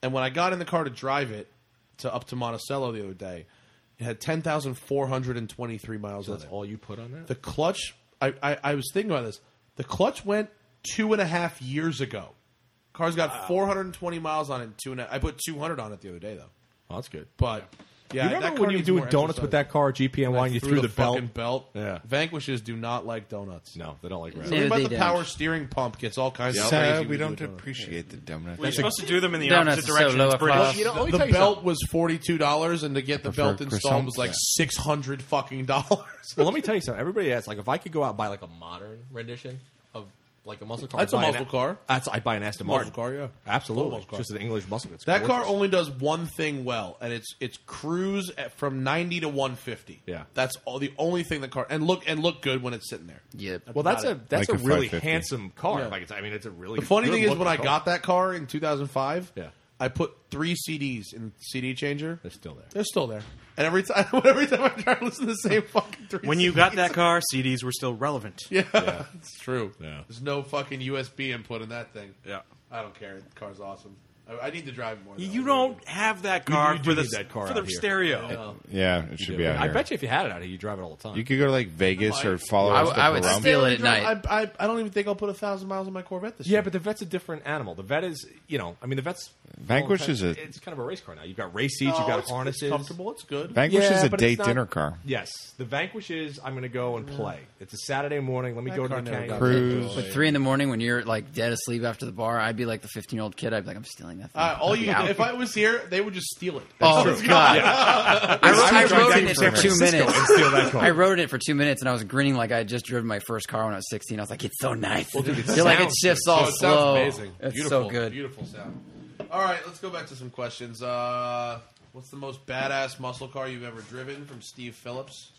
B: And when I got in the car to drive it to up to Monticello the other day, it had ten thousand four hundred and twenty three miles on
C: That's
B: it.
C: all you put on that.
B: The clutch. I, I, I was thinking about this. The clutch went two and a half years ago. Car's got 420 miles on it. in Two and a, I put 200 on it the other day though.
C: Oh, that's good.
B: But yeah,
C: you
B: that
C: remember
B: car
C: when you
B: needs
C: do
B: more
C: donuts
B: exercise.
C: with that car at GPN
B: I
C: and you threw the,
B: fucking belt.
C: belt? Yeah.
B: Vanquishes do not like donuts.
C: No, they don't like
B: Something
C: Neither
B: about
C: they
B: the
C: don't.
B: power steering pump gets all kinds of
E: Sad
B: crazy. when
E: Uh, we
B: you do
E: don't
B: a donut.
E: appreciate the donut.
D: Well, you're supposed to do them in the
B: Donuts
D: opposite
B: are so
D: direction.
B: low
D: it's
B: up
D: British.
B: class. the belt was forty two dollars, and to get the
C: prefer
B: belt installed was
C: croissants.
B: like
C: Yeah.
B: six hundred fucking dollars.
C: well, let me tell you something. Everybody asks, like, if I could go out and buy like a modern rendition of
B: *laughs*
C: like a muscle car,
B: That's a
C: I'd buy an-
B: muscle car.
C: That's I buy an Aston Martin
B: Muscle car, yeah.
C: absolutely.
B: Full muscle car.
C: Just an English muscle. It's
B: That car
C: gorgeous.
B: only does one thing well, and it's it's cruise at, from ninety to one fifty.
C: Yeah.
B: that's all the only thing that car and look and look good when it's sitting there.
F: Yeah,
C: Well, that's a that's
E: Like
C: a
E: a
C: really
E: 550.
C: handsome car.
B: Yeah.
C: Like, it's, I mean, it's a really.
B: The funny thing is,
C: good-looking
B: when I
C: car.
B: got that car in 2005,
C: Yeah.
B: I put three CDs in the CD changer. They're
C: still there.
B: They're still there. And every time, *laughs* every time I try to listen to the same fucking three.
D: When you
B: CDs.
D: got that car, CDs were still relevant.
B: *laughs* yeah, it's true. There's no fucking USB input in that thing. Yeah, I don't care. The car's awesome. I, I need to drive more.
D: You don't have that car
C: you do
D: for the
C: need that car
D: for the
C: out here.
D: stereo.
E: Yeah, it should be out
C: I
E: here.
C: bet you if you had it out here, you drive it all the time.
E: You could go to like Vegas or follow.
C: I
E: us
C: would-
E: to
C: I would
E: Pahrump.
C: steal it at
B: I, I, I don't even think I'll put a thousand miles on my Corvette this year.
C: yeah, but the vet's a different animal. The vet is, you know, I mean, the vet's
E: Vanquish is a-
C: It's kind of a race car now. You've got race seats.
B: No,
C: you've got
B: it's-
C: harnesses.
B: It's comfortable. It's good.
E: Vanquish
C: Yeah,
E: is a
C: but it's
E: date
C: not-
E: dinner car.
C: Yes, the Vanquish is. I'm going to go and play. It's a Saturday morning. Let me
B: That
C: go to
B: car
C: the
B: never
C: mechanic.
B: got
E: Cruise.
F: But three in the morning when you're like dead asleep after the bar, I'd be like the 15 year old kid. I'd be like, I'm stealing that. Thing.
B: Uh, all you,
F: Yeah.
B: if I was here, they would just steal it.
F: *laughs* Oh
B: It's *laughs*
F: God!
B: gone.
F: I, wrote, I wrote in it
E: San
F: for two
E: Francisco
F: minutes.
E: and
F: *laughs*
E: steal that car.
F: I wrote in it for two minutes, and I was grinning like I had just driven my first car when I was 16. I was like, "It's so nice.
B: Well, dude, it
F: *laughs* You're like it
B: sounds
F: shifts
B: good.
F: all
B: No, it sounds
F: slow.
B: amazing.
F: It's
B: beautiful,
F: so good.
B: Beautiful sound. All right, let's go back to some questions. Uh, what's the most badass muscle car you've ever driven? From Steve Phillips.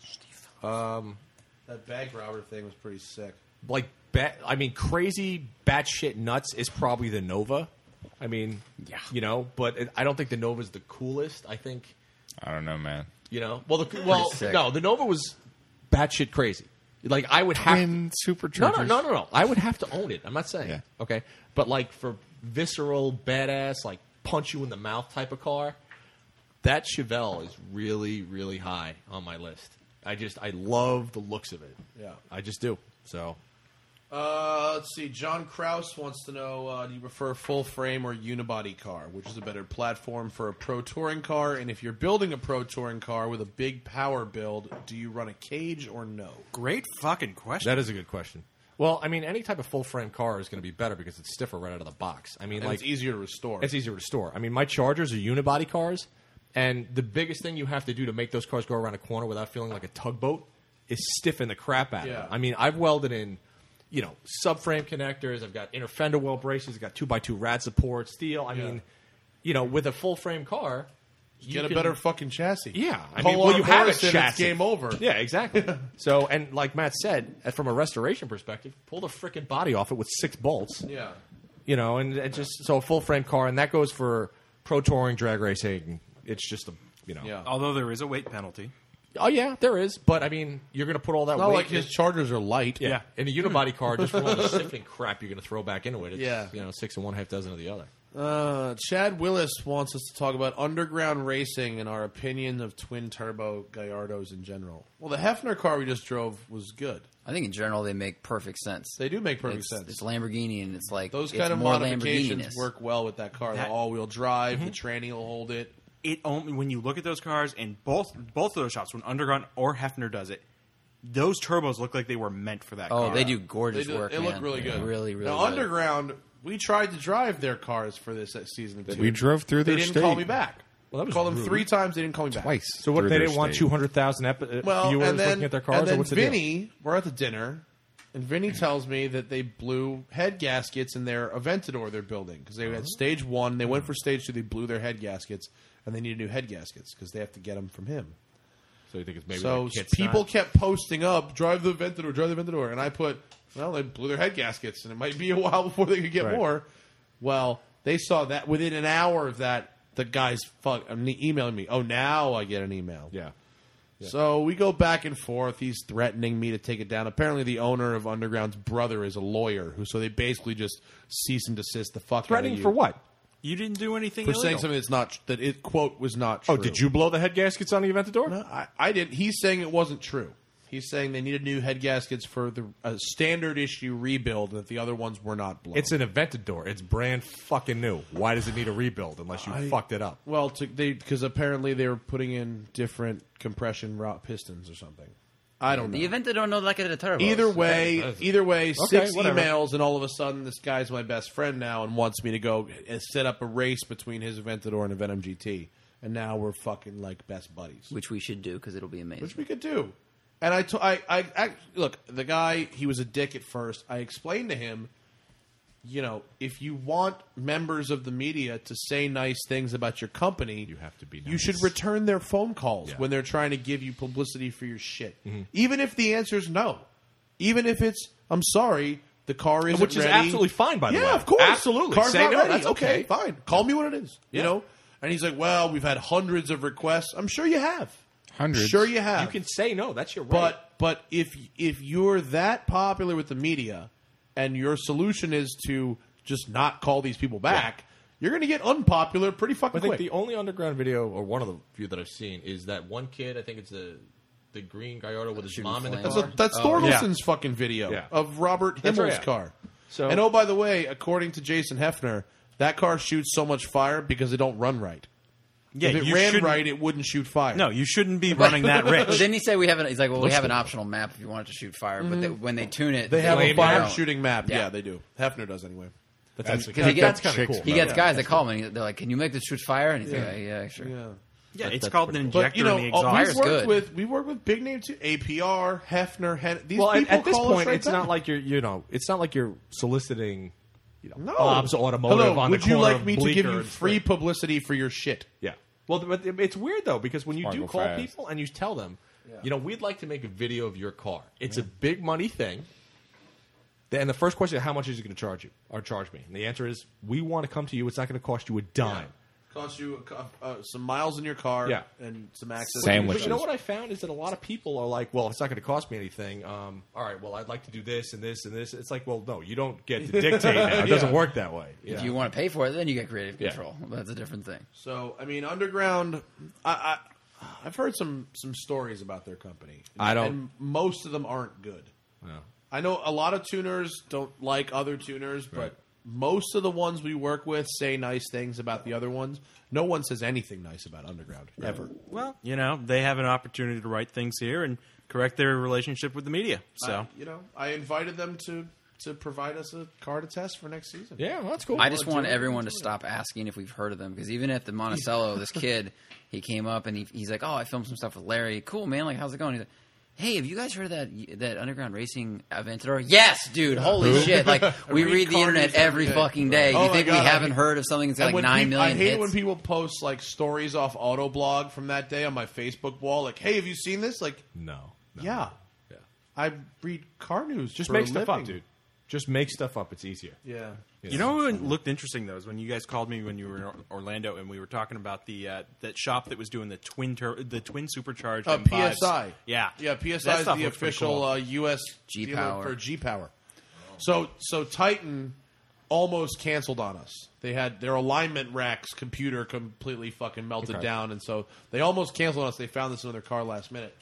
C: Um,
B: That bag robber thing was pretty sick.
C: like bat, I mean, crazy batshit nuts is probably the Nova. I mean, yeah, you know, but it, I don't think the Nova's the coolest. I think
E: I don't know, man.
C: you know, well, the well,
E: sick.
C: no, the Nova was batshit crazy. Like I would have
E: Twin
C: to,
E: superchargers.
C: No, no, no, no, no. I would have to own it. I'm not saying
E: Yeah.
C: okay, but like for visceral, badass, like punch you in the mouth type of car, that Chevelle is really, really high on my list. I just I love the looks of it.
B: Yeah.
C: I just do. So
B: Uh, let's see. John Kraus wants to know: uh, Do you prefer full frame or unibody car? Which is a better platform for a pro touring car? And if you're building a pro touring car with a big power build, do you run a cage or no?
D: Great fucking question.
C: That is a good question. Well, I mean, any type of full frame car is going to be better because it's stiffer right out of the box. I mean,
B: And
C: like
B: it's easier to restore.
C: It's easier to restore. I mean, my Chargers are unibody cars, and the biggest thing you have to do to make those cars go around a corner without feeling like a tugboat is stiffing the crap out
B: Yeah.
C: of them. I mean, I've welded in, you know, subframe connectors. I've got inner fender well braces. I've got two by two rad support steel. I mean, you know, with a full frame car, you
B: Get a
C: can-
B: better fucking chassis.
C: Yeah, I
B: Pull
C: mean,
B: out
C: well,
B: a
C: you have a
B: Morrison, it's
C: chassis.
B: Game over.
C: *laughs* Yeah, exactly. so, and like Matt said, uh, from a restoration perspective, pull the freaking body off it with six bolts.
B: Yeah.
C: You know, and it just so a full frame car, and that goes for pro touring, drag racing. It's just a you know.
D: Although there is a weight penalty.
C: Oh yeah, there is, but I mean, you're going to put all that
D: Not
C: weight.
D: like his
B: chargers are light.
C: Yeah,
D: Yeah.
C: in a unibody car, just from
B: *laughs*
C: all the sifting crap you're going to throw back into it. It's,
B: Yeah.
C: you know, six and one half dozen of the other.
B: Uh, Chad Willis wants us to talk about underground racing and our opinion of twin turbo Gallardos in general. Well, the Hefner car we just drove was good.
F: I think in general they make perfect sense.
B: They do make perfect
F: It's-
B: sense.
F: It's Lamborghini, and it's like
B: Those
F: it's
B: kind of
F: more
B: modifications
F: Lamborghini-ness.
B: work well with that car.
D: That-
B: the all-wheel drive, the tranny will hold it.
D: Mm-hmm. It only when you look at those cars and both both of those shops, when Underground or Hefner does it, those turbos look like they were meant for that
F: Oh,
D: car.
F: they do gorgeous They do- work,
B: It looked really good.
F: Really, really
B: Now,
F: good.
B: underground, we tried to drive their cars for this season. Of two.
E: We drove through
B: They
E: their
B: didn't call
E: state.
B: me back.
C: Well, that was
B: called them
C: rude.
B: three times. They didn't call me back
E: Twice.
C: So what?
E: through
C: They
E: their
C: didn't want
E: state.
C: two hundred thousand epi-
B: well,
C: viewers
B: and then,
C: Uh, looking at their cars,
B: and then
C: or what's the deal?
B: Vinny, we're at the dinner, and Vinny tells me that they blew head gaskets in their Aventador they're building because they
C: Uh-huh.
B: had stage one, they went for stage two, they blew their head gaskets, and they need new head gaskets because they have to get them from him.
C: So you think it's maybe
B: so
C: their kit's
B: people
C: not-
B: kept posting up, drive the Aventador, drive the Aventador, and I put, well, they blew their head gaskets, and it might be a *laughs* while before they could get
C: Right.
B: more. Well, they saw that within an hour of that, the guys fuck um, emailing me. Oh, now I get an email.
C: Yeah.
B: So we go back and forth. He's threatening me to take it down. Apparently, the owner of Underground's brother is a lawyer, who so they basically just cease and desist the fuck. out
C: Threatening
B: of you
C: for what?
D: You didn't do anything
B: For
D: illegal.
B: saying something that's not that it quote was not. true.
C: Oh, did you blow the head gaskets on the Aventador?
B: No, I, I didn't. He's saying it wasn't true. He's saying they needed new head gaskets for the a standard issue rebuild, and that the other ones were not blown.
C: It's an Aventador. It's brand fucking new. Why does it need a rebuild unless you
B: I-
C: fucked it up?
B: well, to, they because apparently they were putting in different compression rot pistons or something. I don't know.
F: The event they don't know the lack of the turbo.
B: Either way, either way, six
F: whatever.
C: *laughs*
B: emails, *laughs* and all of a sudden, this guy's my best friend now, and wants me to go uh, set up a race between his Aventador and a Venom GT, and now we're fucking like best buddies,
F: which we should do because it'll be amazing.
B: which we could do. And I, to- I, I, I- look, the guy, he was a dick at first. I explained to him, you know, if you want members of the media to say nice things about your company, you have to be. You should return their phone calls when they're trying to give you publicity for your shit,
C: Mm-hmm.
B: even if the answer is no, even if it's I'm sorry, the car isn't
C: Which is
B: ready."
C: absolutely fine, by the
B: yeah,
C: way.
B: of course,
C: Absolutely.
B: car's
C: Say
B: not
C: no,
B: ready.
C: that's
B: okay.
C: okay.
B: fine. Call me when it is. You know. And he's like, "Well, we've had hundreds of requests. I'm sure you have.
E: Hundreds.
B: Sure you have.
C: You can say no. That's your right.
B: But but if if you're that popular with the media, and your solution is to just not call these people back, you're going to get unpopular pretty fucking
C: I think
B: quick.
C: the only underground video, or one of the few that I've seen, is that one kid. I think it's the the green Gallardo with his mom in the
B: that's
C: car. Oh,
B: a, that's
F: Oh,
B: Thorvaldsen's fucking video
C: Yeah.
B: of Robert
C: That's
B: Himmel's
C: right.
B: car.
C: So-
B: and oh by the way, according to Jason Hefner, that car shoots so much fire because it don't run right.
D: Yeah,
B: if it
D: you
B: ran
D: shouldn't-
B: right, it wouldn't shoot fire.
D: No, you shouldn't be running
B: *laughs*
F: *laughs*
D: that
F: But
D: rich.
F: Didn't he say we have an? He's like, well, we
B: Looks
F: have an
B: good.
F: optional map if you want it to shoot fire. But they, when they tune it,
B: Mm-hmm. They have a
F: don't.
B: fire shooting map. Yeah. they do. Hefner does anyway.
C: That's-
F: Because he
C: That's
F: gets,
C: kinda cool.
F: he gets
B: Yeah.
F: guys that call him and they're like, "Can you make this shoot fire?" And he's
B: Yeah.
F: like, "Yeah, yeah, sure."
D: Yeah,
F: That-
D: it's
F: that's
D: called an
F: pretty
D: injector
F: cool.
B: But you know,
D: in the
B: all-
D: exhaust.
B: we've worked with we worked with big name too. APR, Hefner, Hen- these
C: well, at,
B: people
C: at this
B: call us
C: point,
B: right
C: it's
B: back.
C: not like you're you know, it's not like you're soliciting. You know,
B: No.
C: Bob's Automotive
B: Hello,
C: on the
B: would you
C: corner
B: like
C: of
B: me to give
C: Bleecker
B: you
C: and
B: free publicity for your shit?
C: Yeah. Well, th- but it's weird though because when you
E: Smart
C: do
E: go
C: call
E: fast.
C: people and you tell them, you know, we'd like to make a video of your car. It's a big money thing. Th- And the first question is, how much is it going to charge you or charge me? And the answer is, we want to come to you. It's not going to cost you a dime.
B: Cost you uh, some miles in your car
C: Yeah.
B: and some access.
E: Sandwiches.
C: But you know what I found is that a lot of people are like, well, it's not going to cost me anything. Um, all right, well, I'd like to do this and this and this. It's like, well, no, you don't get
B: *laughs*
C: to dictate now. It doesn't
B: Yeah.
C: work that way.
F: If
C: Yeah.
F: you want to pay for it, then you get creative
C: Yeah.
F: control. That's a different thing.
B: So I mean, underground. I, I I've heard some some stories about their company.
C: I don't-
B: And most of them aren't good.
C: No.
B: I know a lot of tuners don't like other tuners, but
C: Right.
B: most of the ones we work with say nice things about the other ones. No one says anything nice about underground ever.
D: Well, you know, they have an opportunity to write things here and correct their relationship with the media. So
B: I- you know, I invited them to to provide us a car to test for next season.
C: Yeah, well, that's cool.
F: I just
C: Well,
F: want
C: do it.
F: everyone to stop asking if we've heard of them because even at the
B: *laughs*
F: Monticello, this kid he came up and he, he's like, "Oh, I filmed some stuff with Larry. Cool, man. Like, how's it going?" He's like, Hey, have you guys heard of that that underground racing Aventador? Yes, dude. Holy
B: Who?
F: shit!
B: *laughs*
F: Like we
B: I read
F: read the
B: Carney's
F: internet
B: every
F: every
B: day.
F: fucking day.
B: Oh
F: you
B: my
F: think
B: God,
F: we
B: I
F: haven't
B: hate-
F: heard of something that's
B: And
F: got like
B: when
F: nine
B: peop-
F: million
B: I hate it
F: hits?
B: when people post like stories off Autoblog from that day on my Facebook wall. Like, hey, have you seen this? Like,
C: No.
B: yeah,
C: Yeah.
B: I read car news.
C: Just
B: for
C: make
B: a
C: stuff up,
B: living.
C: dude. Just make stuff up. It's easier.
B: Yeah.
D: You know what looked interesting though is when you guys called me when you were in Or- Orlando and we were talking about the uh, that shop that was doing the twin tur- the twin supercharged
B: Uh,
D: and vibes.
B: PSI.
D: Yeah,
B: yeah.
D: That
B: PSI is
D: stuff
B: the
D: looks pretty
B: official
D: cool.
B: uh, U.S.
D: G
B: dealer
D: Power.
B: for G Power. So so Titan almost canceled on us. They had their alignment racks computer completely fucking melted
C: Okay.
B: down, and so they almost canceled on us. They found this in their car last minute,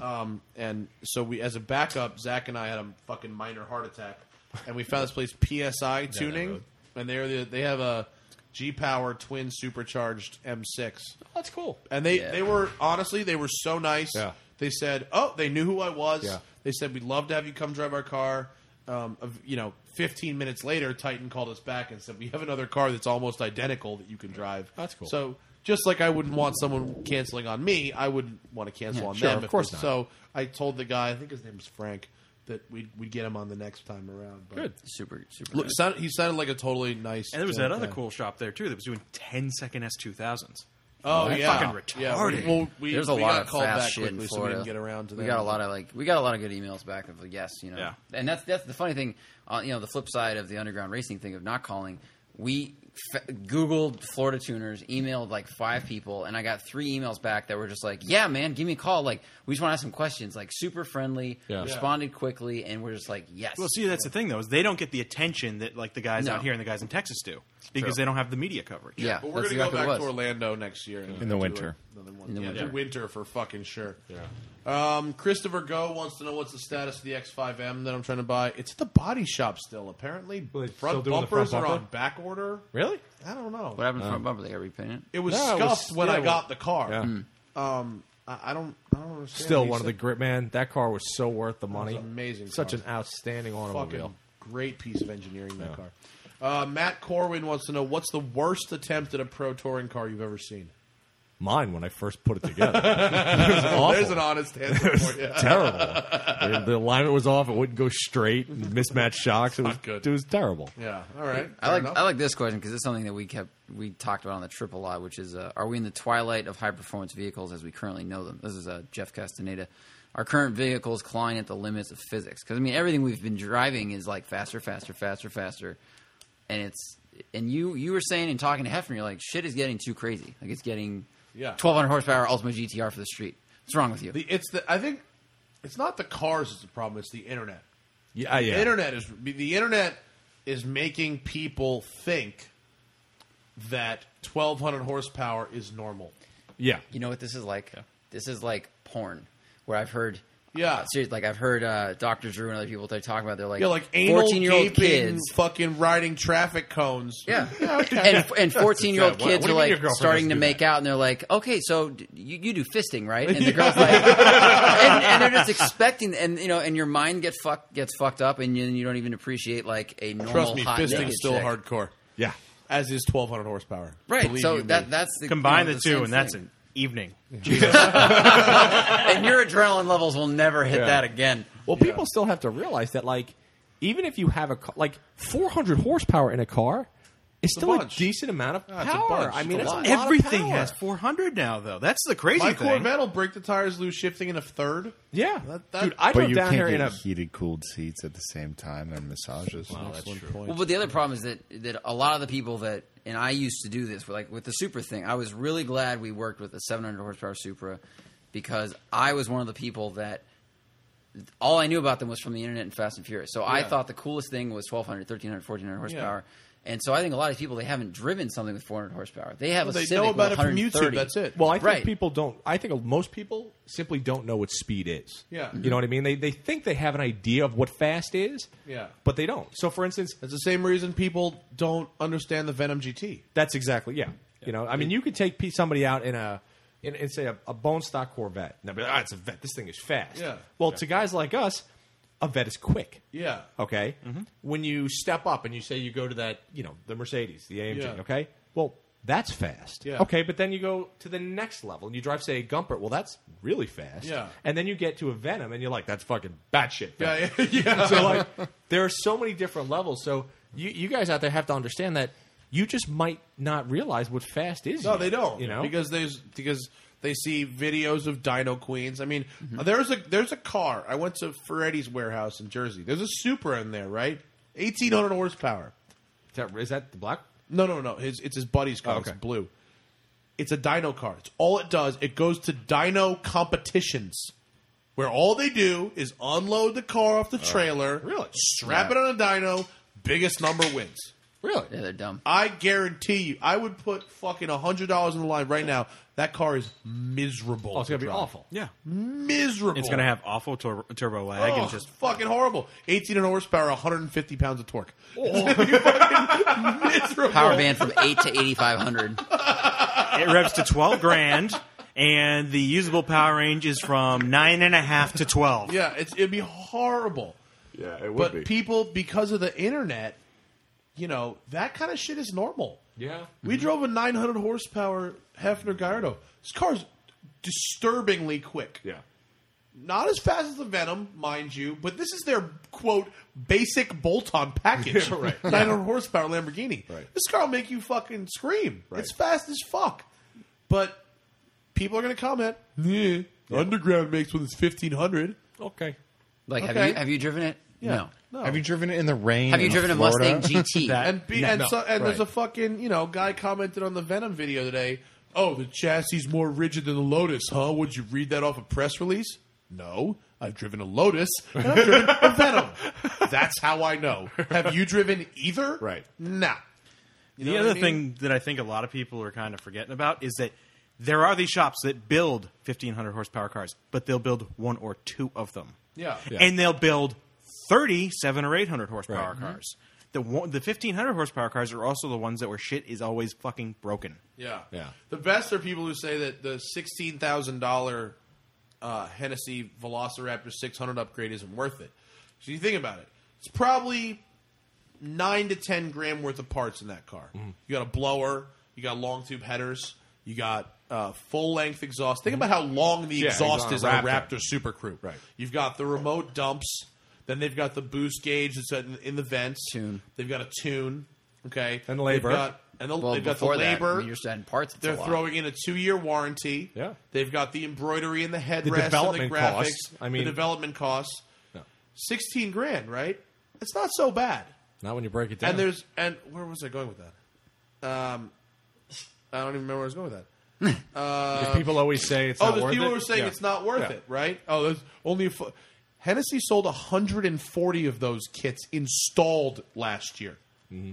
B: um, and so we as a backup, Zach and I had a fucking minor heart attack, and we found this place PSI
C: that
B: tuning,
C: road.
B: and they're the, they have a G Power twin supercharged M6
C: That's cool.
B: and they
C: Yeah.
B: they were honestly they were so nice.
C: Yeah.
B: They said, "Oh, they knew who I was."
C: Yeah.
B: They said, "We'd love to have you come drive our car." Um, of- you know, 15 minutes later, Titan called us back and said, "We have another car that's almost identical that you can drive."
C: That's cool.
B: So just like I wouldn't want someone canceling on me, I wouldn't want to cancel
C: Yeah,
B: on
C: sure,
B: them.
C: of
B: if-
C: course not.
B: So I told the guy, I think his name was Frank, that we'd we'd get him on the next time around. But
D: Good.
F: Super, super.
B: Look, sound- he sounded like a totally nice.
D: And there was
B: gentle
D: that other
B: guy.
D: cool shop there too that was doing 10 second S two thousands.
B: Oh yeah,
D: fucking retarded.
B: Yeah, we- well, we,
F: There's a
B: we
F: lot
B: got
F: of
B: called
F: fast
B: back
F: shit
B: quickly,
F: in
B: so we
F: Florida.
B: didn't get around to
F: We
B: them.
F: got a lot of like we got a lot of good emails back of like yes, you know.
B: Yeah.
F: And that's that's the funny thing. Uh, you know, the flip side of the underground racing thing of not calling. We f- googled Florida tuners, emailed like five people, and I got three emails back that were just like, "Yeah, man, give me a call. Like, we just want to ask some questions. Like, super friendly,
D: Yeah.
F: responded quickly, and we're just like, yes."
D: Well, see, that's the thing though is they don't get the attention that like the guys
F: No.
D: out here and the guys in Texas do because
F: true.
D: they don't have the media coverage.
F: Yeah,
B: But we're
F: that's
B: going to go
F: exactly
B: back
F: what it
B: to
F: was.
B: Orlando next year and
E: In
B: do
E: the
B: a-
E: winter.
B: Another one.
F: In the
B: yeah,
F: winter.
B: the winter for fucking sure.
C: Yeah.
B: Um, Christopher Go wants to know what's the status of the X5M that I'm trying to buy. It's at the body shop still. Apparently,
C: Well, it's
B: front
C: still doing the front
B: bumpers are
C: bumper?
B: on back order.
C: Really?
B: I don't know.
F: What happened to
E: Uh,
F: front bumper? They got repainted.
B: It was
C: No, it was-
B: scuffed when
C: yeah,
B: I
C: well-
B: got the car.
C: Yeah.
E: Hmm.
C: Mm.
B: Um, I, I don't. I don't understand.
C: Still
B: He
C: one of the
B: said
C: great man. That car was so worth the money.
B: amazing
C: Such
B: car.
C: an outstanding automobile.
B: fucking great piece of engineering that car. Uh, Matt Corwin wants to know what's the worst attempt at a pro touring car you've ever seen.
C: Mine when I first put it
B: *laughs*
C: together. It was awful.
B: There's an honest
C: *laughs*
B: answer
C: It was
B: for you.
C: terrible. the,
B: *laughs*
C: the alignment was off. It wouldn't go straight. Mismatched shocks. It was
B: good.
C: It was terrible.
B: Yeah. All right.
F: I like I like this question because it's something that we kept we talked about on the trip a lot, which is uh, are we in the twilight of high performance vehicles as we currently know them? This is uh, Jeff Castaneda. Our current vehicles clawing at the limits of physics because I mean everything we've been driving is like faster, faster, faster, faster, and it's and you you were saying and talking to Hefner, you're like shit is getting too crazy. Like it's getting
B: Yeah.
F: 1200 horsepower Ultima GTR for the street. What's wrong with you?
B: The, it's the I think it's not the cars that's the problem. It's the internet.
C: Yeah, uh, yeah.
B: The internet is the internet is making people think that 1200 horsepower is normal.
C: Yeah.
F: You know what this is like? This is like porn, where I've heard.
B: Yeah.
F: uh, seriously, like I've heard uh, Dr. Drew and other people they talk about. They're like,
B: yeah, like anal
F: 14 year old
B: gaping,
F: kids.
B: fucking riding traffic cones.
F: Yeah.
B: *laughs* okay.
F: And,
B: *laughs*
F: and 14 year old
B: What- what
F: kids
B: do you
F: are
B: mean your
F: like
B: girlfriend
F: starting
B: doesn't
F: to
B: do
F: make out and they're like, okay, so d- you, you do fisting, right? And the girl's
B: *laughs*
F: like, and, and they're just expecting, and you know, and your mind get fuck, gets fucked up and you, you don't even appreciate like a normal
B: Trust me,
F: hot
B: fisting's
F: naked
B: still
F: chick.
B: hardcore.
C: Yeah.
B: As is 1200 horsepower.
F: Right.
B: Believe
F: so
B: you me.
F: that that's the,
D: Combine
F: you know,
D: the, two,
F: same
D: and that's
F: thing.
D: an evening.
F: *laughs* and your adrenaline levels will never hit
C: Yeah.
F: that again.
C: Well, people still have to realize that, like, even if you have a ca- like 400 horsepower in a car, it's,
B: a
C: still a,
B: bunch.
C: decent amount of
B: Yeah, it's a
C: power.
B: bunch.
C: I mean,
B: It's
C: it's
B: a
C: a
B: lot.
C: lot of
D: Everything
C: power.
D: has 400 now though. That's the crazy
B: my
D: thing.
B: Corvette will break the tires, lose shifting in a third.
C: Yeah,
B: That- that-
C: dude, I
E: but
C: drove
E: you
C: down
E: can't
C: here in
E: get
C: a
E: heated, cooled seats at the same time and massages.
B: Oh,
F: Well, but the other problem is that that a lot of the people that and I used to do this with like with the Supra thing. I was really glad we worked with the 700 horsepower Supra because I was one of the people that all I knew about them was from the internet and Fast and Furious. So I
B: Yeah.
F: thought the coolest thing was 1200, 1300, 1400 horsepower. And so I think a lot of people they haven't driven something with 400 horsepower. They have
B: Well,
F: a
B: they
F: Civic
B: know about it
F: with
B: from YouTube.
F: 130.
B: That's it.
C: Well, I think
F: Right.
C: people don't. I think most people simply don't know what speed is.
B: Yeah.
C: you know what I mean. They they think they have an idea of what fast is.
B: Yeah.
C: but they don't. So, for instance,
B: It's the same reason people don't understand the Venom GT.
C: that's exactly yeah. You know, I mean, you could take pe- somebody out in a in, in say a, a bone stock Corvette. And they'll be like, ah, it's a vet. This thing is fast.
B: Yeah.
C: Well, to guys like us, a vet is quick.
B: Yeah.
D: Mm-hmm.
B: Mm-hmm.
C: Okay. When you step up and you say you go to that, you know, the Mercedes, the AMG.
B: Yeah.
C: Okay. Well, That's fast.
B: Yeah.
C: Okay, but then you go to the next level and you drive, say, a Gumpert. Well, that's really fast.
B: Yeah.
C: And then you get to a Venom and you're like, that's fucking batshit.
B: Yeah,
C: fast.
B: yeah, yeah.
C: *laughs* So like, there are so many different levels. So you, you guys out there have to understand that you just might not realize what fast is.
B: No,
C: yet,
B: they don't.
C: You know,
B: because there's because they see videos of Dino Queens. I mean,
C: Mm-hmm.
B: there's a there's a car. I went to Ferretti's warehouse in Jersey. There's a Supra in there, right? Eighteen hundred horsepower.
C: Is that, is that the black? Oh,
B: No, no, no. His, it's his buddy's car. It's blue. It's a Dino car. It's all it does. It goes to Dino competitions. Where all they do is unload the car
C: Uh,
B: off the trailer, really? strap it on a dyno, biggest number wins.
C: Really?
F: Yeah, they're dumb.
B: I guarantee you, I would put fucking hundred dollars on the line right now. That car is miserable.
D: Oh, it's gonna be
B: to drive.
D: awful. Yeah.
F: Mm.
B: miserable.
D: It's going to have awful tur- turbo lag
B: Oh,
D: and just
B: fucking horrible. Eighteen hundred horsepower, one hundred and fifty pounds of torque.
D: Oh.
B: *laughs* miserable.
F: Power band from eight to eighty five hundred.
D: *laughs* it revs to twelve grand, and the usable power range is from nine and a half to twelve.
B: Yeah, it's, it'd be horrible.
J: Yeah, it would
B: but
J: be.
B: people, because of the internet, you know that kind of shit is normal.
C: Yeah.
B: We
J: Mm-hmm.
B: drove a 900 horsepower Hefner Gallardo. This car's disturbingly quick.
J: Yeah.
B: Not as fast as the Venom, mind you, but this is their quote basic bolt-on
J: *laughs*
B: package.
J: Yeah,
B: *laughs*
J: right.
B: 900 horsepower Lamborghini.
J: Right.
B: This car will make you fucking scream. It's fast as fuck. But people are going to comment. "Yeah, Underground makes one that's 1500.
C: Okay.
F: Like, have
B: Okay.
F: you have you driven it? No.
E: Have you driven it in the rain?
F: Have you
E: in
F: driven a *laughs*
E: Florida?
F: Mustang
B: *laughs*
F: GT? That-
B: and be,
F: No,
B: and,
F: no,
B: so, and there's a
F: right.
B: fucking you know guy commented on the Venom video today. Oh, the chassis is more rigid than the Lotus, huh? Would you read that off a press release? No, I've driven a Lotus and I've driven a
F: *laughs*
B: Venom. That's how I know. *laughs* Have you driven either? Right. Nah. You know
D: the
B: what
D: other
B: I mean?
D: thing that I think a lot of people are kind of forgetting about is that there are these shops that build 1500 horsepower cars, but they'll build one or two of them.
B: Yeah. Yeah.
D: And they'll build 30 7 or 800 horsepower
B: Right. Mhm.
D: cars. The one, the 1500 horsepower cars are also the ones that where shit is always fucking broken.
B: Yeah.
D: Yeah.
B: The best are people who say that the sixteen thousand dollar uh, Hennessy Velociraptor six hundred upgrade isn't worth it. So you think about it, it's probably nine to ten grand worth of parts in that car.
J: Mm-hmm.
B: You got a blower, you got long tube headers, you got uh, full length exhaust. Think about how long the
J: Mm-hmm. Yeah,
B: exhaust is
J: he's on a
B: on a
J: Raptor.
B: Raptor Super Crew.
J: Right.
B: You've got the remote dumps. Then they've got the boost gauge that's in, in the vents. Tune. They've got a tune. Okay.
C: And labor.
B: They've got, and the,
F: Well,
B: they've got the
F: before that, I
B: labor.
F: mean, you're saying parts, it's a
B: They're
F: lot.
B: throwing in a two-year warranty.
C: Yeah.
B: They've got the embroidery and the headrest,
C: The development
B: and the graphics.
C: costs. I
B: the
C: mean-
B: development costs.
C: No.
B: Sixteen grand, right? It's not so bad.
C: Not when you break it down.
B: And there's and where was I going with that? Um, I don't even remember where I was going with
C: *laughs*
B: that. Uh,
C: Because people always say it's
B: oh,
C: not
B: there's
C: worth
B: people
C: it?
B: who are saying
C: Yeah.
B: it's not worth
C: Yeah.
B: it, right? Oh, there's only a fo- Hennessy sold 140 of those kits installed last year.
C: Mm-hmm.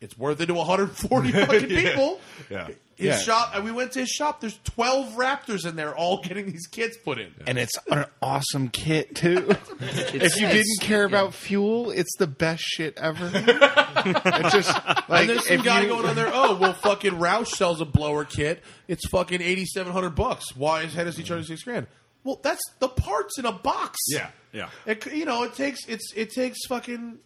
B: It's worth it to
C: *laughs*
B: 140 fucking
J: Yeah.
B: people.
J: Yeah.
B: His
E: Yeah.
B: shop, and we went to his shop. There's 12 Raptors in there, all getting these kits put in.
E: and it's an awesome kit too. if you didn't care about fuel, it's the best shit ever. it's just like
B: *laughs* and there's some
E: if
B: guy
E: you-
B: going on there. Oh, well, fucking Roush sells a blower kit. It's fucking eighty seven hundred bucks. Why is Hennessy charging six grand? Well, that's the parts in a box.
J: *laughs* Yeah, yeah.
B: It, c- you know, it takes it's it takes fucking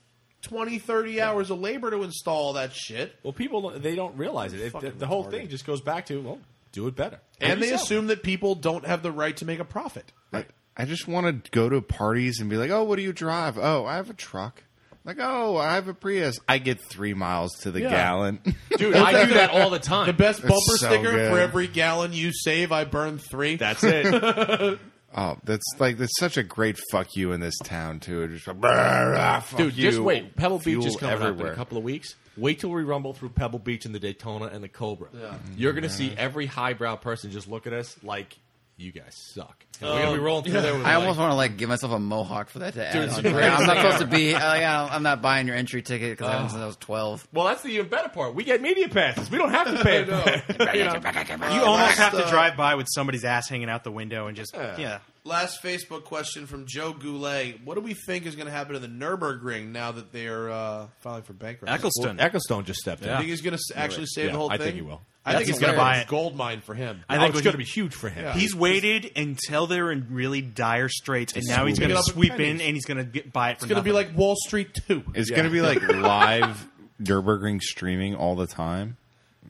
B: 20, 30 hours of labor to install all that shit.
C: Well, people they don't realize it. It- the,
B: Fucking
C: the whole
B: retarded.
C: thing just goes back to well, do it better.
B: And
C: Do it
B: they
C: yourself.
B: assume that people don't have the right to make a profit.
E: I, I just want to go to parties and be like, "Oh, what do you drive? Oh, I have a truck." Like, "Oh, I have a Prius. I get three miles to the
B: Yeah.
E: gallon." *laughs*
C: Dude, I do that all the time.
B: The best
E: It's
B: bumper
E: so
B: sticker
E: good.
B: for every gallon you save, I burn three.
C: That's it.
B: *laughs*
E: oh, that's like that's such a great fuck you in this town too. Just like, "Brr, ah, fuck
C: Dude,
E: you.
C: just wait. Pebble Beach is
E: Fuel
C: coming up in
E: everywhere.
C: a couple of weeks. Wait till we rumble through Pebble Beach and the Daytona and the Cobra.
B: Yeah.
C: You're gonna see every highbrow person just look at us like you guys suck. And We're
B: Um,
C: gonna be rolling through there. With
F: I
C: like,
F: almost want to like give myself a mohawk for that to add.
C: Dude,
F: on.
C: it's
F: Like,
C: the greatest
F: I'm not
C: thing
F: supposed
C: ever.
F: to be. Like, I don't, I'm not buying your entry ticket because I haven't
C: Oh.
F: since I was twelve.
C: Well, that's the even better part. We get media passes. We don't have
B: *laughs*
C: to pay. no. *laughs* you know?
D: You almost have to drive by with somebody's ass hanging out the window and just yeah.
B: Last Facebook question from Joe Goulet. What do we think is going to happen to the Nürburgring now that they're uh, filing for bankruptcy?
D: Eccleston.
C: Well, Ecclestone just stepped
B: I
C: in.
B: think he's going to
C: You're
B: actually
C: right.
B: save
C: Yeah,
B: the whole
C: I
B: thing.
C: think he will.
B: I think
D: That's
B: it's going to
D: hilarious.
B: buy a gold mine for him.
D: I
C: I
D: think
C: think it's
D: when
C: going to
D: he-
C: be huge for him.
B: Yeah.
D: He's waited until they're in really dire straits, and now he's
E: Swoop
D: going
E: in.
D: to
B: Pick it up
D: sweep
B: in
D: in
B: pennies.
D: and he's going to buy it for
B: It's going to be like Wall Street 2.
E: It's going to be like live Nurburgring streaming all the time.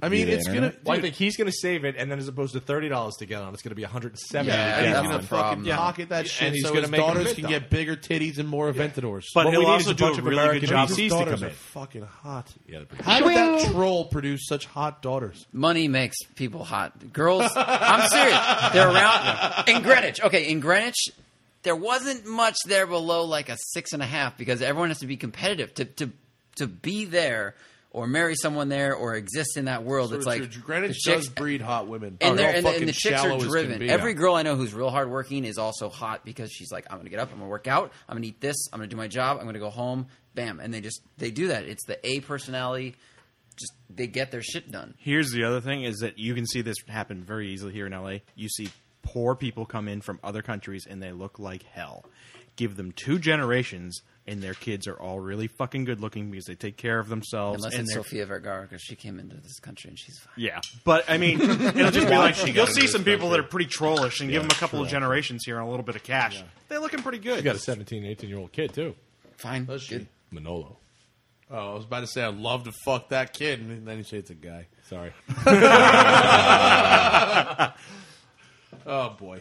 B: I
E: via
B: mean,
E: the
B: it's
E: internet.
B: gonna.
C: Well, I think he's going to save it, and then as opposed to thirty dollars to get on, it's going to be one hundred and seventy.
B: Yeah, and he's gonna fucking pocket that shit
C: and he's
B: so
C: gonna
B: his
C: make him
B: daughters
C: admit
B: can
C: that.
B: get bigger titties and more Aventadors.
C: But What he'll we need also is a do bunch a of really American good job
B: His
C: VCs to
B: daughters
C: come
B: are
C: in.
B: fucking hot.
C: Yeah, they're pretty
B: How did that troll produce such hot daughters?
F: Money makes people hot. Girls, I'm serious. They're
C: *laughs*
F: around in Greenwich. Okay, in Greenwich, there wasn't much there below like a six and a half because everyone has to be competitive to to to be there or marry someone there or exist in that world.
B: So
F: it's
B: it's
F: like
B: true. Greenwich
F: the chicks-
B: does breed hot women.
F: and, they're,
B: They're
F: and,
B: all
F: the- and
B: Oh, fucking
F: the chicks
B: shallow
F: are
B: as can
F: driven.
B: be.
F: Every
B: Yeah.
F: girl I know who's real hardworking is also hot because she's like, I'm going to get up, I'm going to work out, I'm going to eat this, I'm going to do my job, I'm going to go home, bam, and they just they do that. It's the A personality. Just they get their shit done.
D: Here's the other thing is that you can see this happen very easily here in LA. You see poor people come in from other countries and they look like hell. Give them two generations and their kids are all really fucking good looking because they take care of themselves.
F: Unless
D: and
F: it's
D: they're-
F: Sofia Vergara because she came into this country and she's fine.
D: Yeah, but I *laughs* mean, it'll just be
F: Why
D: like
F: she
D: you'll
F: got
D: see
F: into
D: some
F: this
D: people that are pretty trollish and give
C: Yeah,
D: them a couple
C: true.
D: of generations here and a little bit of cash. They're looking pretty good.
C: You got a 17, 18 year old kid too.
F: Fine,
B: Does she?
C: Manolo.
B: Oh, I was about to say I'd love to fuck that kid, and then you say it's a guy. Sorry. *laughs* oh boy.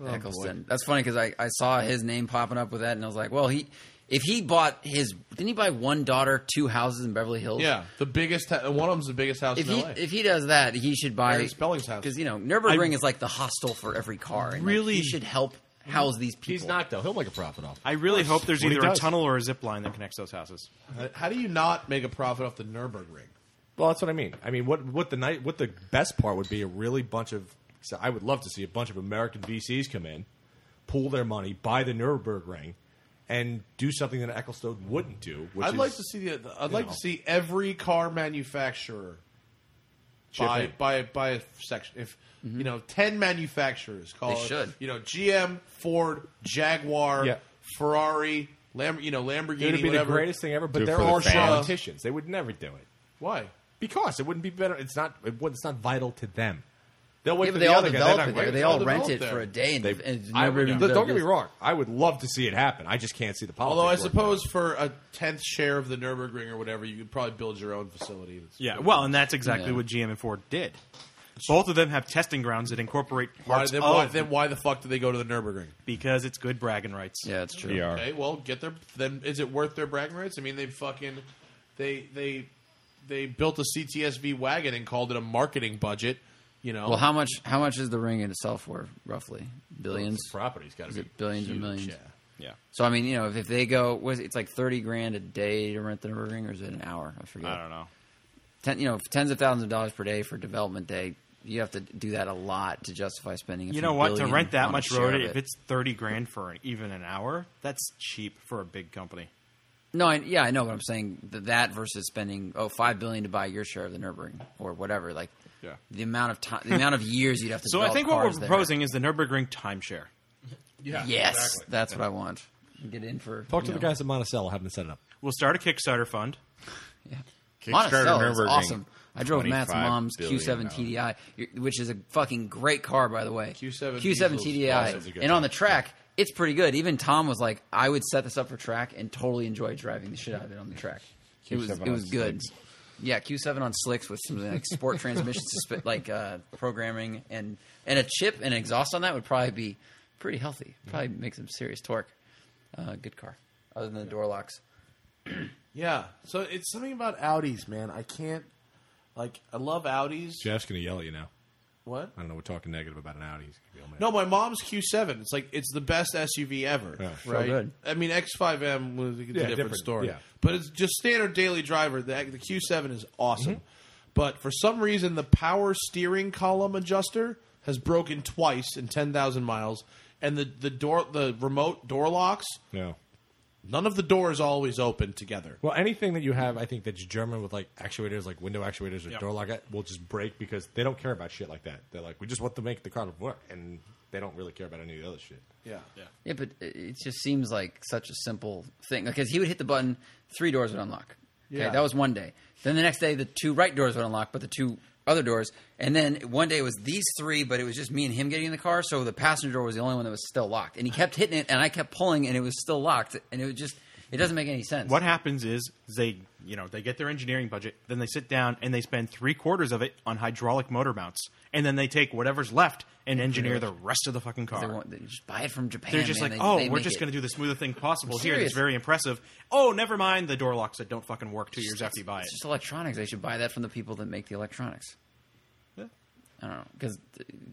B: Oh,
F: Eccleston.
B: boy.
F: That's funny because I, I saw his name popping up with that, and I was like, well, he if he bought his didn't he buy one daughter, two houses in Beverly Hills?
B: Yeah, the biggest. Ha- one of them's the biggest house
F: If
B: in
F: he
B: LA.
F: if he does that, he should buy
B: Aaron Spelling's house.
F: because you know Nurburgring
B: I-
F: is like the hostel for every car. And really,
D: Really?
F: he should help house these people.
D: He's not,
C: though. He'll make a profit off.
D: I really hope there's
B: What he
D: either a
B: does.
D: tunnel or a zip line that connects those houses.
B: How do you not make a profit off the Nurburgring?
C: Well, that's what I mean. I mean, what what the night what the best part would be a really bunch of. So I would love to see a bunch of American VCs come in, pool their money, buy the Nurburgring, and do something that Ecclestone wouldn't do. Which
B: I'd
C: is,
B: like to see the. the- I'd
C: you
B: like
C: know.
B: to see every car manufacturer
C: Chip
B: buy
C: in.
B: buy buy a section. If you know ten manufacturers, call
F: They
B: it,
F: should.
B: You know GM, Ford, Jaguar,
C: Yeah.
B: Ferrari, Lam- you know Lamborghini.
C: It would be
B: whatever.
C: the greatest thing ever, but
B: Do it
C: there
B: for the
C: are
B: fans.
C: politicians. They would never do it.
B: Why?
C: Because it wouldn't be better. It's not. It, would- it's not vital to them. They'll wait
F: Yeah,
C: for
F: but
C: the
F: they all
C: other guy. They're
F: develop
C: not
F: it there.
C: waiting.
F: They all
B: They'll
F: rent
B: develop
F: it
B: there.
F: for a day. And, and
C: I would-
F: Nurburgring
C: don't get me
F: does-
C: wrong. I would love to see it happen. I just can't see the politics.
B: Although I
C: working.
B: suppose for a tenth share of the Nurburgring or whatever, you could probably build your own facility. That's
D: Yeah, well, and that's exactly what GM and Ford did. Both of them have testing grounds that incorporate
B: Why,
D: parts
B: then,
D: of
B: why, then why the fuck do they go to the Nurburgring?
D: because it's good bragging rights.
F: Yeah, it's true.
B: Okay, well, get their then. Is it worth their bragging rights? I mean, they fucking they they they built a CTSV wagon and called it a marketing budget. You know,
F: Well, how much how much is the ring itself worth roughly? Billions.
B: the property's gotta
F: Is
B: be
F: it billions
B: huge,
F: and millions.
B: yeah.
D: Yeah.
F: So I mean, you know, if, if they go, was it's like thirty grand a day to rent the Nurburgring, or is it an hour? I forget.
D: I don't know.
F: Ten, you know, tens of thousands of dollars per day for development day. You have to do that a lot to justify spending. a
D: You
F: few
D: know what? To
F: billion
D: rent that
F: on a
D: much
F: share
D: road,
F: of
D: if
F: it.
D: it's thirty grand for even an hour, that's cheap for a big company.
F: No, I, yeah, I know, but I'm saying that, that versus spending oh five billion to buy your share of the Nurburgring or whatever, like
D: Yeah.
F: the amount of time, the amount of years you'd have to.
D: *laughs* So I
F: develop
D: think what we're
F: cars there.
D: proposing is the Nurburgring timeshare.
F: yes, that's what I want. Get in for
C: Talk
F: you
C: to the
F: know.
C: guys at Monticello. Have them set it up.
D: We'll start a Kickstarter fund.
F: Yeah.
D: Kickstarter
F: Monticello is
D: Nürburgring,
F: awesome. I drove Matt's
D: 25
F: mom's
D: billion
F: Q7 TDI, y- which is a fucking great car, by the way.
B: Q7
F: Q7
B: diesel's
F: TDI,
B: awesome.
F: and on the track, it's pretty good. Even Tom was like, "I would set this up for track and totally enjoy driving the shit out of it on the track." It was
E: Q7
F: it was
E: on
F: good. Yeah, Q7 on slicks with something like sport *laughs* transmission, suspe- like uh, programming, and and a chip and exhaust on that would probably be pretty healthy. Probably make some serious torque. Uh, good car, other than the door locks.
B: yeah. So it's something about Audis, man. I can't like I love Audis.
C: Jeff's gonna yell at you now.
B: What?
C: I don't know. We're talking negative about an Audi. He's gonna be all mad.
B: No, my mom's Q7. It's like it's the best SUV ever,
C: Yeah.
B: right?
C: So good.
B: I mean, X5M was it's a different,
C: different,
B: story,
C: yeah.
B: but it's just standard daily driver. The, the Q7 is awesome,
C: Mm-hmm.
B: but for some reason, the power steering column adjuster has broken twice in ten thousand miles, and the the door the remote door locks.
C: No.
B: None of the doors always open together.
C: Well, anything that you have, I think that's German with like actuators, like window actuators or
B: Yeah.
C: door lock, will just break because they don't care about shit like that. They're like, we just want to make the car work, and they don't really care about any of the other shit.
B: Yeah.
C: yeah.
F: Yeah, but it- it just seems like such a simple thing. Because he would hit the button, three doors would unlock. Okay,
B: Yeah.
F: that was one day. Then the next day, the two right doors would unlock, but the two other doors. And then one day it was these three, but it was just me and him getting in the car. So the passenger door was the only one that was still locked, and he kept hitting it, and I kept pulling, and it was still locked, and it was just. It doesn't make any sense.
D: What happens is they, you know, they get their engineering budget, then they sit down and they spend three quarters of it on hydraulic motor mounts, and then they take whatever's left and engineer the rest of the fucking car.
F: They want- they just buy it from Japan.
D: They're just
F: man.
D: like,
F: They-
D: oh,
F: they
D: we're
F: make
D: just
F: it."
D: going to do the smoothest thing possible
F: I'm
D: here. It's
F: serious.
D: very impressive. Oh, never mind the door locks that don't fucking work two years after you buy it.
F: It's just electronics. They should buy that from the people that make the electronics.
D: Yeah.
F: I don't know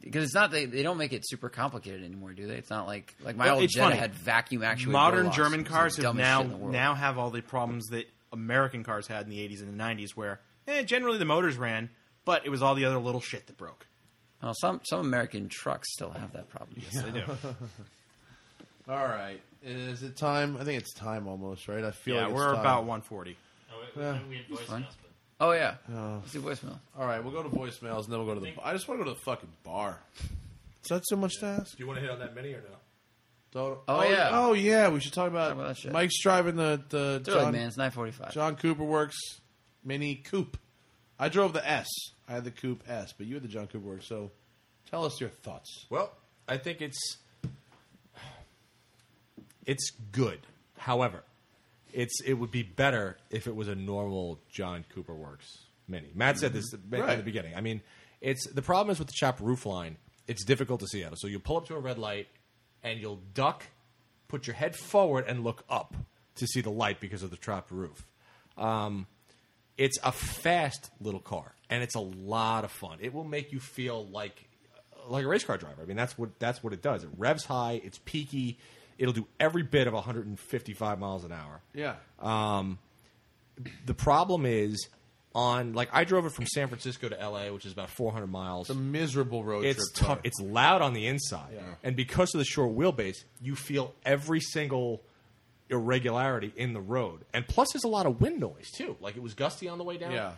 F: because it's not they, they don't make it super complicated anymore, do they? It's not like like my
D: Well,
F: old
D: it's
F: Jetta
D: funny.
F: had vacuum actuated. door
D: Modern
F: locks.
D: German
F: It was the
D: cars have
F: dumbest
D: now
F: shit in the world.
D: now have all the problems that American cars had in the 80s and the 90s, where eh, generally the motors ran, but it was all the other little shit that broke.
F: Well, some some American trucks still have that problem.
D: Yes, they do.
B: All right. Is it time? I think it's time almost, right? I feel
D: yeah,
B: like it's
D: we're
B: time.
D: about 140.
B: Yeah.
F: It's fine. Oh yeah, Let's do voicemail.
B: All right, we'll go to voicemails and then we'll go to the. I just want to go to the fucking bar. Is that so much to ask?
C: Do you want to hit on that many or no?
B: Don't-
F: Oh, yeah.
B: Oh yeah. We should talk about,
F: shit.
B: Mike's driving the the.
F: Do it, man. It's 9:45.
B: John Cooper works Mini Coupe. I drove the S. I had the Coupe S, but you had the John Cooper Works. So, tell us your thoughts.
C: Well, I think it's it's good. However, it's it would be better if it was a normal John Cooper Works Mini. Matt said this at
B: Right.
C: the beginning. I mean, it's the problem is with the chopped roof line. It's difficult to see out of. So you pull up to a red light, and you'll duck, put your head forward, and look up to see the light because of the chopped roof. Um, it's a fast little car, and it's a lot of fun. It will make you feel like like a race car driver. I mean, that's what that's what it does. It revs high. It's peaky. It'll do every bit of 155 miles an hour.
B: Yeah.
C: Um, the problem is on like I drove it from San Francisco to L.A., which is about 400 miles.
B: It's a miserable road
C: It's
B: trip.
C: tough. It's loud on the inside,
B: Yeah.
C: and because of the short wheelbase, you feel every single irregularity in the road. And plus, there's a lot of wind noise too. Like it was gusty on the way down.
B: Yeah.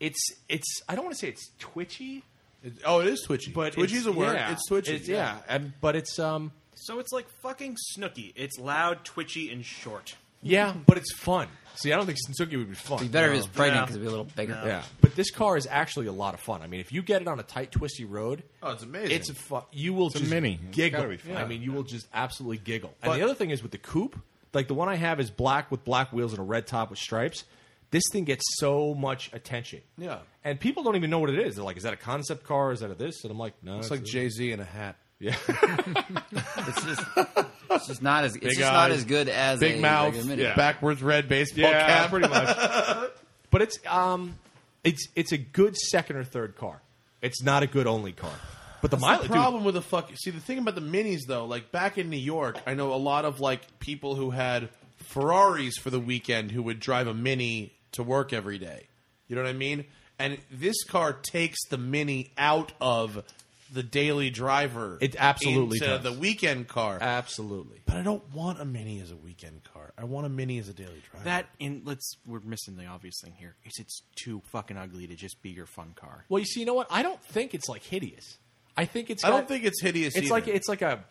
C: It's it's. I don't want to say it's twitchy.
B: It- oh, it is twitchy.
C: But
B: Twitchy's
C: it's-
B: a word.
C: yeah.
B: It's twitchy,
C: yeah, and, but it's um.
D: So it's like fucking Snooky. It's loud, twitchy, and short.
C: Yeah, but it's fun. See, I don't think Suzuki would be fun.
D: It'd be better if it's pregnant, No. 'cause it'd be a
F: little bigger.
D: No.
C: Yeah, but this car is actually a lot of fun. I mean, if you get it on a tight, twisty road,
B: Oh, it's amazing.
C: It's a fun. You will
E: a
C: just
E: mini. It's
C: giggle.
E: gotta be fun.
C: I mean, you will just absolutely giggle.
B: But-
C: and the other thing is with the coupe, like the one I have is black with black wheels and a red top with stripes. This thing gets so much attention.
B: Yeah.
C: and people don't even know what it is. They're like, "Is that a concept car? Is that a this?" And I'm like, "No,
B: It's like Jay Z in a hat.
C: Yeah.
F: *laughs* It's just it's just not as it's
B: Big
F: just not
B: eyes,
F: as good as
B: big
F: a
B: mouth,
F: regular mini.
B: backwards red baseball
C: yeah,
B: cap. *laughs*
C: pretty much. but it's um, it's it's a good second or third car. It's not a good only car. But the
B: That's
C: mileage,
B: the
C: dude,
B: problem with the fuck. See, the thing about the minis though, like back in New York, I know a lot of like people who had Ferraris for the weekend who would drive a mini to work every day. You know what I mean? And this car takes the mini out of the daily driver.
C: It absolutely
B: into
C: does.
B: the weekend car.
C: Absolutely.
B: But I don't want a mini as a weekend car. I want a mini as a daily driver.
D: That and let's we're missing the obvious thing here is it's too fucking ugly to just be your fun car.
C: Well, you see, you know what? I don't think it's like hideous. I think it's.
B: I don't
C: got-
B: think it's hideous
C: It's
B: either.
C: like it's like a.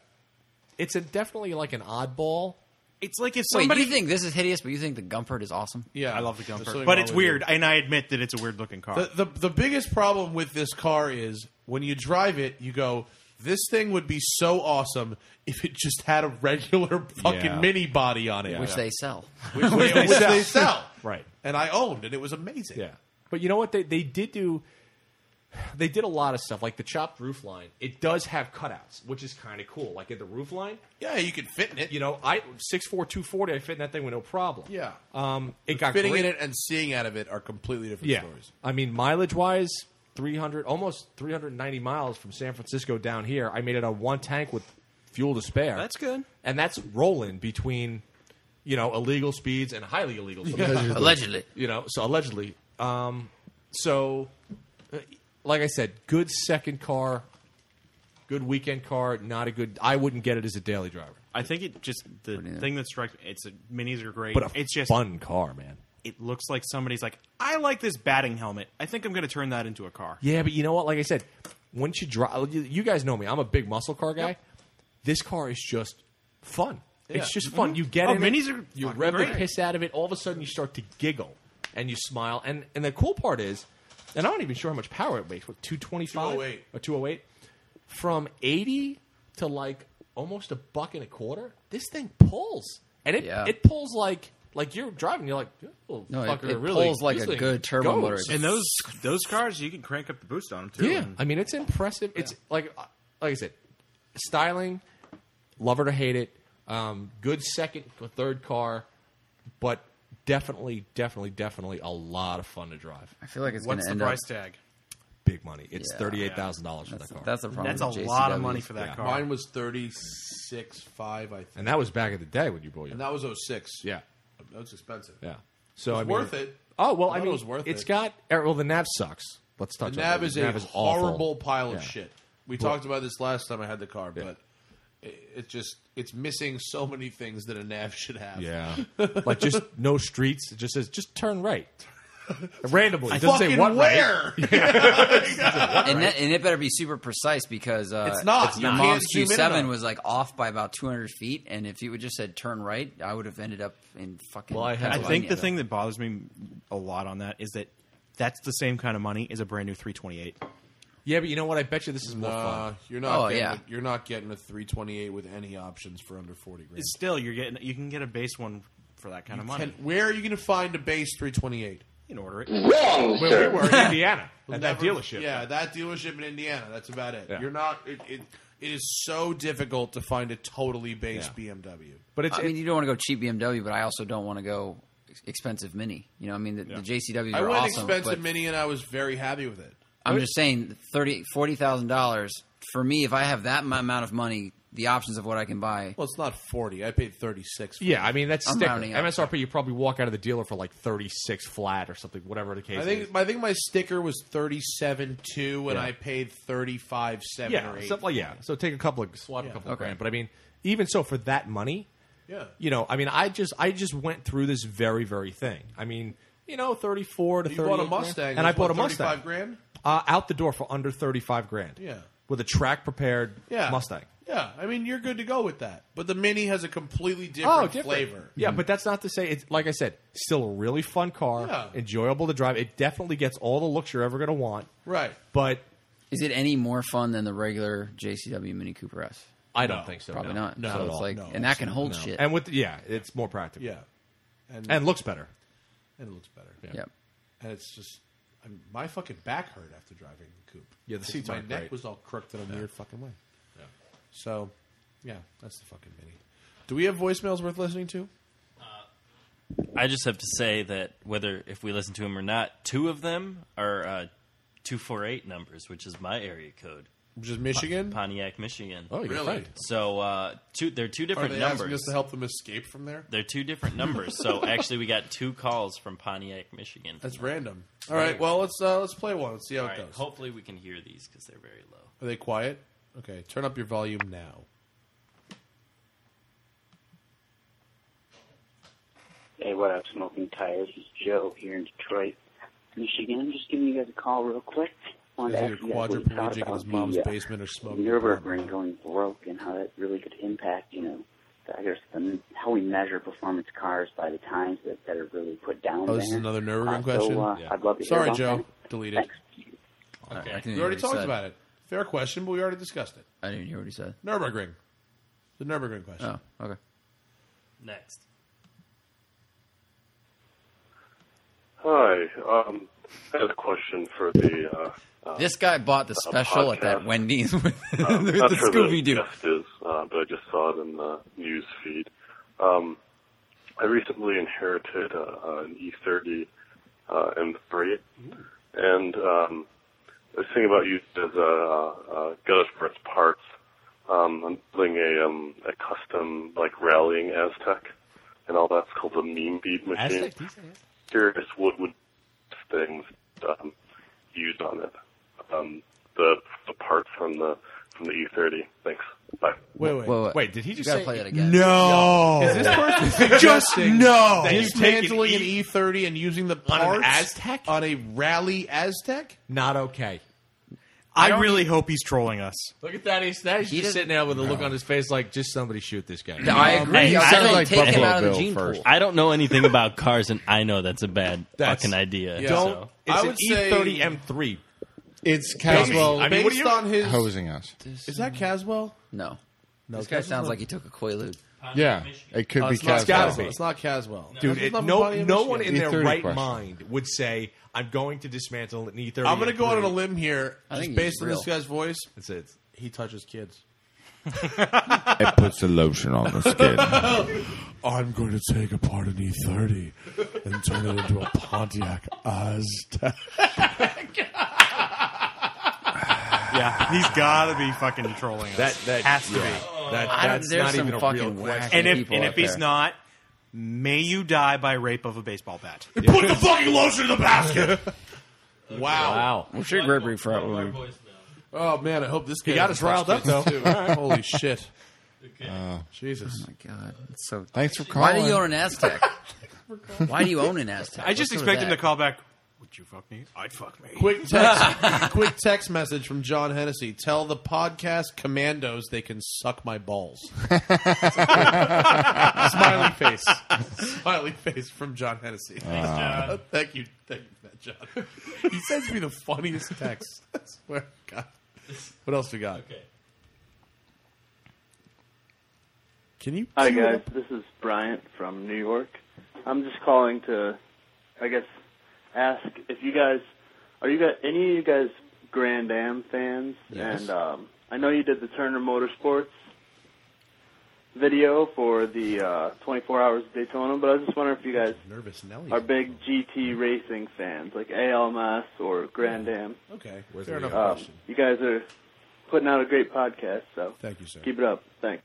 C: It's a definitely like an oddball.
D: It's like if
F: Wait, do
D: somebody
F: you think this is hideous, but you think the Gumpert is awesome?
B: yeah,
D: I love the
B: There's
D: Gumper,
B: something
D: but
B: wrong
D: it's
B: with
D: weird, and I admit that it's a weird looking car.
B: The, the the biggest problem with this car is when you drive it, you go, "This thing would be so awesome if it just had a regular fucking
E: Yeah.
B: mini body on it,
F: Which they sell.
B: *laughs* which,
C: *laughs*
B: which they, sell.
C: Right.
B: And I owned, and it was amazing.
C: Yeah. But you know what? They they did do. They did a lot of stuff like the chopped roof line. It does have cutouts, which is kind of cool. Like at the roof line,
B: yeah, you could fit in it.
C: you know, I six four two forty. I fit in that thing with no problem.
B: Yeah.
C: Um, it got
B: Fitting
C: great-
B: in it and seeing out of it are completely different
C: Yeah.
B: stories.
C: I mean, mileage wise, 300, almost 390 miles from San Francisco down here. I made it on one tank with fuel to spare.
D: That's good.
C: And that's rolling between, you know, illegal speeds and highly illegal speeds. *laughs*
F: Allegedly.
C: You know, so allegedly. Um, so, uh, like I said, good second car, good weekend car, not a good. I wouldn't get it as a daily driver.
D: I think it just the thing that strikes me. It's a, minis are great,
C: But a
D: it's just
C: fun car, man.
D: It looks like somebody's like, I like this batting helmet. I think I'm going to turn that into a car.
C: Yeah, but you know what? Like I said, once you drive, you, you guys know me. I'm a big muscle car guy. This car is just fun. It's just fun. You get
D: Oh,
C: in it,
D: minis are
C: you
D: fucking
C: rev
D: great.
C: the piss out of it. All of a sudden, you start to giggle and you smile. And and the cool part is, and I'm not even sure how much power it weighs. What 225
B: 208.
C: or 208? From 80 to like almost a buck and a quarter. This thing pulls, and it
F: Yeah.
C: it pulls like Like you're driving, you're like, oh,
F: No, it-
C: fucker,
F: it
C: really,
F: pulls like
C: this
F: a
C: thing
F: good turbo
C: goes."
F: motor.
D: And those those cars, you can crank up the boost on them too.
C: Yeah,
D: And-
C: I mean it's impressive. It's like like I said, styling, love it or hate it, um, good second or third car, but definitely, definitely, definitely a lot of fun to drive. I
F: feel like it's What's gonna the end price up- tag?
C: Big money. It's
F: Yeah.
C: thirty eight thousand dollars for
F: That's-
C: that car.
F: that's a problem
D: That's with a lot of JCWs. money for that car.
B: Mine was thirty six five, I think.
C: And that was back in the day when you bought your.
B: and that was 06.
C: Yeah.
B: that was expensive.
C: Yeah.
B: It
C: So
B: was
C: I mean,
B: worth it.
C: Oh well, I,
B: thought
C: mean,
B: it was worth
C: It's
B: it.
C: got er, well, the nav sucks. Let's
B: The
C: touch. on
B: nav
C: that.
B: is
C: The
B: a
C: awful.
B: horrible pile of
C: Yeah.
B: shit. We
C: Well-
B: talked about this last time I had the car, but but it- it's just it's missing so many things that a nav should have. *laughs*
C: Yeah. *laughs* like just no streets. It just says just turn right. *laughs* Randomly.
B: I
C: It doesn't say
B: fucking
C: what right. *laughs*
B: where? *laughs*
F: and, that, and it better be super precise because uh,
B: It's not.
F: Your
B: You
F: mom's
B: can't zoom in
F: Q7
B: enough.
F: was like off by about 200 feet, and if you would just said turn right, I would have ended up in fucking.
D: I
F: Pennsylvania.
D: think the thing that bothers me a lot on that is that that's the same kind of money as a brand new 328.
C: Yeah, but you know what? I bet you this is more
B: Nah,
C: fun.
B: you're not.
D: Oh,
B: getting
D: yeah.
B: a- you're not getting a 328 with any options for under 40 grand.
D: It's still you're getting you can get a base one for that kind
B: You
D: of money.
B: can- where are you going to find a base 328?
D: You can order it.
B: Wrong,
D: Where
B: sir.
D: we were,
C: *laughs*
D: in Indiana,
B: We'll
D: at that
B: never-
D: dealership.
B: Yeah, that dealership in Indiana. That's about it.
C: Yeah.
B: You're not. It, it, it is so difficult to find a totally based BMW.
C: But it's,
F: I mean, you don't want to go cheap BMW, but I also don't want to go ex- expensive Mini. You know, I mean, the, the JCWs
B: I
F: are
B: went
F: awesome.
B: expensive
F: but
B: mini, and I was very happy with it.
F: I'm just saying, thirty, forty thousand dollars for me. If I have that m- amount of money, the options of what I can buy.
B: Well, it's not forty. I paid thirty six.
C: Yeah, I mean that's
F: I'm
C: sticker.
F: rounding up.
C: MSRP. You probably walk out of the dealer for like thirty six flat or something, whatever the case.
B: I think
C: is.
B: I think my sticker was thirty seven two, and
C: Yeah.
B: I paid thirty five seven
C: yeah,
B: or eight.
C: something like yeah. So take a couple of swap
B: Yeah.
C: a couple of
B: Okay.
C: grand, but I mean, even so, for that money,
B: Yeah.
C: you know, I mean, I just I just went through this very very thing. I mean, you know, thirty four to
B: You
C: thirty.
B: bought a Mustang,
C: and I
B: that's
C: bought a
B: what,
C: Mustang.
B: 35 grand?
C: uh, out the door for under thirty five grand.
B: Yeah.
C: with a track prepared
B: Yeah.
C: Mustang.
B: Yeah, I mean you're good to go with that. But the mini has a completely different,
C: Oh, different.
B: flavor. Mm-hmm.
C: Yeah, but that's not to say it's like I said, still a really fun car,
B: Yeah.
C: enjoyable to drive. It definitely gets all the looks you're ever going to want.
B: Right.
C: But
F: Is it any more fun than the regular JCW Mini Cooper S?
C: I don't think so.
F: Probably
C: no.
F: not.
C: No,
F: So
C: not at
F: it's
C: all.
F: like,
C: No,
F: and that can hold
C: No.
F: shit.
C: And with yeah, it's more practical.
B: Yeah.
C: And, looks better.
B: And it looks better.
C: Yeah.
F: Yep.
B: And it's just I mean, my fucking back hurt after driving the coupe.
C: Yeah, the
B: Because
C: seats
B: My
C: aren't
B: neck
C: great.
B: was all crooked in a
C: Yeah.
B: weird fucking way.
C: Yeah.
B: So, yeah, that's the fucking mini. Do we have voicemails worth listening to?
K: I just have to say that whether if we listen to them or not, two of them are uh, two four eight numbers, which is my area code,
B: which is Michigan,
K: Pontiac, Michigan.
B: Oh, you're Really? right.
K: So uh, two, they're two different
B: Are they
K: numbers.
B: asking us to help them escape from there?
K: They're two different numbers.
B: *laughs*
K: so actually, we got two calls from Pontiac, Michigan.
B: That's random. All right, well let's uh, let's play one. Let's see how
K: All
B: it
K: right,
B: goes.
K: hopefully, we can hear these because they're very low.
B: Are they quiet? Okay, turn up your volume now.
J: Hey, what up, smoking tires? It's Joe here in Detroit, Michigan. I'm just giving you guys a call real quick. Wanted
B: Is
J: to
B: he
J: ask you guys what
B: a
J: you thought
B: quadriplegic in
J: about
B: his mom's
J: the, uh,
B: basement or smoking?
J: Nurburgring going broke and how that really could impact, you know, the, I guess the, how we measure performance cars by the times that, that are really put down.
B: Oh, this is
J: there.
B: another Nurburgring
J: uh,
B: question.
J: So, uh, I'd love to
B: Sorry,
J: hear about
B: Joe.
J: that.
B: Deleted.
F: I can
B: We
F: hear
B: already
F: what he
B: talked
F: said.
B: about it. Fair question, but we already discussed it.
F: I didn't hear what he said.
B: Nurburgring. The Nurburgring question.
F: Oh, okay.
K: Next.
M: Hi. Um, I had a question for the. Uh,
F: *laughs*
M: uh,
F: This guy bought the
M: uh,
F: special at that
M: podcast.
F: Wendy's with *laughs*
M: Uh,
F: with
M: not
F: the
M: sure
F: Scooby Doo.
M: guest is, uh, but I just saw it in the news feed. Um, I recently inherited uh, an E30 uh, M3, and um, I was thinking about using it as a, uh, uh, gutter for its parts. Um, I'm building a um, a custom like rallying Aztec, and all that's called a meme bead machine.
C: Aztec, you say it?
M: Curious what would things um, used on it. Um, the the parts from the from the E30. Thanks. Bye.
B: Wait, wait,
C: wait. Did he just
B: gotta
C: say
B: play that
C: again? No.
B: Is this person
C: Just
B: suggesting
C: no.
B: that
C: He's taking
B: dismantling an
C: E-
B: E30 and using the
C: On
B: parts
C: an Aztec?
B: on a rally Aztec?
C: Not okay.
D: I, really hope he's trolling us.
C: Look at that. He's, that, he's
D: He
C: just
D: doesn't-
C: sitting there with a look
D: No.
C: on his face like, just somebody shoot this guy.
K: No, I agree.
C: And he
K: I
C: sounds
K: think
C: like
K: take him
C: Buffalo
K: out of the
C: Bill
K: gene
C: first.
K: I don't know anything about cars, and I know that's a bad
C: That's-
K: fucking idea.
C: Yeah.
K: so-
C: Don't- It's
B: I
C: an E
B: would say-
C: E30 M3.
E: It's
B: Based-
E: Caswell.
B: based on his
E: hosing us?
B: Is that Caswell?
F: No.
B: No,
F: this guy
B: that's
F: sounds
B: not-
F: like he took a Quaalude.
E: Yeah, it could
B: Uh,
E: be
B: it's not
E: Caswell.
B: Caswell. It's not Caswell.
C: Dude,
B: That's
C: it,
B: not
C: no,
B: Bonnie and
C: no
B: Michigan.
C: one in
E: The
C: their
E: 30
C: right
E: question.
C: mind would say, I'm going to dismantle an E30.
B: I'm going to
C: and
B: go out on a
C: create-"
B: limb here.
C: I
B: Just
C: think
B: based
C: he's
B: on
C: real.
B: this guy's voice,
C: That's it.
B: He touches *laughs* kids.
E: It puts the lotion on the
B: *laughs*
E: skin.
B: I'm going to take apart an E30 and turn it into a Pontiac Aztec.
D: yeah, he's got to be fucking trolling us.
C: That- that-
D: has to
C: yeah.
D: be.
C: That- I don't- that's there's not some even a fucking real question. wacky
D: And if
C: people
D: and
C: out
D: if he's
C: there.
D: not, may you die by rape of a baseball bat.
B: *laughs* Put the fucking lotion in the basket. wow.
E: What's your Gregory from?
B: Oh man, I hope this guy
E: He got
B: doesn't
E: us riled
B: touch
E: up,
B: kids,
E: though.
B: too. Holy
E: *laughs*
B: shit!
E: Oh.
B: Jesus! Oh
F: my god! So
E: Thanks for
F: Why
E: calling.
F: do you own an
E: *laughs*
F: Aztec? *laughs* Why do you own an Aztec?
D: I just
F: What's up
D: expect
F: with
D: him
F: that?
D: to call back. Would you fuck me? I'd fuck me. *laughs*
B: Quick *laughs* text, quick text message from John Hennessy. Tell the podcast commandos they can suck my *laughs* balls. Smiley face. Smiley face from John Hennessy.
E: Thanks, John.
B: Uh, *laughs* Thank you. Thank you for that, John. He sends me the funniest text. *laughs* I swear to God. What else we got? Okay. Can you?
P: Hi
B: cue it
P: guys,
B: up?
P: this is Bryant from New York. I'm just calling to, I guess, ask if you guys are you guys any of you guys Grand Am fans?
Q: Yes.
P: And um, I know you did the Turner Motorsports video for the uh, 24 Hours of Daytona, but I was just wondering if you guys
B: Nervous Nelly.
P: are big GT racing fans, like AL Mass or Grand Am.
B: Okay.
P: Um,
B: Fair enough question.
P: You guys are putting out a great podcast, so
B: Thank you, sir.
P: Keep it up. Thanks.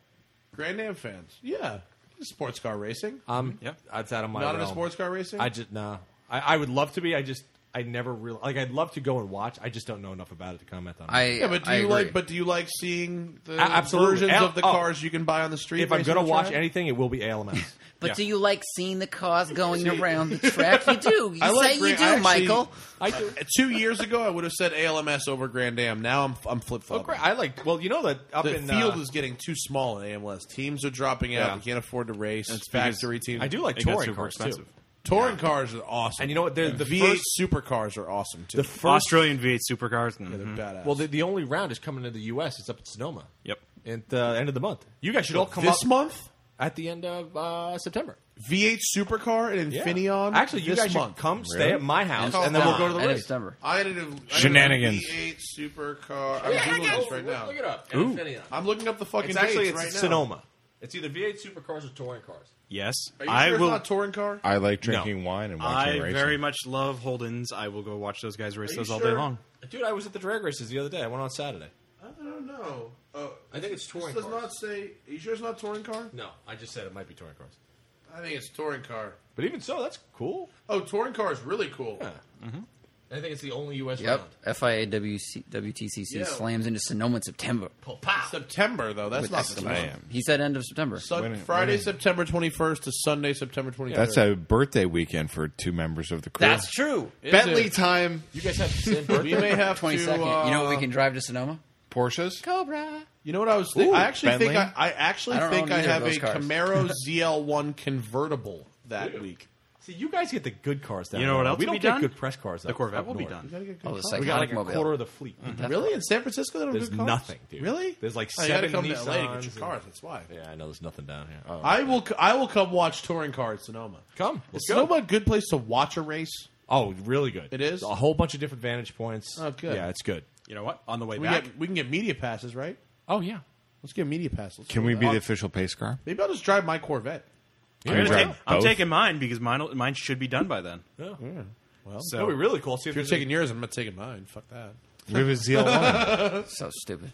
B: Grand Am fans. Yeah. Sports car racing.
C: Um, That's out of my
B: Not
C: realm.
B: into sports car racing?
C: I just, nah. I, I would love to be. I just, I never really, like, I'd love to go and watch. I just don't know enough about it to comment on it.
B: yeah, but do you like? But do you like seeing the
C: A- absolutely.
B: versions
C: Al-
B: of the
C: oh.
B: cars you can buy on the street?
C: If I'm
B: racing
C: going
B: on
C: to
B: the
C: watch
B: track?
C: anything, it will be ALMS. *laughs*
F: But
C: Yeah.
F: do you like seeing the cars going around the
C: *laughs*
F: track? You do. You
B: I like
F: say you
B: Grand-
F: do,
B: I actually- uh,
F: Michael.
C: I do.
B: two years ago, I would have said ALMS over Grand Am. Now I'm I'm flip flopping.
C: Oh, I like. Well, you know that up
B: the
C: in,
B: field
C: uh,
B: is getting too small in AMLS. Teams are dropping out.
C: Yeah.
B: We can't afford to race.
C: That's because
B: Factory teams.
C: I do like It gets touring super cars, too. expensive.
B: Touring cars are awesome.
C: And you know what? They're the
B: V8
C: first-
B: supercars are awesome too.
C: The first-
D: Australian V8 supercars. mhm.
C: Well, the, the only round is coming to the U.S. It's up at Sonoma.
D: Yep.
C: At the end of the month. You guys should all come
B: this
C: up
B: month.
C: at the end of uh, September.
B: V8 supercar and
C: Yeah.
B: Infineon.
C: Actually, you
B: this
C: guys should
B: month.
C: come stay Really? at my house,
B: Come
C: and then we'll
B: on.
C: go to the End of race. September.
B: I did a, I did a
E: Shenanigans.
B: V8 supercar. I'm
C: Yeah, I
B: googling
C: got-
B: this right
C: look-
B: now.
C: look it up. Ooh. Infineon.
B: I'm looking up the fucking
C: It's actually
B: dates
C: it's
B: right now.
C: Sonoma. It's either V8 supercars or touring cars.
D: Yes,
B: Are you
D: I
B: sure it's
D: will.
B: not a touring car?
E: I like drinking wine and watching
D: I
E: racing.
D: very much love Holden's. I will go watch those guys race
C: Are you
D: those all
C: sure?
D: day long.
C: Dude, I was at the drag races the other day. I went on Saturday.
B: I don't know. Oh,
C: I think it's touring
B: This does
C: cars.
B: not say. Are you sure it's not touring car?
C: No, I just said it might be touring cars.
B: I think it's touring car.
C: But even so, that's cool.
B: Oh, touring car is really cool. Mm-hmm.
C: I think it's the only U.S.
F: Yep. FIA WC, WTCC
B: Yeah.
F: slams into Sonoma in September.
B: September though. That's
F: With
B: not
F: Eskimo.
B: September.
F: He said end of September.
B: Sun- Friday, September 21st to Sunday, September 23rd.
E: That's a birthday weekend for two members of the crew.
F: That's true.
B: Is
E: Bentley
B: it?
E: time.
C: You guys have
B: we
F: *laughs*
B: may have to,
F: 22nd. you know what we
B: uh,
F: can drive to Sonoma?
E: Porsches.
F: Cobra.
B: You know what I was thinking?
F: Ooh,
B: I actually think I,
F: Bentley?
B: I actually
F: I don't
B: think
F: own
B: I
F: either of
B: have a
F: those cars. *laughs*
B: Camaro ZL1 convertible that
C: Dude.
B: week.
C: See, you guys get the good cars. Down
D: You know
C: there.
D: what else
C: We
D: will
C: don't
D: be
C: get
D: done?
C: good press cars.
D: The
C: up
D: Corvette
C: up
D: will be
C: north.
D: done.
B: You gotta get good
D: Oh, the
B: cars.
D: psychotic
C: We got like a
D: mobile.
C: quarter of the fleet.
B: Really? In San Francisco, they don't
C: There's
B: do cars?
C: nothing, dude.
B: Really?
C: There's like
B: Oh, you gotta
C: seven
B: come
C: Nissans.
B: to LA to get
C: and-
B: your cars. That's why.
C: Yeah, I know. There's nothing down here. Oh.
B: I will. c- I will come watch touring car at Sonoma.
C: Come.
B: Is
C: Let's go.
B: Sonoma a good place to watch a race?
C: Oh, really good.
B: It is?
C: a whole bunch of different vantage points.
B: Oh, good.
C: Yeah, it's good.
D: You know what? On the way
B: We,
D: back,
B: get, we can get media passes, right?
C: Oh yeah.
B: Let's get media passes.
E: Can we be the official pace car?
B: Maybe I'll just drive my Corvette.
E: Can
D: I'm,
E: we
D: gonna
E: drive
D: take, I'm
E: both?
D: taking mine because mine mine should be done by then.
C: Yeah.
B: Well,
D: So-
C: That'd be really cool. See
B: if
C: if
B: you're
C: there's
B: taking yours, I'm not taking mine. Fuck that.
E: We have
F: *laughs*
E: a
B: *laughs*
E: ZL1.
F: So stupid.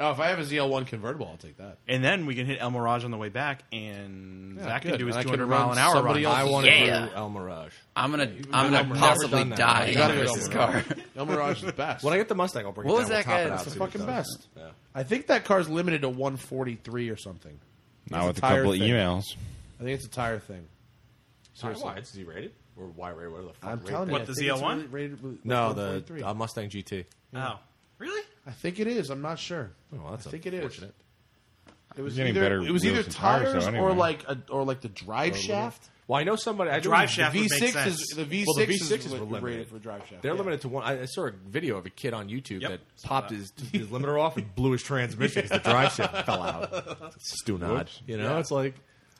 B: Oh, if I have a ZL1 convertible, I'll take that.
D: And then we can hit El Mirage on the way back, and
B: Yeah,
D: Zach
B: good.
D: can do his
B: And I can
D: 200 mile an hour run.
B: somebody else's-
D: I
C: want
D: wanna
C: to
D: do-
C: do El Mirage.
F: I'm gonna.
C: Even
F: I'm
C: though I've
F: gonna
C: never
F: possibly
C: done that.
F: die
C: You
F: in
C: gotta do
F: Chris's
C: El
F: car.
C: Mirage.
B: El Mirage is the best.
C: When I get the Mustang, I'll bring
F: What
C: it
F: was
C: down.
F: that
C: we'll top
F: guy?
C: it out,
F: It's the
C: see what
B: fucking
C: it does.
B: best.
C: Yeah.
B: I think that car's limited to 143 or something. It's
E: Now with a
B: tire
E: couple of
B: thing.
E: emails.
B: I think it's a tire thing. Seriously.
C: Why? It's Z-rated or Y-rated, whatever the fuck.
B: I'm
C: rated
B: telling you,
C: they
D: What,
B: I
D: the
B: think it's
D: ZL1?
B: really rated with- with
C: No,
B: 143.
C: the uh, Mustang GT.
D: Oh, really?
B: I think it is. I'm not sure.
C: well, that's
B: I think it is.
C: unfortunate.
B: It was
E: Getting
B: either
E: better
B: it was
E: wheels
B: either
E: and tires,
B: tires
E: though,
B: or
E: anyway.
B: like a, or like the drive shaft.
C: Well, I know somebody. I
B: Drive
C: know
B: shaft
C: the
B: would
C: V6
B: make
C: is
B: sense.
C: the V6,
B: Well, the
C: is,
B: V6 is
C: rated,
B: rated for drive shaft,
C: They're
B: yeah.
C: limited to one. I I saw a video of a kid on YouTube
B: Yep.
C: that
B: *laughs*
C: popped his, his limiter off and blew his transmission. 'cause the drive shaft *laughs* fell out. It's just do not.
B: Whoops.
C: You know,
B: Yeah.
C: it's like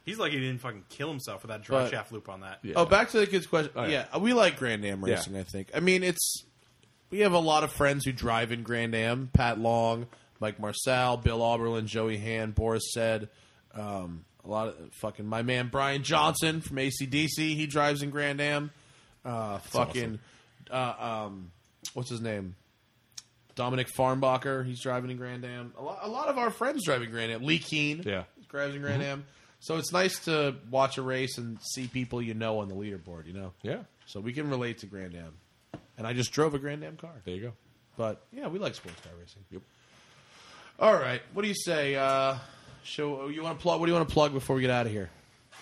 D: He's lucky he didn't fucking kill himself with that drive
B: But-
D: shaft loop on that.
B: Oh, back to the kid's question.
D: Oh, yeah.
B: yeah. we like Grand Am
D: Yeah.
B: racing. I think. I mean, it's we have a lot of friends who drive in Grand Am. Pat Long, Mike Marcel, Bill Oberlin, Joey Han, Boris said. Um, a lot of fucking my man Brian Johnson from ACDC. He drives in Grand Am. Uh, fucking, uh, um, what's his name? Dominic Farnbacher. He's driving in Grand Am. A lot, a lot of our friends driving Grand Am. Lee Keen.
C: Yeah.
B: drives in Grand
C: Mhm.
B: Am. So it's nice to watch a race and see people you know on the leaderboard, you know?
C: Yeah.
B: So we can relate to Grand Am. And I just drove a Grand Am car.
C: There you go.
B: But yeah, we like sports car racing. Yep. All right. What do you say? Uh show you want to plug what do you want to plug before we get out of here?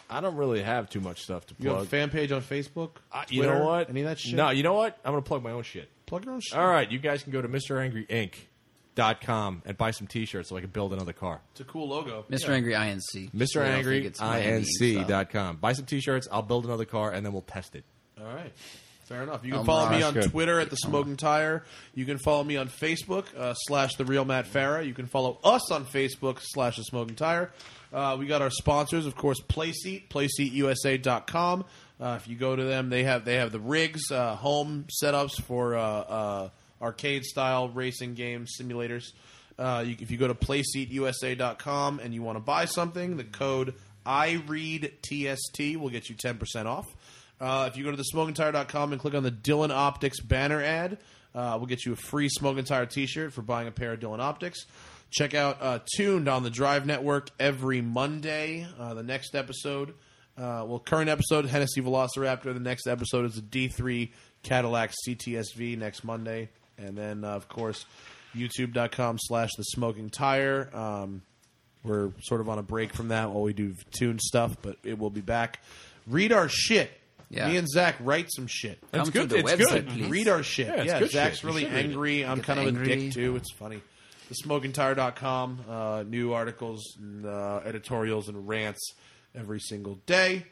C: I don't really have too much stuff to
B: You have a
C: plug.
B: fan page on Facebook?
C: you know
B: Twitter?
C: what?
B: Any of that shit?
C: No, you know what? I'm going to plug my own shit.
B: Plug your own shit.
C: All right, you guys can go to MrAngryInc.com and buy some T-shirts so I can build another car.
B: It's a cool logo.
F: Mr.
B: Yeah.
F: Angry INC.
C: Mr.
F: I don't
C: Angry
F: think it's Miami Ink stuff.
C: MrAngryInc.com. Buy some T-shirts. I'll build another car and then we'll test it.
B: All right. Fair enough. You can
C: Um,
B: follow me
C: that's
B: on
C: good.
B: Twitter at the Smoking Tire. You can follow me on Facebook uh, slash the Real Matt Farah. You can follow us on Facebook slash the Smoking Tire. Uh, we got our sponsors, of course, Playseat, PlayseatUSA.com. Uh, if you go to them, they have they have the rigs, uh, home setups for uh, uh, arcade style racing games, simulators. Uh, you, if you go to PlaySeatUSA.com and you want to buy something, the code IREADTST will get you 10% off. Uh, if you go to thesmokingtire.com and click on the Dylan Optics banner ad, uh, we'll get you a free Smoking Tire t shirt for buying a pair of Dylan Optics. Check out uh, Tuned on the Drive Network every Monday. Uh, the next episode, uh, well, current episode, Hennessy Velociraptor. The next episode is the D3 Cadillac CTSV next Monday. And then, uh, of course, youtube.com slash the smoking tire. Um, we're sort of on a break from that while we do tune stuff, but it will be back. Read our shit.
F: Yeah.
B: Me and Zach write some shit.
F: Come
B: it's
F: to
B: good.
F: the
B: it's
F: website,
B: good.
F: please.
B: Read our shit.
F: Yeah,
B: Yeah,
F: it's good
B: Zach's
F: shit. You
B: really
F: should read it.
B: angry. I'm
F: Get
B: kind of a
F: angry.
B: dick too. It's funny. TheSmokingTire.com, uh, new articles, and, uh, editorials, and rants every single day.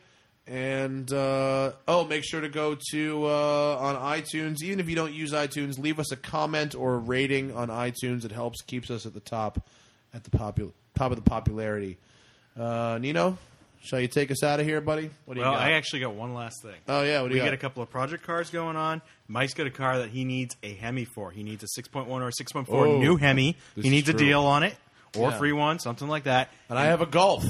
B: And uh, oh, make sure to go to uh, on iTunes. Even if you don't use iTunes, leave us a comment or a rating on iTunes. It helps keeps us at the top, at the popul- top of the popularity. Uh, Nino, shall you take us out of here, buddy? What do
D: well,
B: you got?
D: I actually got one last thing.
B: Oh, yeah, what do
D: we
B: you
D: got?
B: got?
D: a couple of project cars going on. Mike's got a car that he needs a Hemi for. He needs a 6.1 or a 6.4
B: Oh,
D: new Hemi.
B: this
D: He
B: is
D: needs a
B: true.
D: deal on it or
B: Yeah.
D: a free one, something like that.
B: And I have a Golf.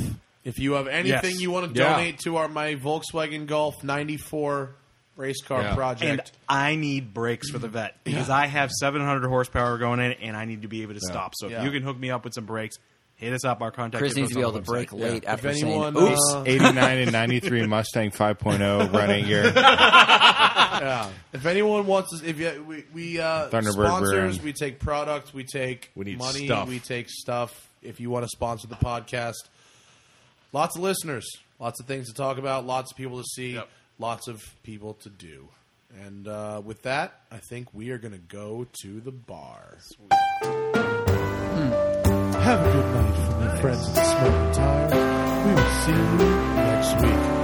B: If you have anything
D: Yes.
B: you want to
D: Yeah.
B: donate to our my Volkswagen Golf '94 race car project,
D: And I need brakes for the vet because I have 700 horsepower going in, and I need to be able to
B: Yeah.
D: stop. So if
B: Yeah.
D: you can hook me up with some brakes, hit us up. Our contact.
F: Chris
D: info's
F: needs to be
D: on
F: able to
D: the website.
F: brake late
D: Yeah.
F: after
D: If
F: saying,
D: anyone,
F: "Oops."
D: uh,
E: 89 and 93 Mustang
D: *laughs*
E: 5.0 running year.
B: yeah. If anyone wants, to, if you, we, we uh,
E: Thunderbird
B: sponsors,
E: Brewing.
B: we take product, we take
E: We need
B: money,
E: stuff.
B: we take stuff. If you want to sponsor the podcast, lots of listeners, lots of things to talk about, lots of people to see, lots of people to do. And uh, with that, I think we are going to go to the bar. Hmm. Have a good night, from the friends of the Smoking Tire. We will see you next week.